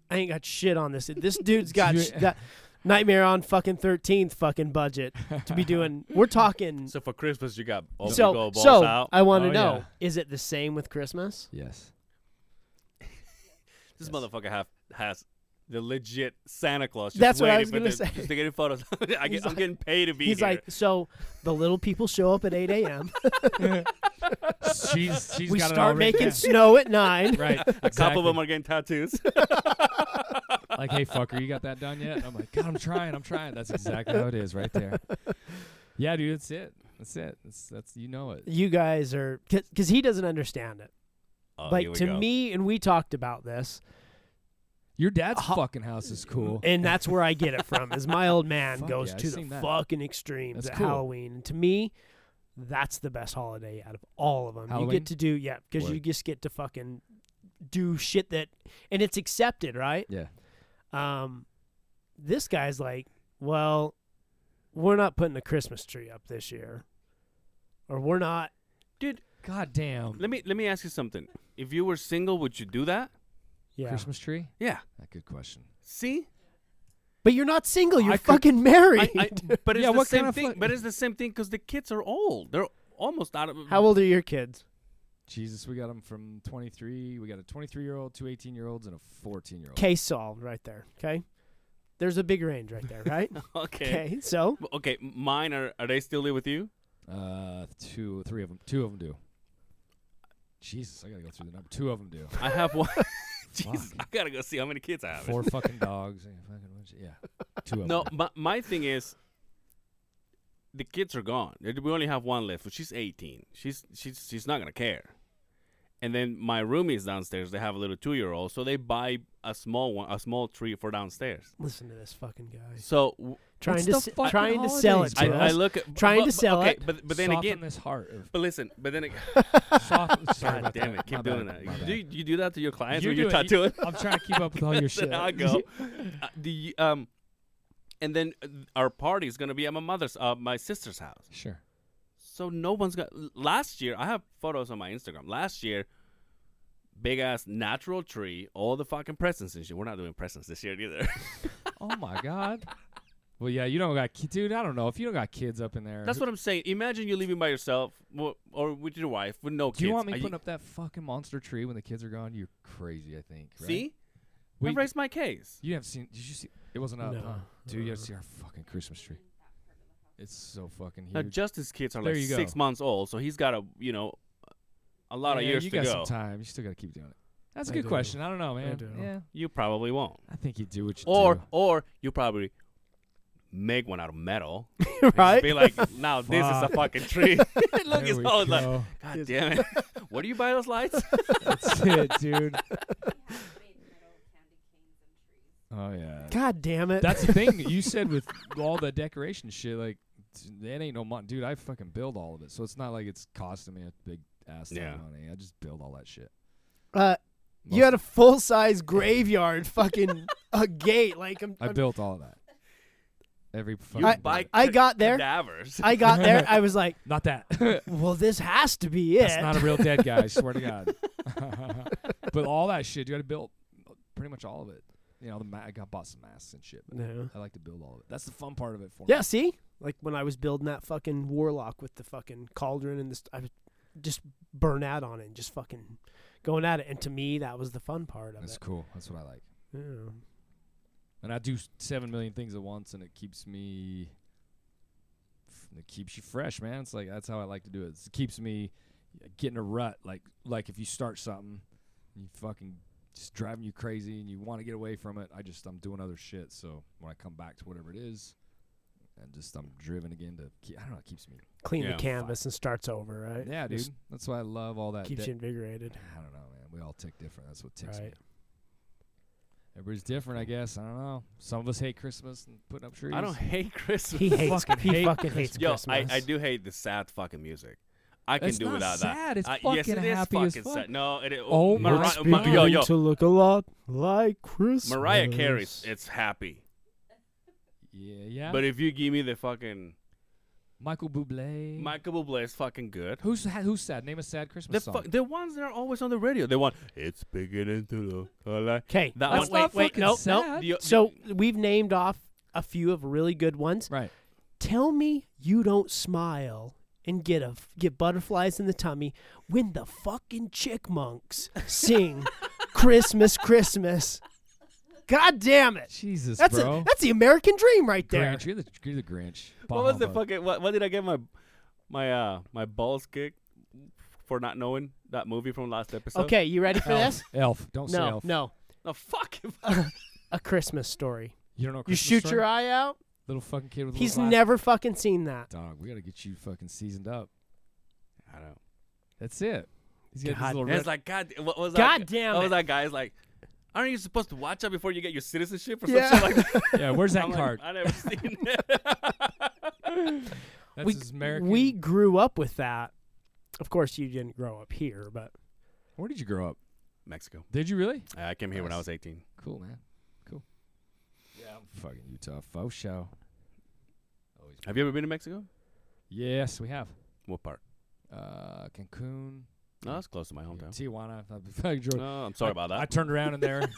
[SPEAKER 2] I ain't got shit on this. This dude's got
[SPEAKER 5] You-
[SPEAKER 2] sh- that Nightmare on fucking 13th fucking budget to be doing. We're talking
[SPEAKER 3] So for Christmas, you got all
[SPEAKER 2] so,
[SPEAKER 3] big old balls
[SPEAKER 2] so
[SPEAKER 3] out.
[SPEAKER 2] I want to
[SPEAKER 5] Oh,
[SPEAKER 2] know:
[SPEAKER 5] yeah.
[SPEAKER 2] Is it the same with Christmas?
[SPEAKER 4] Yes.
[SPEAKER 3] This
[SPEAKER 4] Yes.
[SPEAKER 3] motherfucker have, has the legit Santa Claus. Just
[SPEAKER 2] That's what I
[SPEAKER 3] waiting
[SPEAKER 2] was
[SPEAKER 3] for
[SPEAKER 2] gonna say.
[SPEAKER 3] the- Just to get in photos. I
[SPEAKER 2] He's
[SPEAKER 3] get, I'm
[SPEAKER 2] like-
[SPEAKER 3] getting paid to be
[SPEAKER 2] He's
[SPEAKER 3] here.
[SPEAKER 2] like, so the little people show up at 8 a.m.
[SPEAKER 5] She's she's
[SPEAKER 2] we
[SPEAKER 5] got it
[SPEAKER 2] start
[SPEAKER 5] all written
[SPEAKER 2] making snow at nine.
[SPEAKER 5] down. right.
[SPEAKER 3] a couple
[SPEAKER 5] exactly.
[SPEAKER 3] of them are getting tattoos.
[SPEAKER 5] like, hey fucker, you got that
[SPEAKER 4] That done yet?
[SPEAKER 5] yet? I'm like, God, I'm trying, I'm trying. That's exactly how it is right there. Yeah, dude, that's it.
[SPEAKER 4] That's it. That's that's you know it.
[SPEAKER 2] You guys are because he doesn't understand it.
[SPEAKER 3] Oh, here
[SPEAKER 2] like
[SPEAKER 3] we
[SPEAKER 2] to
[SPEAKER 3] go.
[SPEAKER 2] me, and we talked about this,
[SPEAKER 4] Your dad's
[SPEAKER 2] Ho-
[SPEAKER 4] fucking house is cool.
[SPEAKER 2] and that's where I get it from. Is my old man
[SPEAKER 4] Fuck
[SPEAKER 2] goes
[SPEAKER 4] yeah, I've
[SPEAKER 2] to the
[SPEAKER 4] seen that.
[SPEAKER 2] fucking extremes
[SPEAKER 4] That's
[SPEAKER 2] at
[SPEAKER 4] cool.
[SPEAKER 2] Halloween. And to me, that's the best holiday out of all of them. You
[SPEAKER 4] Halloween?
[SPEAKER 2] get to do yeah, because you
[SPEAKER 4] Word.
[SPEAKER 2] just get to fucking do shit that, and it's accepted, right?
[SPEAKER 4] Yeah.
[SPEAKER 2] um, this guy's like, well, we're not putting a Christmas tree up this year, or we're not.
[SPEAKER 5] God damn.
[SPEAKER 3] Let me let me ask you something. If you were single, would you do that?
[SPEAKER 2] Yeah,
[SPEAKER 5] Christmas tree?
[SPEAKER 3] Yeah.
[SPEAKER 4] Ah, Good question.
[SPEAKER 3] See,
[SPEAKER 2] but you're not single. You're
[SPEAKER 3] I could-
[SPEAKER 2] fucking married.
[SPEAKER 3] I- I- but it's
[SPEAKER 5] Yeah,
[SPEAKER 3] the
[SPEAKER 5] what
[SPEAKER 3] same
[SPEAKER 5] kind of
[SPEAKER 3] thing.
[SPEAKER 5] fu-
[SPEAKER 3] but it's the same thing because the kids are old. They're almost out of.
[SPEAKER 2] How
[SPEAKER 5] Mm-hmm.
[SPEAKER 2] old are your kids?
[SPEAKER 4] Jesus, we got him from 23. We got a 23 year old, two 18 year olds, and a 14
[SPEAKER 5] Oh.
[SPEAKER 4] year old.
[SPEAKER 2] Case solved right there. Okay, there's a big range right there, right?
[SPEAKER 3] Okay.
[SPEAKER 2] okay, so
[SPEAKER 3] okay. Mine are. Are they still live with you?
[SPEAKER 4] Uh, two, three of them. Two of them do. Jesus, I gotta go through the number. Two of them do.
[SPEAKER 3] I have one. Jesus, I gotta go see how many kids I have.
[SPEAKER 4] Four fucking dogs. and fucking bunch of- yeah, two of
[SPEAKER 3] No,
[SPEAKER 4] them.
[SPEAKER 3] my, my thing is, the kids are gone. We only have one left. But she's 18. She's she's she's not gonna care. And then my roomies downstairs, they have a little two year old, so they buy a small one, a small tree for downstairs.
[SPEAKER 2] listen to this fucking guy
[SPEAKER 3] So w-
[SPEAKER 2] trying
[SPEAKER 5] What's
[SPEAKER 2] to
[SPEAKER 5] the
[SPEAKER 2] s-
[SPEAKER 5] fucking
[SPEAKER 2] trying to sell
[SPEAKER 5] holidays,
[SPEAKER 2] it to
[SPEAKER 3] I,
[SPEAKER 5] bro?
[SPEAKER 3] I
[SPEAKER 2] us.
[SPEAKER 3] look at
[SPEAKER 2] Trying to
[SPEAKER 3] but- but-
[SPEAKER 2] sell
[SPEAKER 3] okay,
[SPEAKER 2] it.
[SPEAKER 3] But but then
[SPEAKER 4] Soften
[SPEAKER 3] again,
[SPEAKER 4] this heart. Of,
[SPEAKER 3] but listen, but then again,
[SPEAKER 5] Soft, sorry
[SPEAKER 3] God
[SPEAKER 5] about
[SPEAKER 3] damn
[SPEAKER 5] that.
[SPEAKER 3] it, keep
[SPEAKER 5] My
[SPEAKER 3] doing
[SPEAKER 5] bad, my
[SPEAKER 3] that.
[SPEAKER 5] bad.
[SPEAKER 3] Do you, you do that to your clients
[SPEAKER 5] You
[SPEAKER 3] when you're
[SPEAKER 5] do it, you-
[SPEAKER 3] tattooing?
[SPEAKER 5] I'm trying to keep up with all your shit.
[SPEAKER 3] then I go. uh, the um, and then uh, our party is gonna be at my mother's, uh, my sister's house.
[SPEAKER 4] sure.
[SPEAKER 3] So no one's got. l- Last year, I have photos on my Instagram. Last year, big ass natural tree, all the fucking presents and shit. We're not doing presents this year either.
[SPEAKER 5] Oh my god.
[SPEAKER 4] Well, yeah, you don't got ki- dude. I don't know if you don't got kids up in there.
[SPEAKER 3] That's what I'm saying. Imagine you living by yourself wo- or with your wife with no kids.
[SPEAKER 4] do you want me
[SPEAKER 3] Are
[SPEAKER 4] putting up that fucking monster tree when the kids are gone? You're crazy. I think. Right?
[SPEAKER 3] See,
[SPEAKER 4] we,
[SPEAKER 3] I raised my case.
[SPEAKER 4] you have seen? Did you see? It wasn't up.
[SPEAKER 2] No. Uh-uh.
[SPEAKER 4] huh? Dude, you have to see our fucking Christmas tree. It's so fucking
[SPEAKER 3] Now
[SPEAKER 4] huge.
[SPEAKER 3] Justin's kids are
[SPEAKER 4] There
[SPEAKER 3] like
[SPEAKER 4] you
[SPEAKER 3] six
[SPEAKER 4] go.
[SPEAKER 3] months old, so he's got a you know a lot of
[SPEAKER 4] Yeah,
[SPEAKER 3] years
[SPEAKER 4] you
[SPEAKER 3] to
[SPEAKER 4] got
[SPEAKER 3] go.
[SPEAKER 4] some time. You still gotta keep doing it. That's a
[SPEAKER 2] I
[SPEAKER 4] good
[SPEAKER 2] do.
[SPEAKER 4] question. I don't know, man.
[SPEAKER 2] do.
[SPEAKER 4] Yeah,
[SPEAKER 3] You probably won't.
[SPEAKER 4] I think you do what you
[SPEAKER 3] Or
[SPEAKER 4] do.
[SPEAKER 3] or you probably make one out of metal.
[SPEAKER 2] right?
[SPEAKER 3] Be like, now this is a
[SPEAKER 5] Fuck.
[SPEAKER 3] fucking tree. Look,
[SPEAKER 5] There
[SPEAKER 3] it's
[SPEAKER 5] we
[SPEAKER 3] all like,
[SPEAKER 5] go.
[SPEAKER 3] God damn it. Where do you buy those lights?
[SPEAKER 5] That's it, dude.
[SPEAKER 4] Oh yeah.
[SPEAKER 2] God damn it!
[SPEAKER 4] That's the thing that you said with all the decoration shit. Like, t- that ain't no money, dude. I fucking build all of it, so it's not like it's costing me a big ass ton
[SPEAKER 3] Yeah.
[SPEAKER 4] of money. I just build all that shit.
[SPEAKER 2] uh, you
[SPEAKER 4] Most-
[SPEAKER 2] had a full size graveyard, fucking a gate. Like I'm,
[SPEAKER 4] I built all of that. every fucking
[SPEAKER 3] You
[SPEAKER 2] I-
[SPEAKER 3] buy
[SPEAKER 2] I
[SPEAKER 3] ca-
[SPEAKER 2] got there.
[SPEAKER 3] cadavers.
[SPEAKER 2] I got there. I was like,
[SPEAKER 5] Not that. That's
[SPEAKER 2] well, this has to be it.
[SPEAKER 5] not a real dead guy. Uh-huh. I swear to God. but all that shit, you got to build
[SPEAKER 4] pretty much all of it. You know, the ma- I got bought some masks and shit. but
[SPEAKER 2] no.
[SPEAKER 4] I like to build all of it. That's the fun part of it for
[SPEAKER 2] Yeah, see? Like when I was building that fucking warlock with the fucking cauldron and this, I was just burn out on it and just fucking going at it. And to me, that was the fun part
[SPEAKER 4] me.
[SPEAKER 2] of
[SPEAKER 4] That's
[SPEAKER 2] it.
[SPEAKER 4] cool. That's what I like.
[SPEAKER 2] Yeah.
[SPEAKER 4] And I do s- seven million things at once, and it keeps me. It keeps you fresh, man. It's like that's how I like to do it. It keeps me getting a rut. Like like if you start something, you fucking just driving you crazy, and you want to get away from it. I just I'm doing other shit. So when I come back to whatever it is, and just I'm driven again to. Keep, I don't know. It keeps me.
[SPEAKER 2] Clean
[SPEAKER 3] Yeah.
[SPEAKER 2] the canvas and starts over, right?
[SPEAKER 4] Yeah, dude.
[SPEAKER 2] Just
[SPEAKER 4] That's why I love all that.
[SPEAKER 2] keeps
[SPEAKER 4] de-
[SPEAKER 2] you invigorated.
[SPEAKER 4] I don't know, man. We all tick different. That's what ticks me.
[SPEAKER 2] Right.
[SPEAKER 4] Everybody's different, I guess. I don't know. Some of us hate Christmas and putting up trees.
[SPEAKER 3] I don't hate Christmas.
[SPEAKER 2] He hates.
[SPEAKER 5] fucking
[SPEAKER 2] he
[SPEAKER 5] hate
[SPEAKER 2] fucking hates
[SPEAKER 3] Yo,
[SPEAKER 2] Christmas.
[SPEAKER 3] I, I do hate the sad fucking music. I can
[SPEAKER 5] It's
[SPEAKER 3] do
[SPEAKER 5] not
[SPEAKER 3] without
[SPEAKER 5] sad,
[SPEAKER 3] that.
[SPEAKER 5] it's
[SPEAKER 3] I- yes,
[SPEAKER 5] fucking
[SPEAKER 3] it is
[SPEAKER 5] happy as
[SPEAKER 3] fucking
[SPEAKER 5] fuck.
[SPEAKER 3] sad. No, it,
[SPEAKER 5] Oh,
[SPEAKER 3] Mariah-
[SPEAKER 5] it's
[SPEAKER 3] Ma- yo, yo,
[SPEAKER 2] to look a lot like Christmas.
[SPEAKER 3] Mariah Carey's it's happy.
[SPEAKER 4] Yeah, yeah.
[SPEAKER 3] But if you give me the fucking
[SPEAKER 4] Michael Bublé.
[SPEAKER 3] Michael Bublé is fucking good.
[SPEAKER 4] who's ha- who's sad? Name a sad
[SPEAKER 3] The
[SPEAKER 4] Christmas song.
[SPEAKER 3] fu- the ones that are always on the radio. The one it's beginning to look like
[SPEAKER 2] Okay,
[SPEAKER 3] That
[SPEAKER 2] no,
[SPEAKER 3] one-
[SPEAKER 2] wait,
[SPEAKER 4] not
[SPEAKER 2] wait,
[SPEAKER 4] fucking
[SPEAKER 2] nope, nope.
[SPEAKER 4] sad.
[SPEAKER 3] The-
[SPEAKER 2] So we've named off a few of really good ones.
[SPEAKER 4] Right.
[SPEAKER 2] Tell me you don't smile and get a get butterflies in the tummy when the fucking chickmunks sing Christmas, Christmas. God damn it!
[SPEAKER 4] Jesus,
[SPEAKER 2] That's
[SPEAKER 4] bro.
[SPEAKER 2] a, that's the American dream right there.
[SPEAKER 4] Grinch. You're the, you're the Grinch. Bah
[SPEAKER 3] what was the
[SPEAKER 4] humbug.
[SPEAKER 3] fucking what, what did I get my my uh my balls kicked for not knowing that movie from last episode?
[SPEAKER 2] Okay, you ready for this?
[SPEAKER 4] Elf. Elf. Don't say
[SPEAKER 2] No,
[SPEAKER 4] elf.
[SPEAKER 2] no.
[SPEAKER 3] No fuck.
[SPEAKER 2] A Christmas story.
[SPEAKER 4] You don't know.
[SPEAKER 2] You
[SPEAKER 4] Christmas
[SPEAKER 2] shoot
[SPEAKER 4] story?
[SPEAKER 2] your eye out.
[SPEAKER 4] little fucking kid with. a
[SPEAKER 2] He's
[SPEAKER 4] little
[SPEAKER 2] never fucking seen that.
[SPEAKER 4] glasses. Dog, we gotta get you fucking seasoned up.
[SPEAKER 3] I don't.
[SPEAKER 4] That's it. He's got
[SPEAKER 2] God.
[SPEAKER 4] these little
[SPEAKER 3] And
[SPEAKER 4] red.
[SPEAKER 3] it's like God. What was
[SPEAKER 2] God
[SPEAKER 3] that?
[SPEAKER 2] damn
[SPEAKER 3] What was
[SPEAKER 2] it.
[SPEAKER 3] that guy's like? Aren't you supposed to watch out before you get your citizenship or
[SPEAKER 2] Yeah.
[SPEAKER 3] something like that?
[SPEAKER 4] yeah, where's that
[SPEAKER 3] I'm like,
[SPEAKER 4] card?
[SPEAKER 3] I never seen it.
[SPEAKER 4] That's
[SPEAKER 2] we-
[SPEAKER 4] his American.
[SPEAKER 2] We grew up with that. Of course, you didn't grow up here, but
[SPEAKER 4] Where did you grow up?
[SPEAKER 3] Mexico. Uh,
[SPEAKER 4] Did you really?
[SPEAKER 3] I came here when I
[SPEAKER 4] Nice.
[SPEAKER 3] was 18.
[SPEAKER 4] Cool, man. Cool. Yeah, I'm fucking Utah faux show. Always
[SPEAKER 3] Have you ever been to Mexico?
[SPEAKER 4] Yes, we have.
[SPEAKER 3] What part?
[SPEAKER 4] Uh, Cancun,
[SPEAKER 3] No, that's close to my
[SPEAKER 4] yeah,
[SPEAKER 3] hometown.
[SPEAKER 4] Tijuana. I fucking drove-
[SPEAKER 3] Oh, I'm sorry
[SPEAKER 4] I-
[SPEAKER 3] about
[SPEAKER 4] I
[SPEAKER 3] that.
[SPEAKER 4] turned around in there.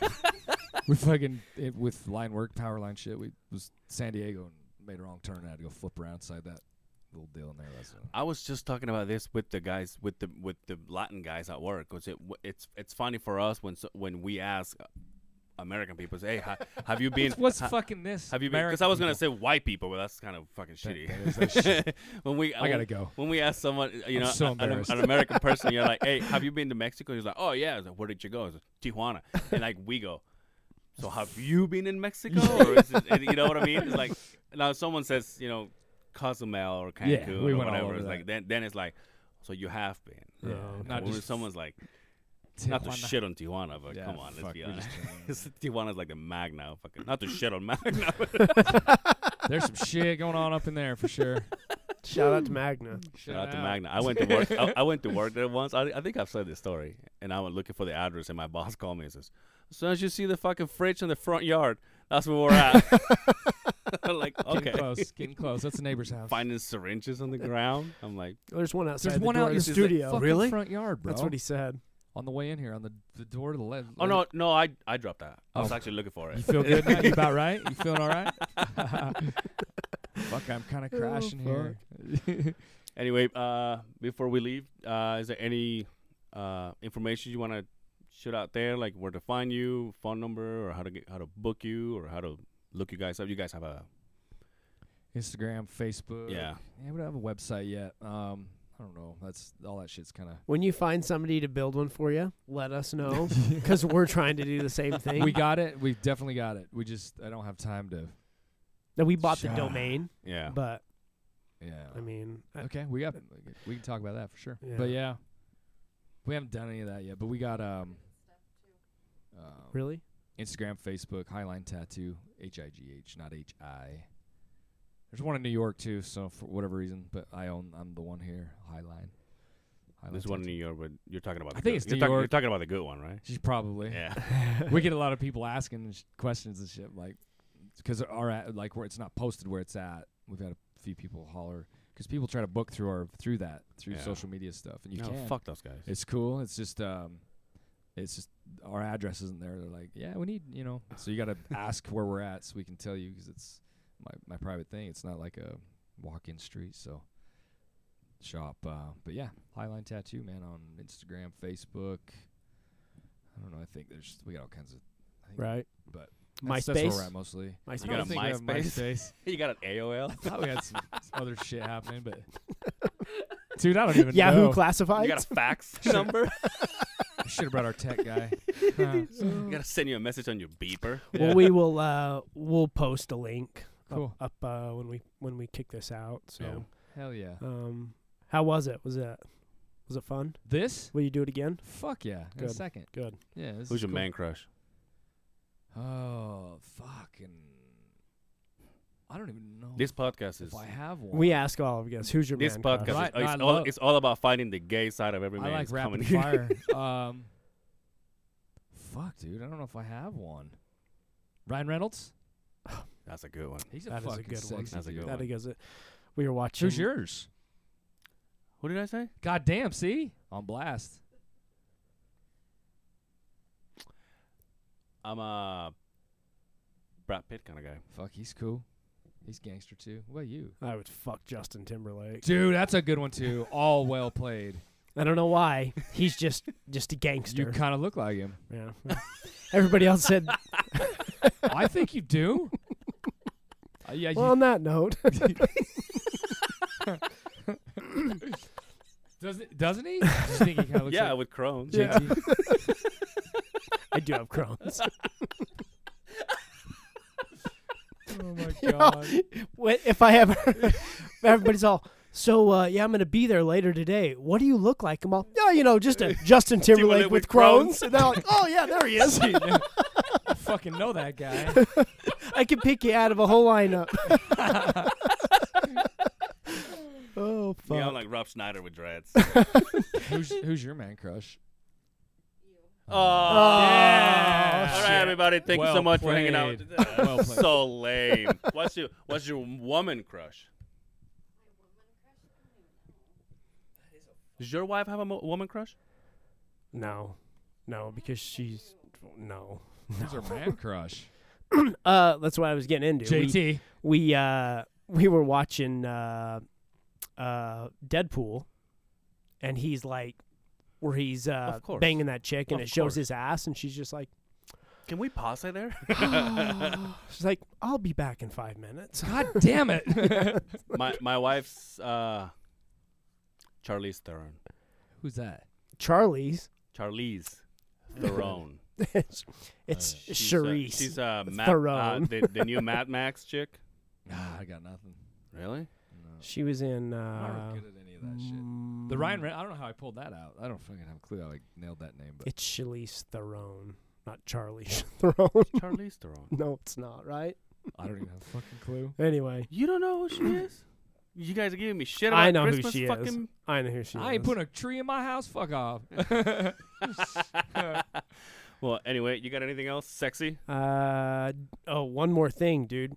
[SPEAKER 4] we fucking it, with line work, power line shit. We was San Diego and made a wrong turn. and I had to go flip around inside that little deal in there. That's uh,
[SPEAKER 3] I was just talking about this with the guys with the with the Latin guys at work because it it's it's funny for us when so, when we ask American people, say, "Hey, ha, have you been?
[SPEAKER 5] What's
[SPEAKER 3] ha-
[SPEAKER 5] fucking this?
[SPEAKER 3] have you been?" Because I was gonna say white people, but that's kind of fucking
[SPEAKER 4] that-
[SPEAKER 3] shitty.
[SPEAKER 4] that is that shit.
[SPEAKER 3] when we
[SPEAKER 4] I gotta go.
[SPEAKER 3] when we ask someone, you
[SPEAKER 4] I'm
[SPEAKER 3] know,
[SPEAKER 4] so
[SPEAKER 3] an- an,
[SPEAKER 4] embarrassed.
[SPEAKER 3] an American person, you're like, "Hey, have you been to Mexico?" He's like, "Oh yeah." I was like, "Where did you go?" I was like, "Tijuana," and like we go. So have you been in Mexico? or is it, and you know what I mean? It's like now if someone says, you know, Cozumel or
[SPEAKER 4] Yeah,
[SPEAKER 3] Cancun
[SPEAKER 4] we
[SPEAKER 3] or
[SPEAKER 4] went all
[SPEAKER 3] whatever.
[SPEAKER 4] over
[SPEAKER 3] It's like
[SPEAKER 4] that.
[SPEAKER 3] then then it's like, so you have been.
[SPEAKER 4] Yeah,
[SPEAKER 2] Oh,
[SPEAKER 4] not
[SPEAKER 3] Or if
[SPEAKER 4] just
[SPEAKER 3] someone's like, not to
[SPEAKER 4] Tijuana.
[SPEAKER 3] shit on Tijuana, but
[SPEAKER 4] Yeah,
[SPEAKER 3] come on, let's
[SPEAKER 4] fuck,
[SPEAKER 3] be
[SPEAKER 4] we're
[SPEAKER 3] honest.
[SPEAKER 4] just trying.
[SPEAKER 3] Tijuana's like the mag now, fucking. Not to shit on mag now.
[SPEAKER 4] There's some shit going on up in there for sure.
[SPEAKER 2] shout out to Magna.
[SPEAKER 3] Shout out to Magna. I went to work. I, I went to work there once. I, I think I've said this story. And I went looking for the address, and my boss called me and says, "As soon as you see the fucking fridge in the front yard, that's where we're at." I'm like,
[SPEAKER 4] Getting
[SPEAKER 3] okay.
[SPEAKER 4] close, getting close. That's the neighbor's house.
[SPEAKER 3] Finding syringes on the ground. I'm like,
[SPEAKER 2] There's one outside
[SPEAKER 4] There's
[SPEAKER 2] the
[SPEAKER 4] one
[SPEAKER 2] door
[SPEAKER 4] out
[SPEAKER 2] of
[SPEAKER 4] in
[SPEAKER 2] the
[SPEAKER 4] the
[SPEAKER 2] studio.
[SPEAKER 4] Fucking
[SPEAKER 5] Really?
[SPEAKER 4] front yard, bro.
[SPEAKER 2] That's what he said.
[SPEAKER 4] on the way in here on the, the door to the left.
[SPEAKER 3] oh no, no, I I dropped that. I was
[SPEAKER 4] Oh.
[SPEAKER 3] actually looking for it.
[SPEAKER 4] You feel good? now? you about right? You feeling all right? Fuck, I'm kind
[SPEAKER 2] Oh,
[SPEAKER 4] of crashing here.
[SPEAKER 3] Anyway, uh, before we leave, uh, is there any uh, information you want to shoot out there, like where to find you, phone number, or how to get how to book you, or how to look you guys up? You guys have a
[SPEAKER 4] Instagram, Facebook.
[SPEAKER 3] yeah.
[SPEAKER 4] Yeah, we don't have a website yet. Um, I don't know. That's all that shit's kind of.
[SPEAKER 2] When you find somebody to build one for you, let us know because we're trying to do the same thing.
[SPEAKER 4] We
[SPEAKER 2] We,
[SPEAKER 4] got it. We've definitely got it. We just I don't have time to.
[SPEAKER 2] we bought the
[SPEAKER 4] Shut up.
[SPEAKER 2] domain,
[SPEAKER 3] Yeah.
[SPEAKER 2] but
[SPEAKER 4] Yeah.
[SPEAKER 2] I mean, I-
[SPEAKER 4] okay, we got. We can talk about that for sure.
[SPEAKER 2] Yeah.
[SPEAKER 4] But yeah, we haven't done any of that yet. But we got um. um,
[SPEAKER 2] really,
[SPEAKER 4] Instagram, Facebook, Highline Tattoo, H I G H, not H I. There's one in New York too, so for whatever reason, but I own I'm the one here, Highline. Highline
[SPEAKER 3] There's one in
[SPEAKER 4] Tattoo.
[SPEAKER 3] New York, but you're talking about.
[SPEAKER 4] I
[SPEAKER 3] the
[SPEAKER 4] think
[SPEAKER 3] good-
[SPEAKER 4] it's
[SPEAKER 3] you're
[SPEAKER 4] New
[SPEAKER 3] talking, You're
[SPEAKER 4] York.
[SPEAKER 3] talking about the good one, right?
[SPEAKER 4] She's probably.
[SPEAKER 3] Yeah.
[SPEAKER 4] we get a lot of people asking sh- questions and shit like because our at, like where it's not posted where it's at. We've had a few people holler because people try to book through our through that through
[SPEAKER 3] Yeah.
[SPEAKER 4] social media stuff, and you
[SPEAKER 3] no,
[SPEAKER 4] can't.
[SPEAKER 3] fuck those guys.
[SPEAKER 4] It's cool. It's just um, it's just our address isn't there. They're like, yeah, we need you know. So you got to ask where we're at so we can tell you because it's my my private thing. It's not like a walk-in street. So shop, uh, but yeah, Highline Tattoo man on Instagram, Facebook. I don't know. I think there's we got all kinds of I think-
[SPEAKER 2] Right.
[SPEAKER 4] but
[SPEAKER 2] MySpace.
[SPEAKER 4] that's, that's where we're at mostly.
[SPEAKER 3] You got a
[SPEAKER 2] MySpace.
[SPEAKER 5] think I have
[SPEAKER 3] MySpace? you got an AOL.
[SPEAKER 5] I thought we had some other shit happening, but dude, I don't even
[SPEAKER 2] Yahoo
[SPEAKER 5] know.
[SPEAKER 2] Classified.
[SPEAKER 3] You got a fax number.
[SPEAKER 4] I should have brought our tech guy.
[SPEAKER 3] I gotta send you a message on your beeper.
[SPEAKER 2] Well, we will. Uh, we'll post a link
[SPEAKER 5] Cool.
[SPEAKER 2] up, up uh, when we when we kick this out. So,
[SPEAKER 4] Hell yeah.
[SPEAKER 2] um, how was it? Was it was it fun?
[SPEAKER 5] This
[SPEAKER 2] Will you do it again?
[SPEAKER 4] Fuck yeah. In a
[SPEAKER 2] Good.
[SPEAKER 4] second.
[SPEAKER 2] Good.
[SPEAKER 4] Yeah. This
[SPEAKER 3] Who's
[SPEAKER 4] is
[SPEAKER 3] your
[SPEAKER 4] cool.
[SPEAKER 3] man crush?
[SPEAKER 4] Oh, fucking. I don't even know
[SPEAKER 3] This podcast is.
[SPEAKER 4] if I have one.
[SPEAKER 2] We ask all of guys, who's your
[SPEAKER 3] This
[SPEAKER 2] man
[SPEAKER 3] podcast
[SPEAKER 2] crush?
[SPEAKER 5] Right,
[SPEAKER 3] is it's,
[SPEAKER 5] I
[SPEAKER 3] all,
[SPEAKER 5] love-
[SPEAKER 3] it's all about finding the gay side of every
[SPEAKER 5] I
[SPEAKER 3] man.
[SPEAKER 5] like
[SPEAKER 3] that's coming
[SPEAKER 5] rapid
[SPEAKER 3] here.
[SPEAKER 5] fire. um,
[SPEAKER 4] Fuck, dude. I don't know if I have one.
[SPEAKER 5] Ryan Reynolds.
[SPEAKER 3] That's a good one.
[SPEAKER 4] He's a
[SPEAKER 2] That is a
[SPEAKER 4] fucking
[SPEAKER 2] good one.
[SPEAKER 4] sexy
[SPEAKER 3] That's a good
[SPEAKER 4] dude.
[SPEAKER 3] one.
[SPEAKER 2] That goes it. We were watching.
[SPEAKER 5] Who's yours?
[SPEAKER 3] What did I say?
[SPEAKER 5] God damn. See,
[SPEAKER 4] On blast.
[SPEAKER 3] I'm a Brad Pitt kind of guy.
[SPEAKER 4] Fuck, he's cool. He's gangster too. What about you?
[SPEAKER 2] I would fuck Justin Timberlake.
[SPEAKER 5] dude, that's a good one too. All well played.
[SPEAKER 2] I don't know why. He's just just a gangster.
[SPEAKER 4] You kind of look like him.
[SPEAKER 2] yeah. Everybody else said.
[SPEAKER 5] I think you do.
[SPEAKER 4] Uh, yeah,
[SPEAKER 2] Well, on that note,
[SPEAKER 5] Doesn't doesn't he? Just think he kind of looks
[SPEAKER 3] yeah,
[SPEAKER 5] like
[SPEAKER 3] with Crohn's.
[SPEAKER 2] Yeah.
[SPEAKER 5] JT.
[SPEAKER 2] I do have Crohn's.
[SPEAKER 5] Oh my
[SPEAKER 2] Yeah.
[SPEAKER 5] god.
[SPEAKER 2] Wait, if I ever, everybody's all. So uh, yeah, I'm gonna be there later today. What do you look like? I'm all. Yeah, you know, just a Justin Timberlake with,
[SPEAKER 3] with
[SPEAKER 2] Crohn's.
[SPEAKER 3] Crohn's."
[SPEAKER 2] And they're like, oh yeah, there he is.
[SPEAKER 5] I fucking know that guy.
[SPEAKER 2] I can pick you out of a whole lineup. oh
[SPEAKER 3] you
[SPEAKER 2] fuck.
[SPEAKER 3] know, like Rob Schneider with dreads.
[SPEAKER 4] who's who's your man crush?
[SPEAKER 3] Oh,
[SPEAKER 5] yeah.
[SPEAKER 3] All right, everybody. Thank you so
[SPEAKER 5] Well
[SPEAKER 3] much for hanging out.
[SPEAKER 5] played.
[SPEAKER 3] That's
[SPEAKER 5] Well played.
[SPEAKER 3] so lame. What's your What's your woman crush? Does your wife have a mo- woman crush?
[SPEAKER 2] No, no, because she's no.
[SPEAKER 4] Who's our man crush?
[SPEAKER 2] Uh, that's what I was getting into. We-
[SPEAKER 5] JT.
[SPEAKER 2] We, uh we were watching uh, uh Deadpool, and he's like, where he's uh
[SPEAKER 3] Of course.
[SPEAKER 2] banging that chick, and
[SPEAKER 3] Of
[SPEAKER 2] it shows
[SPEAKER 3] course.
[SPEAKER 2] his ass, and she's just like,
[SPEAKER 3] Can we pause it there?
[SPEAKER 2] she's like, I'll be back in five minutes.
[SPEAKER 5] God damn it.
[SPEAKER 3] my My wife's uh, Charlize Theron.
[SPEAKER 5] Who's that?
[SPEAKER 2] Charlie's,
[SPEAKER 3] Charlize Theron.
[SPEAKER 2] it's, it's
[SPEAKER 3] She's, uh,
[SPEAKER 2] Charisse.
[SPEAKER 3] she's uh, Matt, uh,
[SPEAKER 2] Theron.
[SPEAKER 3] the, the new Mad Max chick.
[SPEAKER 4] Nah, I got nothing.
[SPEAKER 3] Really?
[SPEAKER 4] No.
[SPEAKER 2] she was in.
[SPEAKER 4] I'm not
[SPEAKER 2] Uh,
[SPEAKER 4] good at any of that shit. The
[SPEAKER 2] mm,
[SPEAKER 4] Ryan, Re- I don't know how I pulled that out. I don't fucking have a clue how I nailed that name, but
[SPEAKER 2] It's Charlize Theron, not Charlie Theron.
[SPEAKER 3] Charlize Theron.
[SPEAKER 2] no, it's not right.
[SPEAKER 4] I don't even have a fucking clue.
[SPEAKER 2] Anyway,
[SPEAKER 3] You don't know who she is? You guys are giving me shit about
[SPEAKER 2] I know who
[SPEAKER 3] Christmas
[SPEAKER 2] she is.
[SPEAKER 3] fucking
[SPEAKER 2] I know who she
[SPEAKER 5] I
[SPEAKER 2] is.
[SPEAKER 5] ain't putting a tree in my house. Fuck off.
[SPEAKER 3] well, anyway, you got anything else sexy?
[SPEAKER 2] Uh, oh, one more thing, dude.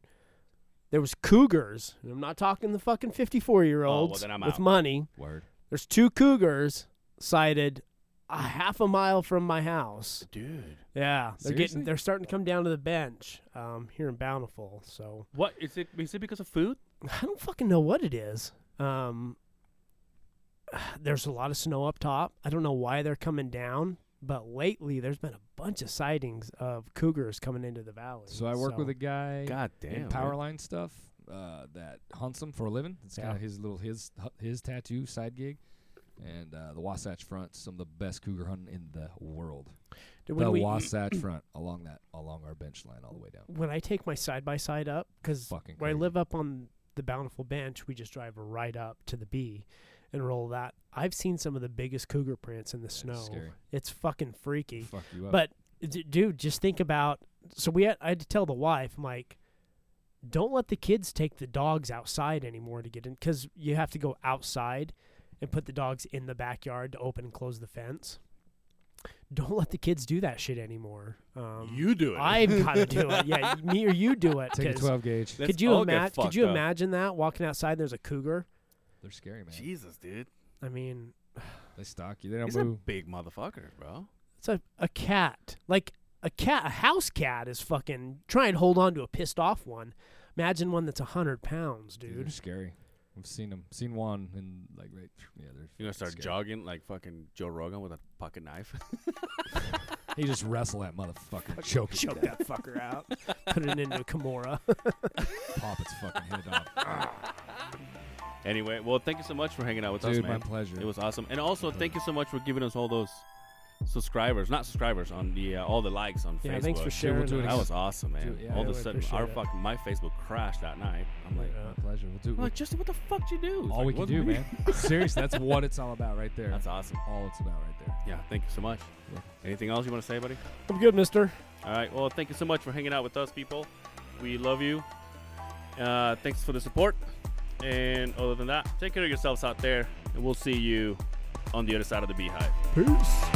[SPEAKER 2] There was cougars, and I'm not talking the fucking 54 year olds
[SPEAKER 3] Oh, well, then I'm
[SPEAKER 2] with
[SPEAKER 3] out.
[SPEAKER 2] money.
[SPEAKER 4] Word.
[SPEAKER 2] There's two cougars sighted a half a mile from my house.
[SPEAKER 3] Dude.
[SPEAKER 2] Yeah, they're
[SPEAKER 4] Seriously?
[SPEAKER 2] getting they're starting to come down to the bench um, here in Bountiful. So
[SPEAKER 3] What is it? Is it because of food?
[SPEAKER 2] I don't fucking know what it is. Um, there's a lot of snow up top. I don't know why they're coming down, but lately there's been a bunch of sightings of cougars coming into the valley.
[SPEAKER 4] So I work
[SPEAKER 2] So-
[SPEAKER 4] with a guy
[SPEAKER 3] God
[SPEAKER 4] in power line stuff uh, that hunts them for a living. It's kind
[SPEAKER 2] Yeah.
[SPEAKER 4] of his little his his tattoo side gig, and uh, the Wasatch Front, some of the best cougar hunting in the world.
[SPEAKER 2] Dude,
[SPEAKER 4] the
[SPEAKER 2] when we-
[SPEAKER 4] Wasatch Front along that along our bench line all the way down.
[SPEAKER 2] when I take my side by side up, because
[SPEAKER 4] Fucking
[SPEAKER 2] where I
[SPEAKER 4] crazy.
[SPEAKER 2] live up on the Bountiful Bench, we just drive right up to the B and roll that. I've seen some of the biggest cougar prints in the
[SPEAKER 4] It's
[SPEAKER 2] snow.
[SPEAKER 4] scary.
[SPEAKER 2] It's fucking freaky.
[SPEAKER 4] Fuck you up.
[SPEAKER 2] But d- dude, just think about. So we had, I had to tell the wife, I'm like, don't let the kids take the dogs outside anymore to get in, because you have to go outside and put the dogs in the backyard to open and close the fence. don't let the kids do that shit anymore. Um,
[SPEAKER 3] you do it.
[SPEAKER 2] I've got to do it. Yeah, me or you do it.
[SPEAKER 5] Take a
[SPEAKER 2] 'cause
[SPEAKER 5] 12 gauge.
[SPEAKER 3] Let's
[SPEAKER 2] Could you
[SPEAKER 3] all get
[SPEAKER 2] imagine? Could
[SPEAKER 3] fucked
[SPEAKER 2] you
[SPEAKER 3] up.
[SPEAKER 2] imagine that walking outside? and There's a cougar.
[SPEAKER 4] They're scary, man.
[SPEAKER 3] Jesus, dude.
[SPEAKER 2] I mean,
[SPEAKER 4] They stalk you.
[SPEAKER 5] They don't
[SPEAKER 3] He's a
[SPEAKER 5] move.
[SPEAKER 3] big motherfucker, bro.
[SPEAKER 2] it's a a cat. Like a cat, a house cat is fucking try and hold on to a pissed off one. Imagine one that's a hundred pounds,
[SPEAKER 4] They're
[SPEAKER 2] dude.
[SPEAKER 4] scary. I've seen them. Seen one and like right. Yeah, they're.
[SPEAKER 3] You're gonna start
[SPEAKER 4] fucking scary.
[SPEAKER 3] jogging like fucking Joe Rogan with a pocket knife.
[SPEAKER 4] He just wrestle that motherfucker, choke his
[SPEAKER 2] Choke that fucker out. Put it into a Kimura.
[SPEAKER 4] pop its fucking head off.
[SPEAKER 3] anyway, well, thank you so much for hanging out with us,
[SPEAKER 4] Dude, my
[SPEAKER 3] man.
[SPEAKER 4] pleasure.
[SPEAKER 3] It was awesome, and also thank you so much for giving us all those subscribers, not subscribers, on the uh, all the likes on
[SPEAKER 2] yeah,
[SPEAKER 3] Facebook.
[SPEAKER 2] thanks for
[SPEAKER 4] Dude,
[SPEAKER 2] sharing.
[SPEAKER 4] we'll do it
[SPEAKER 2] that.
[SPEAKER 3] That was awesome, man.
[SPEAKER 4] Dude, yeah,
[SPEAKER 2] I
[SPEAKER 3] all of a
[SPEAKER 2] really
[SPEAKER 3] sudden, our
[SPEAKER 2] appreciate it.
[SPEAKER 3] fucking my Facebook crashed that night. I'm like,
[SPEAKER 2] Yeah.
[SPEAKER 4] my pleasure. We'll do.
[SPEAKER 3] I'm like, Justin, what the fuck did you do?
[SPEAKER 4] all we
[SPEAKER 3] It's like,
[SPEAKER 4] can
[SPEAKER 3] "What
[SPEAKER 4] do,
[SPEAKER 3] we-"
[SPEAKER 4] man. Seriously, that's what it's all about, right there.
[SPEAKER 3] That's awesome.
[SPEAKER 4] all it's about, right there.
[SPEAKER 3] Yeah, thank you so much.
[SPEAKER 4] Yeah.
[SPEAKER 3] Anything else you want to say, buddy?
[SPEAKER 2] I'm good, Mister.
[SPEAKER 3] All right. Well, thank you so much for hanging out with us, people. We love you. Uh, thanks for the support. And other than that, take care of yourselves out there, and we'll see you on the other side of the beehive.
[SPEAKER 2] Peace.